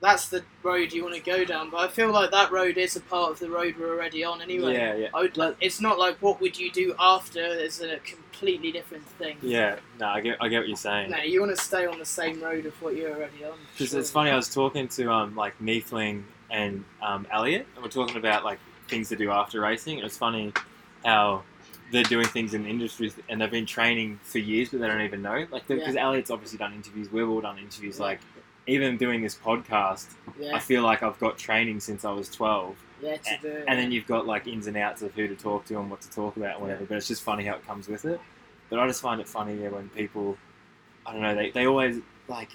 Speaker 2: That's the road you want to go down, but I feel like that road is a part of the road we're already on anyway.
Speaker 1: Yeah, yeah.
Speaker 2: I would like. It's not like what would you do after? It's a completely different thing.
Speaker 1: Yeah, no, I get, I get what you're saying.
Speaker 2: No, you want to stay on the same road of what you're already on.
Speaker 1: Because
Speaker 2: surely.
Speaker 1: it's funny, I was talking to um like Neefling and um, Elliot, and we're talking about like things to do after racing. It was funny how they're doing things in the industry and they've been training for years, but they don't even know. Like
Speaker 2: Yeah.
Speaker 1: because Elliot's obviously done interviews, we've all done interviews.
Speaker 2: Yeah.
Speaker 1: Like even doing this podcast, I
Speaker 2: Yeah,
Speaker 1: feel like I've got training since I was twelve.
Speaker 2: yeah, to do.
Speaker 1: And then you've got like ins and outs of who to talk to and what to talk about and whatever, but it's just funny how it comes with it. But I just find it funny yeah, when people, I don't know, they, they always like,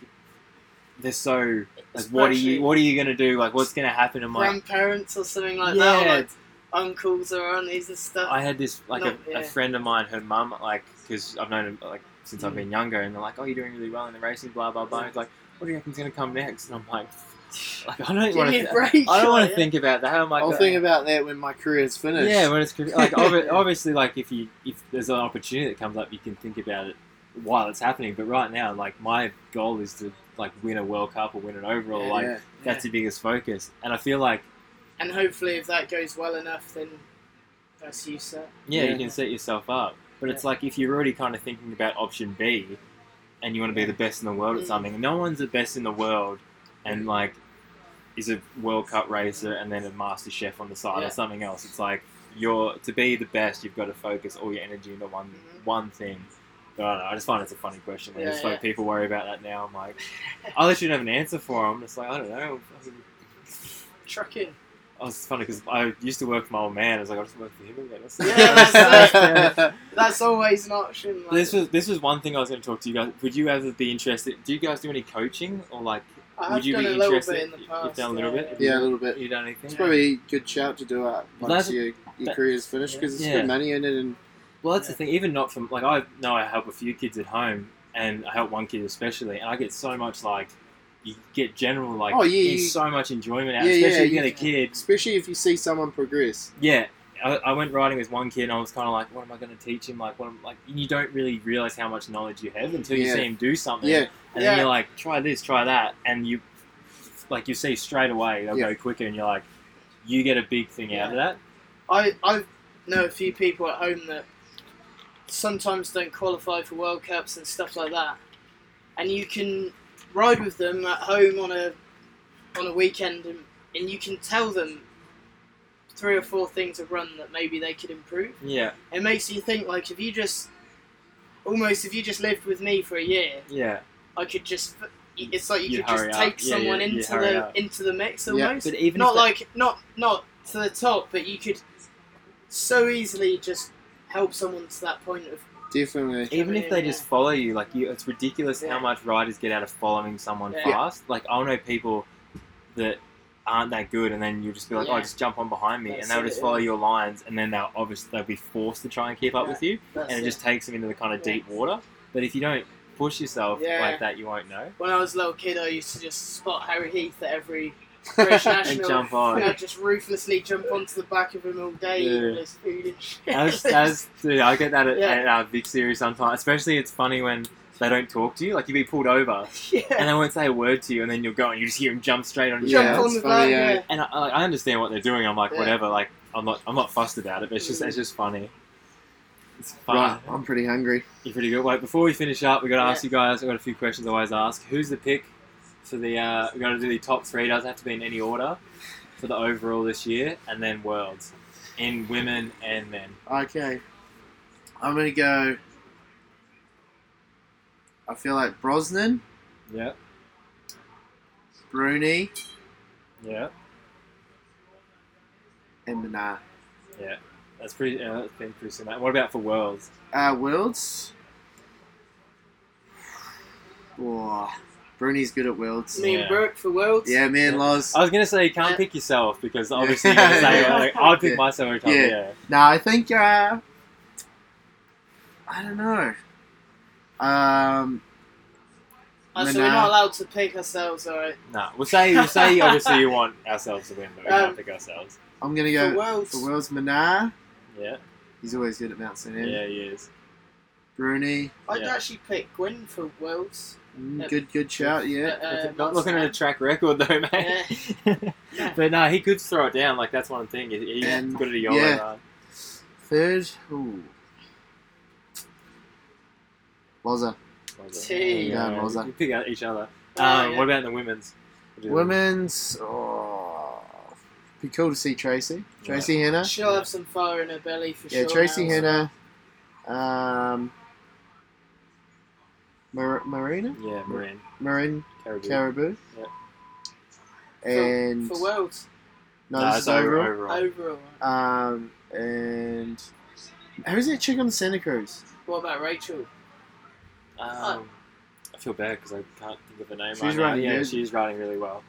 Speaker 1: they're so, like, what are
Speaker 2: Especially
Speaker 1: you, what are you going to do? Like, what's going to happen? I'm like,
Speaker 2: grandparents or something like that, or
Speaker 1: yeah.
Speaker 2: like uncles or aunties and stuff.
Speaker 1: I had this, like
Speaker 2: Not-
Speaker 1: a,
Speaker 2: yeah.
Speaker 1: a friend of mine, her mum, like, because I've known her like since I've
Speaker 2: Mm.
Speaker 1: been younger and they're like, oh, you're doing really well in the racing, blah, blah, blah.
Speaker 2: Yeah.
Speaker 1: It's like, what do you reckon's going to come next? And I'm like, like I don't
Speaker 2: Give
Speaker 1: want
Speaker 2: me
Speaker 1: to,
Speaker 2: a break,
Speaker 1: I don't want to
Speaker 2: like,
Speaker 1: think about that. I'm like,
Speaker 3: I'll
Speaker 1: uh,
Speaker 3: think about that when my career's finished.
Speaker 1: Yeah, when it's crit- like obvi- obviously, like if you if there's an opportunity that comes up, you can think about it while it's happening. But right now, like my goal is to like win a World Cup or win an overall.
Speaker 2: Yeah,
Speaker 1: like
Speaker 3: yeah.
Speaker 1: that's the biggest focus, and I feel like
Speaker 2: And hopefully, if that goes well enough, then that's you set.
Speaker 1: yeah,
Speaker 3: Yeah.
Speaker 1: you can set yourself up. But it's like if you're already kind of thinking about option B, and you want to be the best in the world at
Speaker 2: Mm.
Speaker 1: something. No one's the best in the world, and like is a World Cup racer and then a Master Chef on the side
Speaker 2: Yeah.
Speaker 1: or something else. It's like you're to be the best, you've got to focus all your energy into one
Speaker 2: Mhm.
Speaker 1: one thing. But I, don't know, I just find it's a funny question. and
Speaker 2: Yeah,
Speaker 1: it's
Speaker 2: yeah.
Speaker 1: like people worry about that now. I'm like, I literally don't have an answer for them. It's like I don't know.
Speaker 2: Truck in.
Speaker 1: Oh, it's funny because I used to work for my old man. I was like, I just work for him again. That's-
Speaker 2: Yeah, that's That's always an option. Like,
Speaker 1: This was this was one thing I was going to talk to you guys. Would you ever be interested? Do you guys do any coaching or like?
Speaker 2: I have
Speaker 1: would you
Speaker 2: done
Speaker 1: be
Speaker 2: a little
Speaker 1: interested?
Speaker 2: bit in the
Speaker 1: You've
Speaker 2: past.
Speaker 1: done a little
Speaker 2: yeah.
Speaker 1: bit?
Speaker 3: yeah, a little bit.
Speaker 1: You done
Speaker 3: It's
Speaker 1: anything?
Speaker 3: probably a good shout to do it once
Speaker 1: that's-
Speaker 3: your, your
Speaker 1: that-
Speaker 3: career's finished because it's
Speaker 1: Yeah.
Speaker 3: good money in it and
Speaker 1: Well, that's the thing. Even not from like I know I help a few kids at home, and I help one kid especially, and I get so much like you get general like
Speaker 3: Oh, yeah,
Speaker 1: you get
Speaker 3: you-
Speaker 1: so much enjoyment out,
Speaker 3: Yeah,
Speaker 1: especially
Speaker 3: yeah,
Speaker 1: if you
Speaker 3: you-
Speaker 1: get a kid.
Speaker 3: especially if you see someone progress.
Speaker 1: Yeah, I, I went riding with one kid, and I was kind of like, what am I going to teach him? Like, what? Am, like you don't really realize how much knowledge you have until you
Speaker 3: Yeah.
Speaker 1: see him do something.
Speaker 3: Yeah,
Speaker 1: and
Speaker 2: Yeah.
Speaker 1: then you're like, try this, try that, and you like you see straight away they'll
Speaker 3: Yeah.
Speaker 1: go quicker, and you're like, you get a big thing out of that.
Speaker 2: I I know a few people at home that sometimes don't qualify for World Cups and stuff like that, and you can ride with them at home on a on a weekend, and, and you can tell them three or four things a run that maybe they could improve.
Speaker 1: Yeah,
Speaker 2: It makes you think like if you just almost if you just lived with me for a year,
Speaker 1: yeah.
Speaker 2: I could just. It's like you
Speaker 1: You'd
Speaker 2: could just
Speaker 1: hurry up.
Speaker 2: take
Speaker 1: Yeah, yeah,
Speaker 2: someone
Speaker 1: you'd
Speaker 2: into
Speaker 1: hurry
Speaker 2: the
Speaker 1: up.
Speaker 2: into the mix
Speaker 3: Yeah,
Speaker 2: almost
Speaker 1: But even
Speaker 2: not
Speaker 1: if that-
Speaker 2: like not not to the top, but you could so easily just help someone to that point of
Speaker 3: definitely.
Speaker 1: even if they
Speaker 2: Yeah.
Speaker 1: just follow you, like you, it's ridiculous
Speaker 2: Yeah.
Speaker 1: how much riders get out of following someone
Speaker 2: Yeah.
Speaker 1: fast. Like I know people that aren't that good, and then you'll just be like,
Speaker 2: Yeah.
Speaker 1: "Oh, just jump on behind me,"
Speaker 2: That's
Speaker 1: and they'll
Speaker 2: it,
Speaker 1: just
Speaker 2: yeah.
Speaker 1: follow your lines, and then they'll obviously they'll be forced to try and keep up
Speaker 2: Yeah.
Speaker 1: with you,
Speaker 2: that's
Speaker 1: and it just takes them into the kind of
Speaker 2: Yeah.
Speaker 1: deep water. But if you don't push yourself
Speaker 2: Yeah.
Speaker 1: like that, you won't know.
Speaker 2: When I was a little kid, I used to just spot Harry Heath at every British
Speaker 1: And
Speaker 2: national.
Speaker 1: jump on.
Speaker 2: and I'd just ruthlessly jump onto the back of him all day,
Speaker 1: Yeah.
Speaker 2: eating his food and shit.
Speaker 1: As, as dude, I get that at,
Speaker 2: Yeah.
Speaker 1: at our big series sometimes. Especially, it's funny when they don't talk to you. Like you be pulled over, and
Speaker 2: yeah.
Speaker 1: they won't say a word to you, and then you'll go and you just hear them jump straight on you.
Speaker 3: Yeah,
Speaker 2: jump on
Speaker 3: it's
Speaker 2: the
Speaker 3: funny, yeah.
Speaker 2: back.
Speaker 1: And I, I I understand what they're doing. I'm like,
Speaker 2: Yeah.
Speaker 1: whatever. Like I'm not I'm not fussed about it. But it's just it's just funny. It's fun.
Speaker 3: Right, I'm pretty hungry.
Speaker 1: You're pretty good. Wait, before we finish up, we got to
Speaker 2: Yeah.
Speaker 1: ask you guys. I got a few questions I always ask. Who's the pick for the? Uh, we got to do the top three. Doesn't have to be in any order for the overall this year, and then worlds in women and men.
Speaker 3: Okay, I'm gonna go. I feel like Brosnan,
Speaker 1: Yeah.
Speaker 3: Rooney,
Speaker 1: Yeah.
Speaker 3: and Manar.
Speaker 1: That's pretty. Uh, that's been pretty similar. What about for worlds?
Speaker 3: Uh, Worlds. Whoa. Bruni's good at Worlds.
Speaker 2: Yeah. Me and
Speaker 1: Yeah.
Speaker 2: Brooke for Worlds.
Speaker 3: Yeah, me and Loz.
Speaker 1: I was gonna say you can't
Speaker 2: Yeah.
Speaker 1: pick yourself because obviously you're gonna say like, I'll pick
Speaker 3: Yeah.
Speaker 1: myself every time.
Speaker 3: Yeah.
Speaker 1: Yeah.
Speaker 3: No, I think, uh, I don't know. Um,
Speaker 2: Oh, so we're
Speaker 3: Manar.
Speaker 2: not allowed to pick ourselves, alright?
Speaker 1: Nah. We'll say we'll say obviously you want ourselves to win, but we
Speaker 2: Um,
Speaker 1: can't pick ourselves.
Speaker 3: I'm going to
Speaker 2: For
Speaker 3: go
Speaker 2: Worlds.
Speaker 3: for Worlds Manar.
Speaker 1: Yeah.
Speaker 3: He's always good at Mount St.
Speaker 1: Yeah.
Speaker 3: Anne.
Speaker 1: he is.
Speaker 3: Bruni,
Speaker 2: I'd
Speaker 1: Yeah.
Speaker 2: actually pick Gwyn for Worlds.
Speaker 3: mm,
Speaker 2: Yeah.
Speaker 3: good, good shout, yeah.
Speaker 2: Uh,
Speaker 1: not looking at a
Speaker 2: Monster.
Speaker 1: track record though, man. but no, he could throw it down. Like that's one thing. He- He's
Speaker 3: And-
Speaker 1: good at a yolo.
Speaker 3: yeah.
Speaker 1: man.
Speaker 3: Third, ooh. Loza.
Speaker 2: Gee.
Speaker 3: Yeah,
Speaker 1: we
Speaker 3: well done.
Speaker 1: can pick out each other.
Speaker 2: Oh,
Speaker 1: um,
Speaker 2: yeah.
Speaker 1: What about the women's? What do you-
Speaker 3: Women's, oh. Be cool to see Tracy.
Speaker 1: Yeah.
Speaker 3: Tracy Hannah.
Speaker 2: She'll have some fire in her belly for
Speaker 3: Yeah,
Speaker 2: sure.
Speaker 3: Tracy
Speaker 2: now, so-
Speaker 3: Hannah, um, Mar- Marina,
Speaker 1: Yeah, Marin.
Speaker 3: Marin
Speaker 1: Caribou.
Speaker 3: Caribou,
Speaker 1: Yeah.
Speaker 3: and
Speaker 2: For Worlds,
Speaker 3: no,
Speaker 1: Nah,
Speaker 3: this
Speaker 1: it's
Speaker 3: is overall.
Speaker 1: overall.
Speaker 2: overall.
Speaker 3: Um, and who's that chick on Santa Cruz?
Speaker 2: What about Rachel?
Speaker 1: Um, I feel bad because I can't think of the name
Speaker 3: She's
Speaker 1: right now.
Speaker 3: riding
Speaker 1: Yeah,
Speaker 3: good.
Speaker 1: she's riding really well.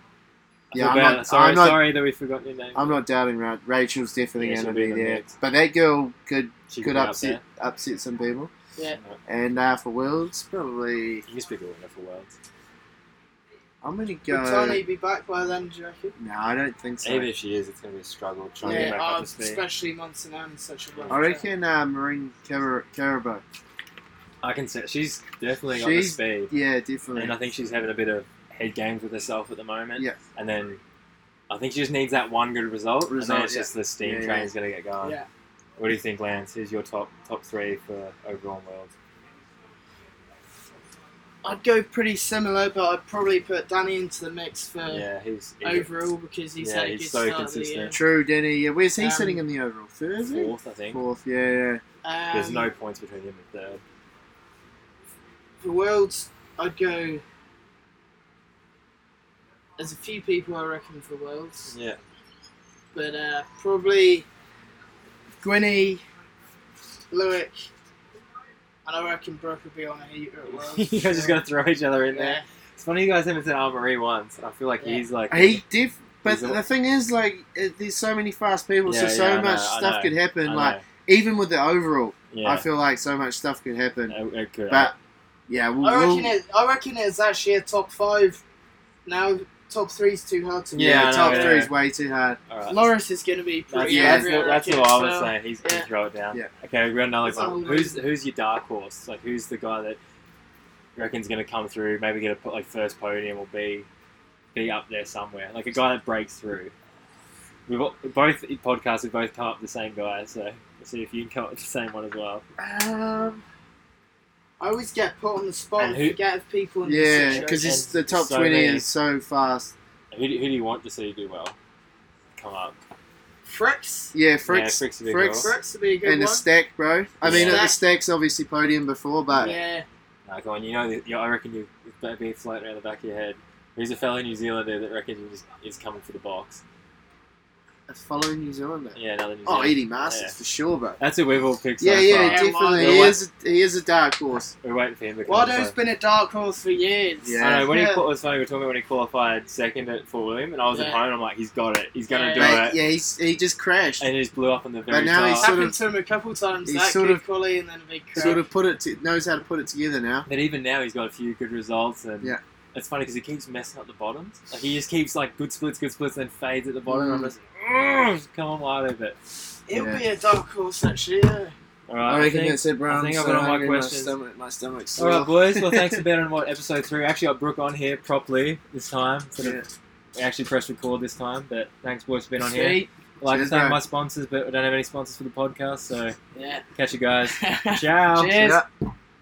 Speaker 1: I
Speaker 3: Yeah,
Speaker 1: feel
Speaker 3: I'm
Speaker 1: bad.
Speaker 3: not-
Speaker 1: sorry,
Speaker 3: I'm not-
Speaker 1: sorry that we forgot your name.
Speaker 3: I'm not doubting Ra- Rachel's definitely
Speaker 1: Yeah,
Speaker 3: going to
Speaker 1: she'll be
Speaker 3: be
Speaker 1: in the
Speaker 3: there,
Speaker 1: mix.
Speaker 3: but that girl could
Speaker 1: She
Speaker 3: could
Speaker 1: be up
Speaker 3: upset upset some people.
Speaker 1: there.
Speaker 2: Yeah.
Speaker 3: And uh, for Worlds, probably
Speaker 1: You can speak a winner for worlds.
Speaker 3: I'm going to
Speaker 2: Would
Speaker 3: go.
Speaker 2: Tony be back by then, do you reckon?
Speaker 3: No, I don't think so.
Speaker 1: Even if she is, it's going to be a struggle trying to
Speaker 2: yeah,
Speaker 1: get back
Speaker 2: oh,
Speaker 1: up to speed.
Speaker 2: especially Monsonan is such a rough
Speaker 3: I reckon uh, Marin Carib- Caribou.
Speaker 1: I can say she's definitely
Speaker 3: She's-
Speaker 1: got the speed,
Speaker 3: Yeah, definitely.
Speaker 1: and I think she's having a bit of head games with herself at the moment.
Speaker 3: Yeah.
Speaker 1: And then I think she just needs that one good result, and
Speaker 3: Result,
Speaker 1: then it's just the steam
Speaker 3: Yeah, yeah.
Speaker 1: train's going to get going.
Speaker 2: Yeah.
Speaker 1: What do you think, Lance? Who's your top top three for overall world?
Speaker 2: I'd go pretty similar, but I'd probably put Danny into the mix for
Speaker 3: Uh,
Speaker 1: yeah, he's he-
Speaker 2: overall because he's
Speaker 1: Yeah,
Speaker 2: had a
Speaker 1: he's
Speaker 2: good
Speaker 1: so
Speaker 2: start
Speaker 1: consistent.
Speaker 3: True, Denny. Yeah, where's he
Speaker 2: Um,
Speaker 3: sitting in the overall? Third, is he?
Speaker 1: fourth, I think.
Speaker 3: Fourth, yeah, yeah.
Speaker 2: of the year. Um,
Speaker 1: There's no points between him and third.
Speaker 2: the worlds. I'd go. There's a few people I reckon for worlds,
Speaker 1: Yeah,
Speaker 2: but uh, probably
Speaker 3: Gwynny.
Speaker 2: Luick, and I reckon Brooke would be on a heater at
Speaker 1: you
Speaker 2: worlds.
Speaker 1: guys just gonna throw each other in there.
Speaker 2: yeah.
Speaker 1: It's funny you guys haven't said Armory once. I feel like
Speaker 2: Yeah.
Speaker 1: he's like
Speaker 3: He def. But
Speaker 1: He's a-
Speaker 3: the thing is, like, it, there's so many fast people,
Speaker 1: Yeah,
Speaker 3: so so
Speaker 1: yeah, I know,
Speaker 3: much
Speaker 1: I know,
Speaker 3: stuff could
Speaker 1: I
Speaker 3: happen.
Speaker 1: know.
Speaker 3: Like, even with the overall,
Speaker 1: yeah,
Speaker 3: I feel like so much stuff could happen.
Speaker 1: it- it could-
Speaker 3: But yeah, we'll,
Speaker 2: I reckon
Speaker 3: we'll-
Speaker 2: it. I reckon it's actually a top five. Now top three's too hard to.
Speaker 1: Yeah,
Speaker 3: yeah,
Speaker 1: I know,
Speaker 3: top
Speaker 1: yeah,
Speaker 3: three
Speaker 1: yeah.
Speaker 3: is way too hard.
Speaker 1: all right.
Speaker 2: Loris is going to be
Speaker 1: That's,
Speaker 2: pretty.
Speaker 3: Yeah.
Speaker 1: that's,
Speaker 2: angry,
Speaker 1: what- that's
Speaker 2: I reckon,
Speaker 1: what I was
Speaker 2: so-
Speaker 1: saying. He's
Speaker 2: yeah.
Speaker 1: can throw it down.
Speaker 3: Yeah.
Speaker 1: Okay, we got another
Speaker 2: That's a
Speaker 1: one.
Speaker 2: whole
Speaker 1: Who's
Speaker 2: load.
Speaker 1: who's your dark horse? Like, who's the guy that you reckon's going to come through? Maybe get a put like first podium or be be up there somewhere. Like a guy that breaks through. We've all, both in podcasts. We both come up with the same guy. So we'll see if you can come up with the same one as well.
Speaker 3: Um,
Speaker 2: I always get put on the spot
Speaker 1: And
Speaker 2: and,
Speaker 1: who-
Speaker 2: forget of people. In
Speaker 3: yeah,
Speaker 2: the
Speaker 3: because
Speaker 2: situation.
Speaker 1: it's-
Speaker 3: the top
Speaker 1: so
Speaker 3: twenty
Speaker 1: many.
Speaker 3: is so fast.
Speaker 1: Who do, who do you want to see do well? Come up.
Speaker 2: Fricks.
Speaker 3: Yeah, Fricks,
Speaker 1: Fricks would be
Speaker 3: Fricks,
Speaker 1: cool.
Speaker 2: Fricks would be a good
Speaker 3: and the
Speaker 2: one.
Speaker 3: stack, bro. I mean,
Speaker 2: Yeah.
Speaker 3: the stack's obviously podium before, but
Speaker 2: yeah,
Speaker 1: No, go on. You know, that- you, I reckon you that be floating around the back of your head. Who's a fellow New Zealander that reckons is, is coming for the box?
Speaker 3: it's following New Zealand.
Speaker 1: Yeah, another New
Speaker 3: Oh,
Speaker 1: Zealander.
Speaker 3: Edie Masters
Speaker 1: Yeah.
Speaker 3: for sure, bro.
Speaker 1: That's who we've all picked.
Speaker 3: Yeah,
Speaker 1: so
Speaker 3: yeah,
Speaker 1: far.
Speaker 2: Yeah,
Speaker 3: definitely.
Speaker 1: Waldo.
Speaker 3: He is, a, he is a dark horse.
Speaker 1: We're waiting for him to come.
Speaker 2: Wado's
Speaker 1: so-
Speaker 2: been a dark horse for years.
Speaker 3: Yeah.
Speaker 1: I know when he
Speaker 2: Yeah.
Speaker 1: qual- it was funny. We were talking about when he qualified second at Fort William, and I was at
Speaker 2: Yeah.
Speaker 1: home. and I'm like, he's got it. He's gonna
Speaker 2: Yeah.
Speaker 1: do
Speaker 3: Mate,
Speaker 1: it.
Speaker 3: yeah, he's, he just crashed.
Speaker 1: And he just blew up on the very
Speaker 3: now
Speaker 1: top.
Speaker 3: he's sort
Speaker 2: happened
Speaker 3: of-
Speaker 2: to him a couple times.
Speaker 3: he's
Speaker 2: That
Speaker 3: sort
Speaker 2: good
Speaker 3: of-
Speaker 2: quali and then a big crash.
Speaker 3: Sort of put it to, knows how to put it together now.
Speaker 1: But even now, he's got a few good results, and
Speaker 3: Yeah.
Speaker 1: it's funny because he keeps messing up the bottoms. Like he just keeps like good splits, good splits, and then fades at the bottom. And
Speaker 3: Mm.
Speaker 1: I'm just, "Ugh, come on, Wilder, but
Speaker 2: It'll
Speaker 3: Yeah.
Speaker 2: be a dark horse actually. Yeah.
Speaker 1: all right.
Speaker 3: I
Speaker 1: I
Speaker 3: reckon
Speaker 1: think-
Speaker 3: that's it, bro.
Speaker 1: I
Speaker 3: I'm
Speaker 1: think I've
Speaker 3: so
Speaker 1: got all my
Speaker 3: hungry, my
Speaker 1: questions.
Speaker 3: stomach, my stomach's
Speaker 1: all right,
Speaker 3: sore.
Speaker 1: boys. Well, thanks for being on what episode three. We Actually, got Brooke on here properly this time. Sort of-
Speaker 3: Yeah.
Speaker 1: We actually pressed record this time, but thanks, boys, for being on here.
Speaker 3: Sweet.
Speaker 1: I'd like to
Speaker 3: Cheers,
Speaker 1: thank
Speaker 3: bro.
Speaker 1: my sponsors, but I don't have any sponsors for the podcast, so
Speaker 2: Yeah.
Speaker 1: catch you guys. Ciao.
Speaker 2: Cheers.
Speaker 3: Yeah.